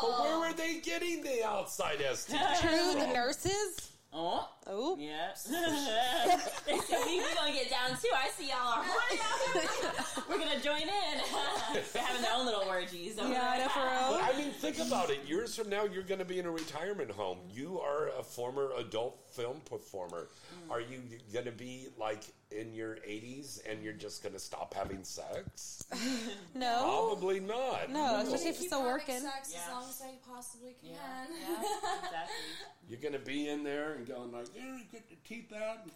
S1: But where were they getting the outside STDs?
S3: True, the
S1: from?
S3: nurses.
S2: Oh.
S3: Oh.
S2: Yes. *laughs* they said, we, we're going to get down too. I see y'all are horny out
S3: *laughs*
S2: here. We're going to join in. *laughs* They're having their own little orgies. over
S3: Yeah, I know,
S2: there.
S3: for real.
S1: But I mean, think about it. Years from now, you're going to be in a retirement home. You are a former adult film performer.
S3: Hmm.
S1: Are you going to be like in your 80s and you're just going to stop having sex?
S3: No.
S1: Probably not.
S3: No, especially if
S5: Keep
S3: it's still
S5: having
S3: working.
S5: Sex as
S2: Yeah.
S5: long as I possibly can. *laughs*
S2: exactly.
S1: You're going to be in there and going like, yeah, get the teeth out. and-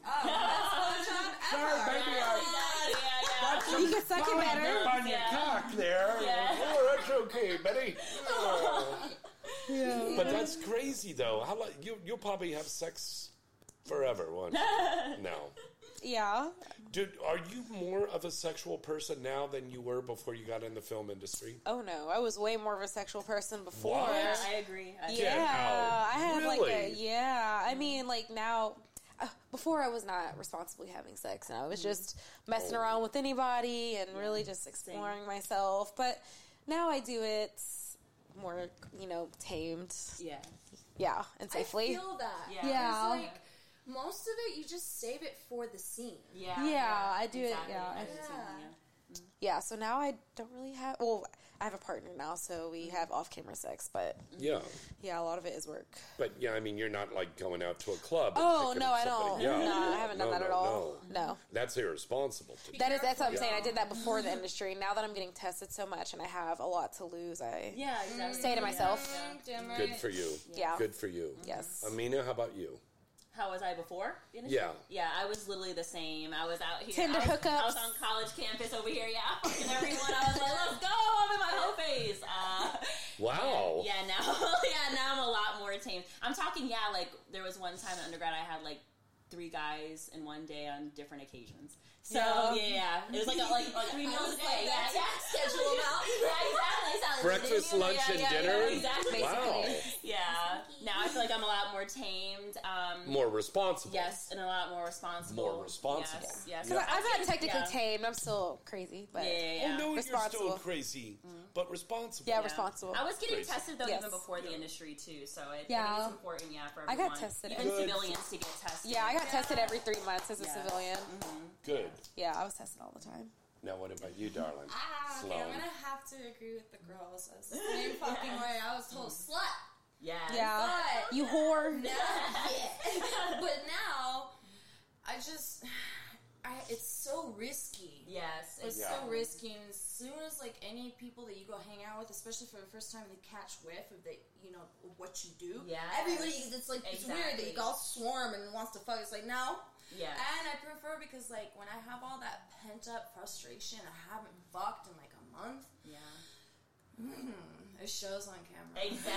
S5: Sorry,
S1: baby, I-
S2: Yeah,
S1: Got some
S3: You can suck it
S1: flour
S3: better.
S1: dip on your
S2: Yeah.
S1: cock there.
S2: Yeah.
S1: Oh, that's okay,
S3: *laughs*
S1: buddy. Oh. But that's crazy, though. How lo- you you'll probably have sex forever, won't
S3: *laughs*
S1: you? no,
S3: Yeah.
S1: dude. Are you more of a sexual person now than you were before you got in the film industry?
S3: Oh no, I was way more of a sexual person before.
S1: What?
S2: Yeah, I agree. I agree. Mm.
S1: Get
S3: Yeah,
S1: out.
S3: I had like a
S1: Really?
S3: yeah. I mean, like now, uh, before I was not responsibly having sex, and I
S2: Mm.
S3: was just messing
S4: Oh.
S3: around with anybody and really just exploring myself. But now I do it more, you know, tamed.
S2: Yeah,
S3: yeah, and
S5: I
S3: safely.
S5: feel that.
S3: Yeah.
S5: It's
S3: Yeah.
S5: like most of it, you just save it for the scene.
S3: Yeah, yeah, I do it. Yeah, I- yeah. So now I don't really have. Well, I have a partner now, so
S2: Mm.
S3: we have off-camera sex, but
S1: Yeah,
S3: yeah, a lot of it is work.
S1: but yeah, I mean, you're not like going out to a club. and
S3: Oh
S1: picking
S3: no,
S1: up
S3: I don't.
S1: somebody. Yeah.
S3: No, I haven't done
S1: No,
S3: that at
S1: no,
S3: all. no.
S1: No, that's irresponsible. To do.
S3: That is that's what I'm saying. I
S1: Yeah.
S3: did that before the industry. Now that I'm getting tested so much and I have a lot to lose, I
S2: Yeah, exactly.
S3: say to
S2: Yeah.
S3: myself,
S2: Mm,
S1: Good for you.
S3: Yeah.
S1: Good for you.
S3: Yes.
S1: Amina, how about you?
S2: How was I before? the industry?
S1: Yeah.
S2: Yeah, I was literally the same. I was out here.
S3: Tinder
S2: I was,
S3: hookups.
S2: I was on college campus over here, yeah. And everyone, I was like, let's go. I'm in my whole face. Uh,
S1: Wow.
S2: Yeah, now, *laughs* yeah, now I'm a lot more tame. I'm talking, yeah, like there was one time in undergrad I had like three guys in one day on different occasions. So
S4: Yeah.
S2: yeah, yeah. it was like a, like, like three
S4: I
S2: meals
S4: was
S2: a
S4: like
S2: day. Yeah,
S4: that.
S2: yeah,
S4: Schedule 'em out.
S2: *laughs* Yeah, exactly.
S1: *laughs*
S2: exactly.
S1: Breakfast,
S2: Yeah,
S1: lunch,
S2: yeah,
S1: and
S2: yeah,
S1: dinner?
S2: yeah, exactly.
S1: Wow.
S2: Yeah. Now I feel like I'm a lot more tamed. Um,
S1: More responsible.
S2: Yes, and a lot more responsible.
S1: More responsible.
S2: Yes. yes.
S1: Yeah.
S3: I'm not technically
S2: Yeah.
S3: tamed. I'm still crazy, but
S2: Yeah, yeah, yeah.
S1: Oh, no, you're
S3: responsible. Mm-hmm.
S1: still crazy, but responsible.
S3: Yeah, responsible.
S2: I was getting
S1: Crazy.
S2: tested though
S3: Yes.
S2: even before the industry too, so it, I
S3: Yeah.
S2: think it's important. Yeah, for
S3: I
S2: everyone.
S3: got tested
S2: Even
S3: every-
S2: civilians to get tested.
S3: Yeah, I got tested every three months as a
S2: Yeah. Mm-hmm.
S3: civilian.
S1: Good.
S3: Yeah, I was tested all the time.
S1: Now, what about you, darling?
S5: Ah, okay, I'm
S1: Sloan.
S5: gonna have to agree with the girls. That's
S3: *laughs*
S5: the same fucking way I was told
S3: Mm.
S5: slut.
S2: Yeah.
S3: Yeah. You whore.
S5: Now, yeah. but now, I just, I it's so risky.
S2: Yes,
S5: it's
S2: it's-
S5: so
S2: Yeah.
S5: risky. And as soon as like any people that you go hang out with, especially for the first time, they catch whiff of the, you know, what you do.
S2: Yes.
S5: everybody. It's like it's weird that
S2: Exactly.
S5: you all swarm and wants to fuck. It's like no.
S2: Yeah.
S5: And I prefer because like when I have all that pent up frustration, I haven't fucked in like a month.
S2: Yeah.
S5: Mm, it shows on camera.
S2: Exactly.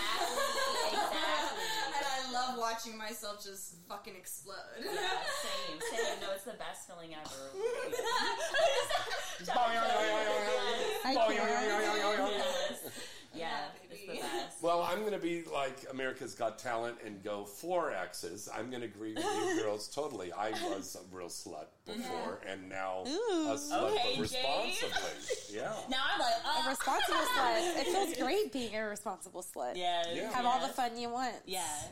S5: exactly. and I love watching myself just fucking explode.
S2: Yeah, same, same.
S5: *laughs*
S2: No, it's the best feeling ever.
S1: Oh,
S2: Yes, yes, it's the best.
S1: Well, I'm going to be like America's Got Talent and go four X's. I'm going to agree with you girls totally. I was a real slut before, and now a
S3: Ooh.
S1: slut
S2: Okay,
S1: but
S2: Jane.
S1: responsibly. Yeah.
S2: *laughs* Now I'm like, oh.
S3: A responsible slut. It
S2: *laughs*
S3: feels great being a responsible slut.
S2: Yes.
S1: Yeah.
S3: Have all the fun you want.
S2: Yes.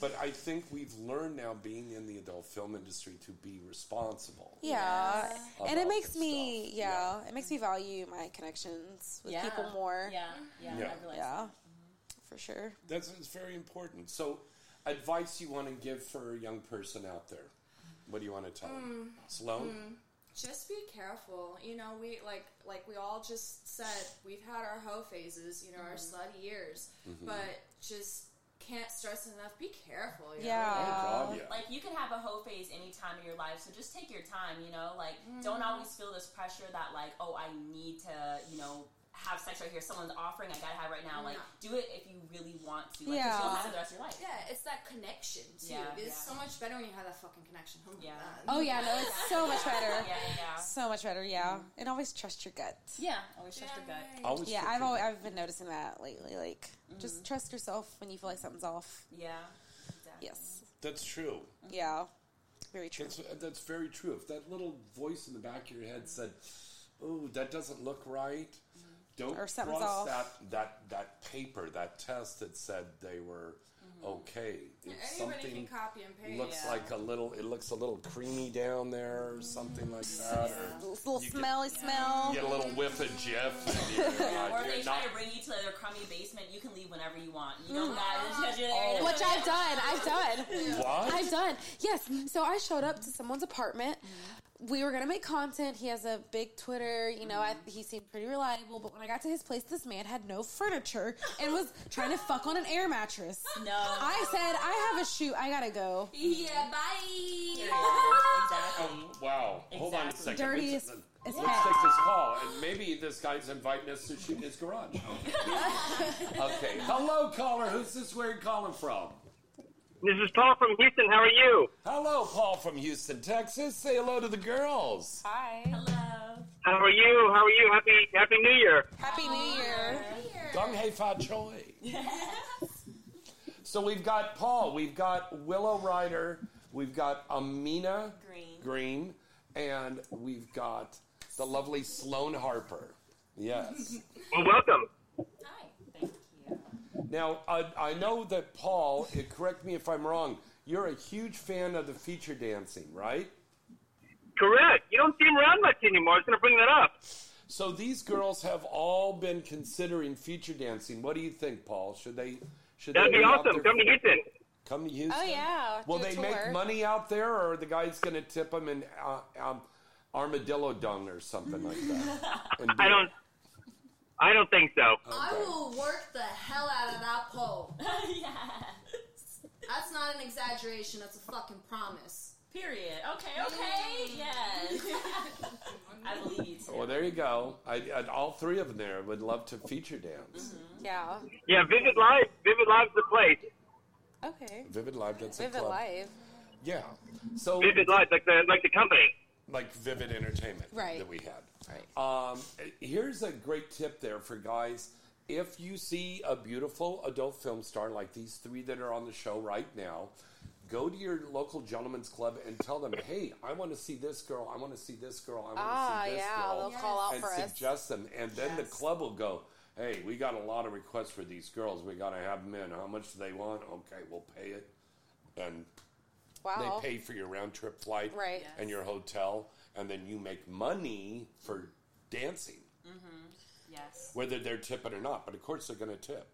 S1: But I think we've learned now, being in the adult film industry, to be responsible.
S3: Yeah. And it
S1: About
S3: makes me, yeah, it makes me value my connections with
S2: Yeah.
S3: people more.
S2: Yeah. Yeah.
S1: Yeah.
S2: I realize
S3: Yeah. For sure.
S1: That's it's very important. So, advice you want to give for a young person out there? What do you want to tell
S5: Mm.
S1: them? Sloan?
S5: Mm. Just be careful. You know, we like like we all just said we've had our hoe phases. You know, our
S2: Mm-hmm.
S5: slutty years,
S1: Mhm.
S5: but just can't stress enough. Be careful. You
S3: Yeah.
S5: Know?
S1: Oh, God, yeah.
S2: Like you can have a hoe phase any time in your life, so just take your time. You know, like don't always feel this pressure that like, oh, I need to, you know, have sex right here. Someone's offering, I gotta have it right now. Like, do it if you really want to. Like, 'cause
S3: Yeah.
S2: You'll have it the rest of your life.
S5: Yeah, it's that connection too.
S2: Yeah,
S5: it's
S2: yeah.
S5: so much better when you have that fucking connection. Oh, yeah.
S3: Oh, yeah, no, it's so much better.
S2: Yeah, yeah. Mm-hmm.
S3: So much better, yeah. And always trust your gut.
S2: Yeah, always trust your gut.
S1: Always
S3: yeah,
S1: trust
S3: I've
S1: your
S3: always, I've been noticing that lately. Like, just trust yourself when you feel like something's off.
S2: Mm-hmm. Yeah. Mm-hmm.
S3: Yes.
S1: That's true.
S3: Yeah. Very true.
S1: That's, uh, that's very true. If that little voice in the back of your head said, "Oh, that doesn't look right," don't
S3: Mm-hmm. Or something's
S1: cross
S3: off.
S1: that that that paper, that test that said they were
S3: Mm-hmm.
S1: okay.
S5: Yeah,
S1: If
S5: anybody
S1: something
S5: can copy and paste.
S1: looks
S5: Yeah.
S1: like a little, it looks a little creamy down there, or something like that.
S3: A
S1: Or
S3: little smelly smell.
S1: you get a little whiff of
S5: *laughs*
S1: Jeff. And you're,
S2: Or
S1: uh,
S2: if
S1: you're
S2: they try
S1: not,
S2: to bring you to their crummy basement, you can leave whenever you want. You
S3: Mm.
S2: don't got to
S3: Which I've done. I've
S2: *laughs*
S3: done.
S1: What?
S3: I've done. Yes. So I showed up to someone's apartment. We were gonna make content. He has a big Twitter. You know, I, he seemed pretty reliable. But when I got to his place, this man had no furniture and was trying to fuck on an air mattress.
S2: No.
S3: I said I have a shoot. I gotta go.
S5: Yeah, bye.
S1: Oh, wow. Hold on a
S2: Exactly.
S1: second.
S3: Dirty
S1: Let's,
S3: as-
S1: let's
S3: as
S1: take this call, and maybe this guy's inviting us to shoot his garage. okay. Hello, caller. Who's this? Where you calling from?
S12: This is Paul from Houston. How are you?
S1: Hello, Paul from Houston, Texas. Say hello to the girls.
S3: Hi.
S2: Hello.
S12: How are you? How are you? Happy Happy New Year.
S3: Happy New Year.
S1: Gong hei fa choi. So we've got Paul, we've got Willow Ryder, we've got Amina
S2: Green.
S1: Green, and we've got the lovely Sloan Harper. Yes.
S12: *laughs* Well, welcome.
S1: Now, I, I know that Paul, eh, correct me if I'm wrong, you're a huge fan of the feature dancing, right?
S12: Correct. You don't see him around much anymore. I was going to bring that up.
S1: So these girls have all been considering feature dancing. What do you think, Paul? Should they? Should
S12: That'd
S1: they
S12: be
S1: out
S12: awesome.
S1: there-
S12: Come to Houston.
S1: Come to Houston.
S3: Oh, yeah.
S1: Will
S3: Do a
S1: they
S3: tour.
S1: make money out there, or are the guy's going to tip them in uh, um, armadillo dung or something like
S3: *laughs*
S2: *laughs*
S1: that? And
S12: I don't. I don't think so.
S5: I will work the hell out of that
S2: *laughs*
S5: pole.
S2: yeah.
S5: That's not an exaggeration. That's a fucking promise.
S2: Period. Okay, okay. Yes. *laughs* I believe you.
S1: Well, there you go. I, and all three of them there would love to feature dance.
S3: Yeah.
S12: Yeah, Vivid Live. Vivid Live's the place.
S3: Okay.
S1: Vivid Live, that's a
S3: Vivid
S1: club.
S3: life.
S1: Yeah. So
S12: Vivid Live, like the like the company.
S1: Like Vivid Entertainment
S3: Right.
S1: that we had. Right. Um, here's a great tip there for guys. If you see a beautiful adult film star like these three that are on the show right now, go to your local gentleman's club and tell them, "Hey, I want to see this girl. I want to see this girl. I want to
S3: Ah,
S1: see this
S3: yeah,
S1: girl."
S3: they'll call out
S1: and
S3: for us.
S1: suggest them, and then the club will go. Hey, we got a lot of requests for these girls. We got to have them in. How much do they want? Okay, we'll pay it. And
S3: Wow.
S1: they pay for your round trip flight
S3: Right.
S1: and your hotel, and then you make money for dancing,
S2: Mm-hmm. Yes. Mm-hmm.
S1: whether they're tipping or not. But of course, they're going to tip.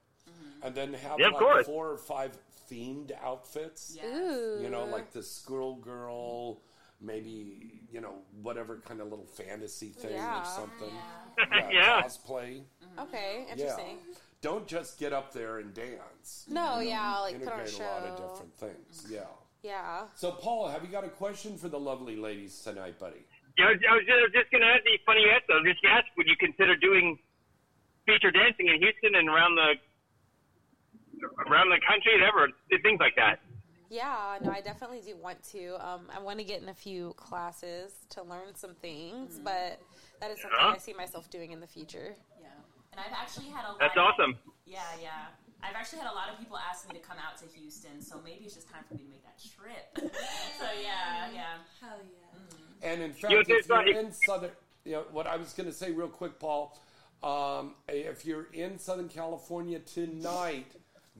S1: And then have
S12: Yeah, of
S1: like
S12: course.
S1: four or five themed outfits.
S2: Yes. Ooh.
S1: You know, like the squirrel girl, maybe, you know, whatever kind of little fantasy thing
S3: Yeah. Mm-hmm.
S1: or something.
S12: Yeah. *laughs* Yeah.
S1: Cosplay.
S3: Okay, interesting.
S1: Yeah. Don't just get up there and dance.
S3: No, yeah, like put on a
S1: Integrate lot of
S3: show.
S1: different things. Yeah.
S3: Yeah.
S1: So, Paul, have you got a question for the lovely ladies tonight, buddy?
S12: Yeah, I was, I was just, I was just going to add the funny ass though. Just ask, would you consider doing feature dancing in Houston and around the around the country and ever things like that?
S3: Yeah, no, I definitely do want to. Um, I want to get in a few classes to learn some things, but that is something
S12: Yeah.
S3: I see myself doing in the future.
S2: Yeah. And I've actually had a lot.
S12: That's
S2: of-
S12: awesome.
S2: Yeah, yeah. I've actually had a lot of people ask me to come out to Houston, so maybe it's just time for me to make that trip. *laughs* so yeah, yeah.
S5: Hell yeah.
S1: And in fact,
S12: You
S1: if
S12: did
S1: you're
S12: right.
S1: in Southern, you know, what I was going to say real quick, Paul, um, if you're in Southern California tonight,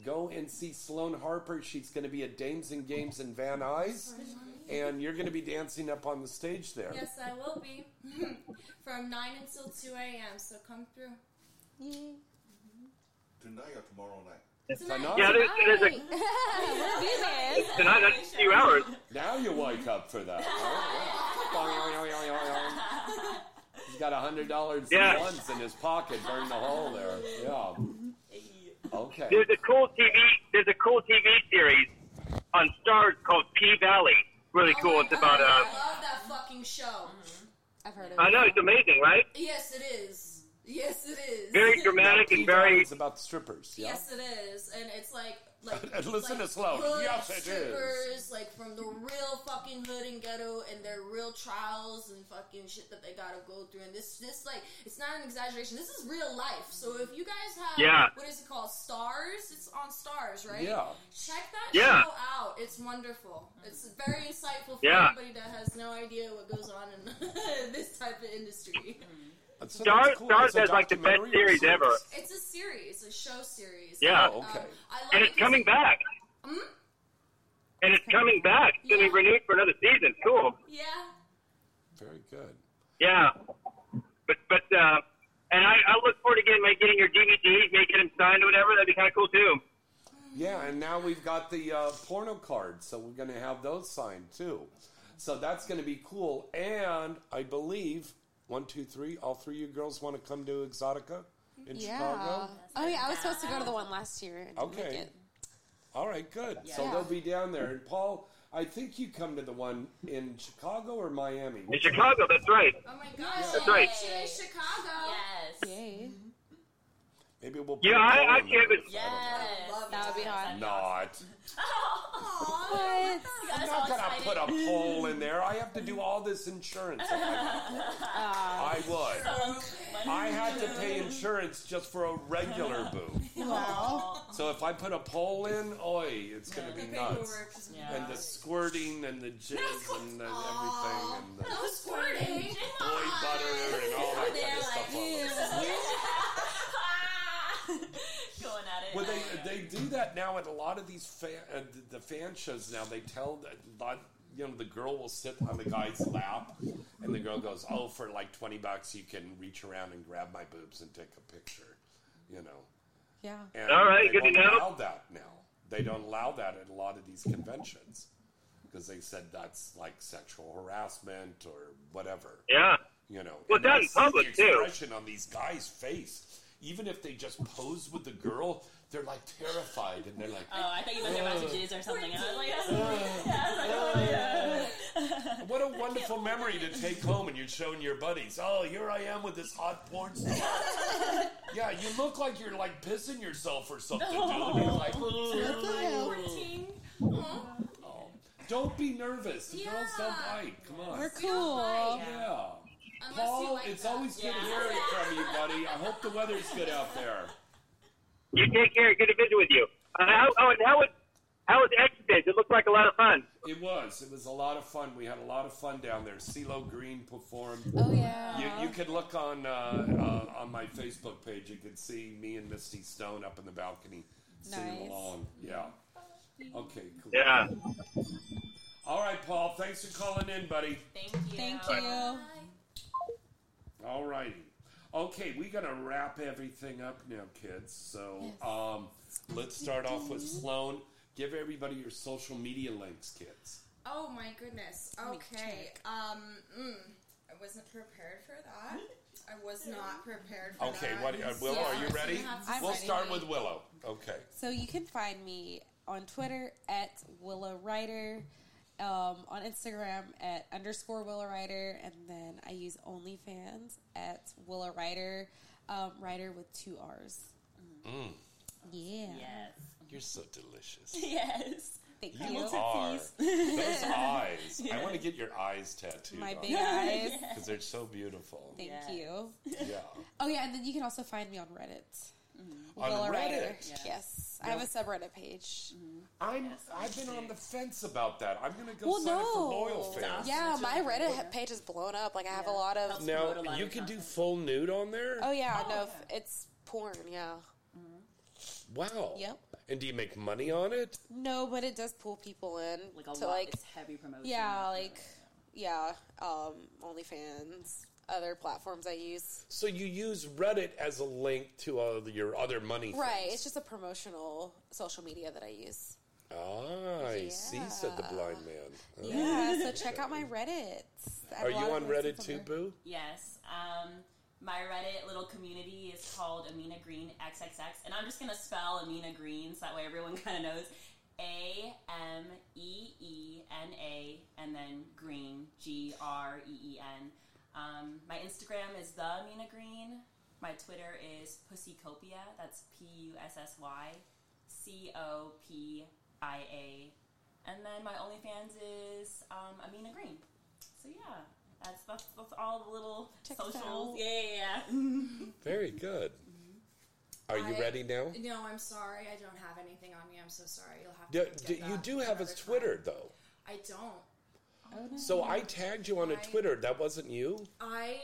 S1: go and see Sloan Harper. She's going to be at Dames and Games in Van Nuys, and you're going to be dancing up on the stage there.
S5: *laughs* Yes, I will be *laughs* from nine until two a.m. So come through.
S14: Tonight or tomorrow night?
S1: Tonight?
S12: Yeah, it is, it is a, tonight. That's a few hours.
S1: Now you wake up for that. He's got a hundred dollars
S12: Yeah.
S1: once in his pocket. Burn the hole there. Yeah. Okay.
S12: There's a cool TV. There's a cool TV series on Stars called P Valley. Really
S3: Oh
S12: cool. It's about
S5: I
S12: uh,
S5: love that fucking show.
S2: Mm-hmm.
S3: I've heard
S12: I know it's amazing, right?
S5: Yes, it is. Yes, it is.
S12: Very dramatic and very.
S1: It's about strippers. Yeah.
S5: Yes, it is, and it's like like
S1: And *laughs* listen
S5: like
S1: to slow.
S5: hood
S1: Yes, it is.
S5: strippers, like from the real fucking hood and ghetto, and their real trials and fucking shit that they gotta go through. And this, this like, it's not an exaggeration. This is real life. So if you guys have,
S12: Yeah.
S5: what is it called? Stars. It's on Stars, right?
S12: Yeah.
S5: Check that
S12: Yeah.
S5: show out. It's wonderful. It's very insightful for
S12: Yeah.
S5: anybody that has no idea what goes on in *laughs* this type of industry.
S1: So
S12: Stars,
S1: that's cool.
S12: Stars
S1: It's a
S12: has like the best
S1: documentary or
S12: series ever.
S5: It's a series, a show series.
S12: Yeah.
S5: Um,
S1: oh, Okay.
S5: I love
S12: And
S5: it
S12: it's coming back.
S5: Hmm?
S12: And it's coming back. It's going to be renewed for another season. Cool.
S5: Yeah.
S1: Very good.
S12: Yeah. But but uh, and I, I look forward to getting my getting your DVDs, maybe get them signed or whatever. That'd be kind of cool too.
S1: Yeah, and now we've got the uh, porno cards, so we're going to have those signed too. So that's going to be cool. And I believe one, two, three, all three of you girls want to come to Exotica in Chicago.
S3: Oh yeah, I was supposed to go to the one last year. And okay.
S1: Okay. All right, good. So
S3: Yeah.
S1: they'll be down there. And Paul, I think you come to the one in Chicago or Miami.
S12: In Chicago, that's right.
S5: Oh my gosh.
S12: That's right.
S5: Yay, Chicago.
S2: Yes.
S3: Yay.
S1: Maybe we'll.
S12: Yeah,
S1: put a
S12: I-
S1: poll
S12: I
S1: in
S12: can't-
S1: there.
S2: Yes.
S3: That would be
S4: *laughs*
S3: hot.
S1: Not.
S3: What?
S1: I'm not gonna put a poll in there. I have to do all this insurance. if
S4: *laughs*
S1: I-
S3: Ah.
S1: I would. I had to pay insurance just for a regular boob.
S17: Wow.
S1: So if I put a pole in, oi, it's going to be nuts.
S5: paperwork is
S1: And the squirting and the jizz and the, everything and the boy
S5: No
S4: *laughs*
S5: squirting.
S1: butter and all that kind of stuff.
S2: Going at it.
S1: Well, they they do that now at a lot of these fan uh, the- the fan shows. Now they tell that lot. You know, the girl will sit on the guy's lap, and the girl goes, "Oh, for like twenty bucks, you can reach around and grab my boobs and take a picture." You know,
S3: Yeah.
S1: and
S12: All right,
S1: they
S12: good to
S1: don't
S12: know.
S1: allow that now. They don't allow that at a lot of these conventions because they said that's like sexual harassment or whatever.
S12: Yeah.
S1: You know,
S12: Well,
S1: and I
S12: done in
S1: see
S12: public,
S1: the
S12: too.
S1: expression on these guys' face even if they just pose with the girl, they're like terrified and they're like,
S2: Oh, I thought you meant about to
S1: "Ugh."
S2: jizz or something. *laughs* I was like, "Oh,
S1: What a wonderful memory to take home and you're showing your buddies. Oh, here I am with this hot porn
S2: *laughs*
S1: star. yeah, you look like you're like pissing yourself
S5: *laughs*
S1: or something, dude. You're like, "Ugh."
S5: Uh-huh.
S1: don't be nervous. The girls don't bite. Come on.
S3: We're cool.
S1: Yeah.
S3: Unless you
S1: Paul,
S3: like
S1: it's
S3: that.
S1: always good
S3: Yeah.
S1: hearing from you, buddy. I hope the weather's good out there.
S13: You take care. Good to visit with you. Uh, how, oh, and how was how was Exodus? It looked like a lot of fun.
S1: It was. It was a lot of fun. We had a lot of fun down there. CeeLo Green performed. Oh yeah. You, you could look on uh, uh, on my Facebook page. You could see me and Misty Stone up in the balcony singing
S3: Nice.
S1: along. Yeah. Okay. Cool.
S13: Yeah.
S1: All right, Paul. Thanks for calling in, buddy.
S2: Thank you.
S3: Thank you.
S1: All righty. Okay, we gotta wrap everything up now, kids. So um, let's start off with Sloan. Give everybody your social media links, kids.
S5: Oh my goodness.
S11: Let me
S5: Okay. Um, mm, I wasn't prepared for that. I was not prepared for
S1: Okay,
S5: that.
S1: what uh, Willow? Are you
S5: Yes. *laughs*
S1: ready?
S4: I'm
S1: we'll
S4: ready.
S1: start with Willow. Okay.
S4: So you can find me on Twitter at Willow Writer, um, on Instagram at underscore Willow Writer, and then I use OnlyFans at Willow Writer, um, writer with two R's.
S1: Mm.
S4: Yeah.
S1: You're so
S3: *laughs*
S1: delicious.
S4: *laughs* Yes. Thank you.
S1: You are.
S4: *laughs*
S1: Those eyes. I want to get your eyes tattooed.
S4: My big eyes.
S1: Because they're so beautiful.
S4: Thank you.
S1: Yeah.
S4: Oh yeah, and then you can also find me on Reddit.
S1: On
S4: Willow Writer.
S1: Reddit?
S4: Yes.
S1: Yeah.
S4: I have a subreddit page.
S3: Mm-hmm.
S1: I'm, I've been on the fence about that. I'm going to go
S4: Well,
S1: sign up for
S4: no.
S1: loyal fans.
S4: Yeah, my Reddit page is blown up. Like I have a lot of
S1: Now, you can do full nude on there?
S4: Oh yeah, no, f it's porn. Yeah.
S1: Wow.
S4: Yep.
S1: And do you make money on it?
S4: No, but it does pull people in. Like
S2: a
S4: to
S2: lot-
S4: like
S2: it's heavy promotion.
S4: Yeah, like yeah, um, OnlyFans, other platforms I use.
S1: So you use Reddit as a link to uh, your other money thing.
S4: Right, it's just a promotional social media that I use.
S1: Ah, I see, said the blind man. Oh,
S4: Yeah, so check
S1: okay.
S4: out my Reddit. I have
S1: Are
S4: a lot
S1: you
S4: of
S1: on
S4: places
S1: Reddit too,
S4: there.
S1: Boo?
S2: Yes. Um, my Reddit little community is called Amina Green XXX, and I'm just gonna spell Amina Green so that way everyone *laughs* kind of knows. A M E E N A and then Green G R E E N. Um, my Instagram is the Amina Green. My Twitter is Pussycopia. That's P U S S Y C O P I A. And then my OnlyFans is um, Amina Green. So yeah, that's that's, that's all the little socials.
S5: out.
S2: Yeah, yeah,
S1: Very
S4: Mm-hmm.
S1: good. Are you
S5: I-
S1: ready now?
S5: No, I'm sorry. I don't have anything on me. I'm so sorry. You'll have
S1: Do-
S5: to.
S1: do-
S5: get
S1: you
S5: that
S1: do have his
S5: another time.
S1: Twitter though.
S5: I don't.
S1: So I
S4: Mm-hmm.
S1: tagged you on a
S5: I-
S1: Twitter. That wasn't you.
S5: I,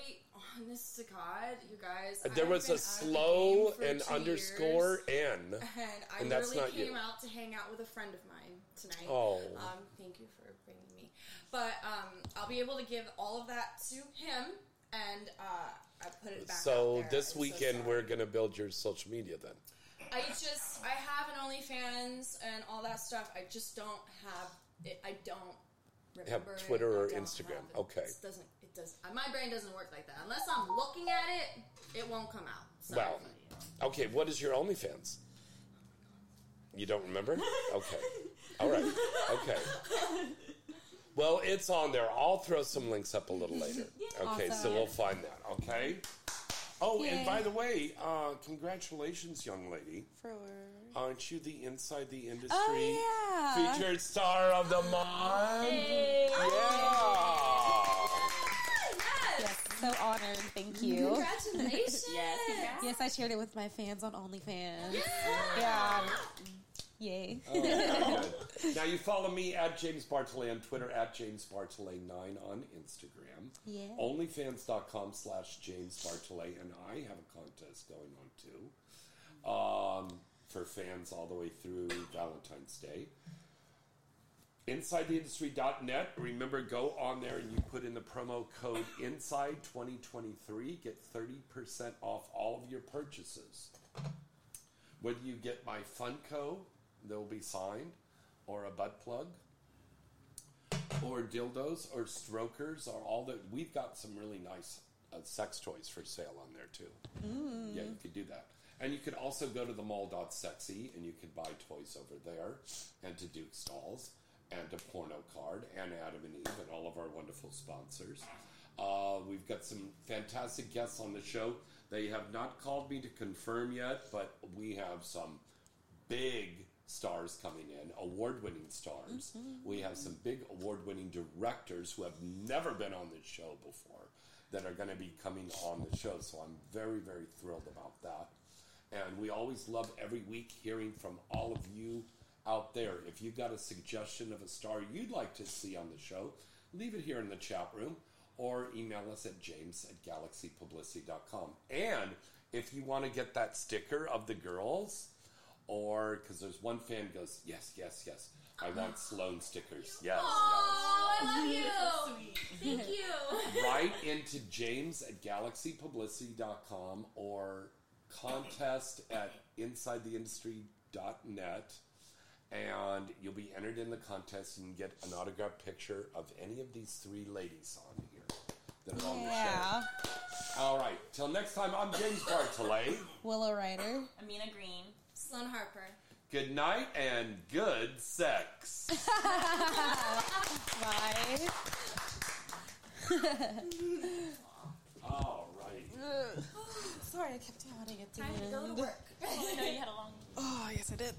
S5: honest to God, you guys.
S1: there
S5: I've
S1: was
S5: been
S1: a
S5: out of the
S1: slow
S5: game for
S1: and
S5: two
S1: underscore
S5: years,
S1: n,
S5: *laughs* And I
S1: and that's
S5: really
S1: not
S5: came
S1: you.
S5: out to hang out with a friend of mine tonight.
S1: Oh.
S5: Um, thank you for bringing me. But um, I'll be able to give all of that to him, and uh, I put it back. out
S1: So
S5: there.
S1: this
S5: I'm so
S1: weekend
S5: sorry.
S1: we're gonna build your social media then.
S5: I just I have an OnlyFans and all that stuff. I just don't have it. I don't remember it.
S1: Twitter
S5: I
S1: or
S5: don't have
S1: Instagram.
S5: it.
S1: Okay.
S5: It doesn't it does my brain doesn't work like that. Unless I'm looking at it, it won't come out. So
S1: Wow. Okay, what is your OnlyFans? You don't remember? Okay. All right. Okay.
S5: *laughs*
S1: Well, it's on there. I'll throw some links up a little later. Okay, so
S21: Awesome.
S1: we'll find that. Okay. Oh,
S21: Yay.
S1: and by the way, uh, congratulations, young lady.
S4: For
S1: Aren't you the Inside the Industry
S4: Oh, yeah.
S1: featured star of the month?
S4: Hey.
S1: Yeah.
S4: Yes, so honored. Thank you.
S5: Congratulations. *laughs* Yes, congrats.
S4: yes, I shared it with my fans on OnlyFans. Yeah. Yay.
S1: Oh, very good. now you follow me at James Bartolet on Twitter at James Bartolet nine on Instagram.
S4: Yeah.
S1: Onlyfans.com slash James Bartolet and I have a contest going on too. Um, for fans all the way through Valentine's Day. InsideTheIndustry.net. Remember, go on there and you put in the promo code INSIDE2023. Get 30% off all of your purchases. Whether you get my Funko, they'll be signed, or a butt plug, or dildos, or strokers, or all that. We've got some really nice uh, sex toys for sale on there too. Yeah, you could do that. And you could also go to the mall.sexy and you could buy toys over there and to Duke's Dolls and to Porno Card and Adam and Eve and all of our wonderful sponsors. Uh, we've got some fantastic guests on the show. They have not called me to confirm yet, but we have some big stars coming in, award winning stars.
S21: Mhm.
S1: We have some big award winning directors who have never been on this show before that are going to be coming on the show. So I'm very, very thrilled about that. And we always love every week hearing from all of you out there. If you've got a suggestion of a star you'd like to see on the show, leave it here in the chat room or email us at james at galaxypublicity.com. And if you want to get that sticker of the girls, or because there's one fan goes, yes, yes, yes, I want Sloan stickers. Yes,
S2: Oh, I love you.
S5: So sweet.
S3: *laughs*
S2: Thank you.
S1: yes.
S4: *laughs*
S1: Write into james at galaxypublicity.com or contest at insidetheindustry.net. And you'll be entered in the contest and get an autographed picture of any of these three ladies on here that are on
S4: Yeah.
S1: the show. All right. Till next time, I'm James Bartolet.
S4: Willow Ryder.
S2: Amina Green. Sloan Harper.
S1: Good night and good sex.
S4: *laughs*
S3: *laughs*
S1: All right.
S5: Oh.
S4: Sorry, I kept yelling at the
S2: Time to go to
S4: end.
S2: work. Oh, I know you had a long
S4: Oh, yes, I did.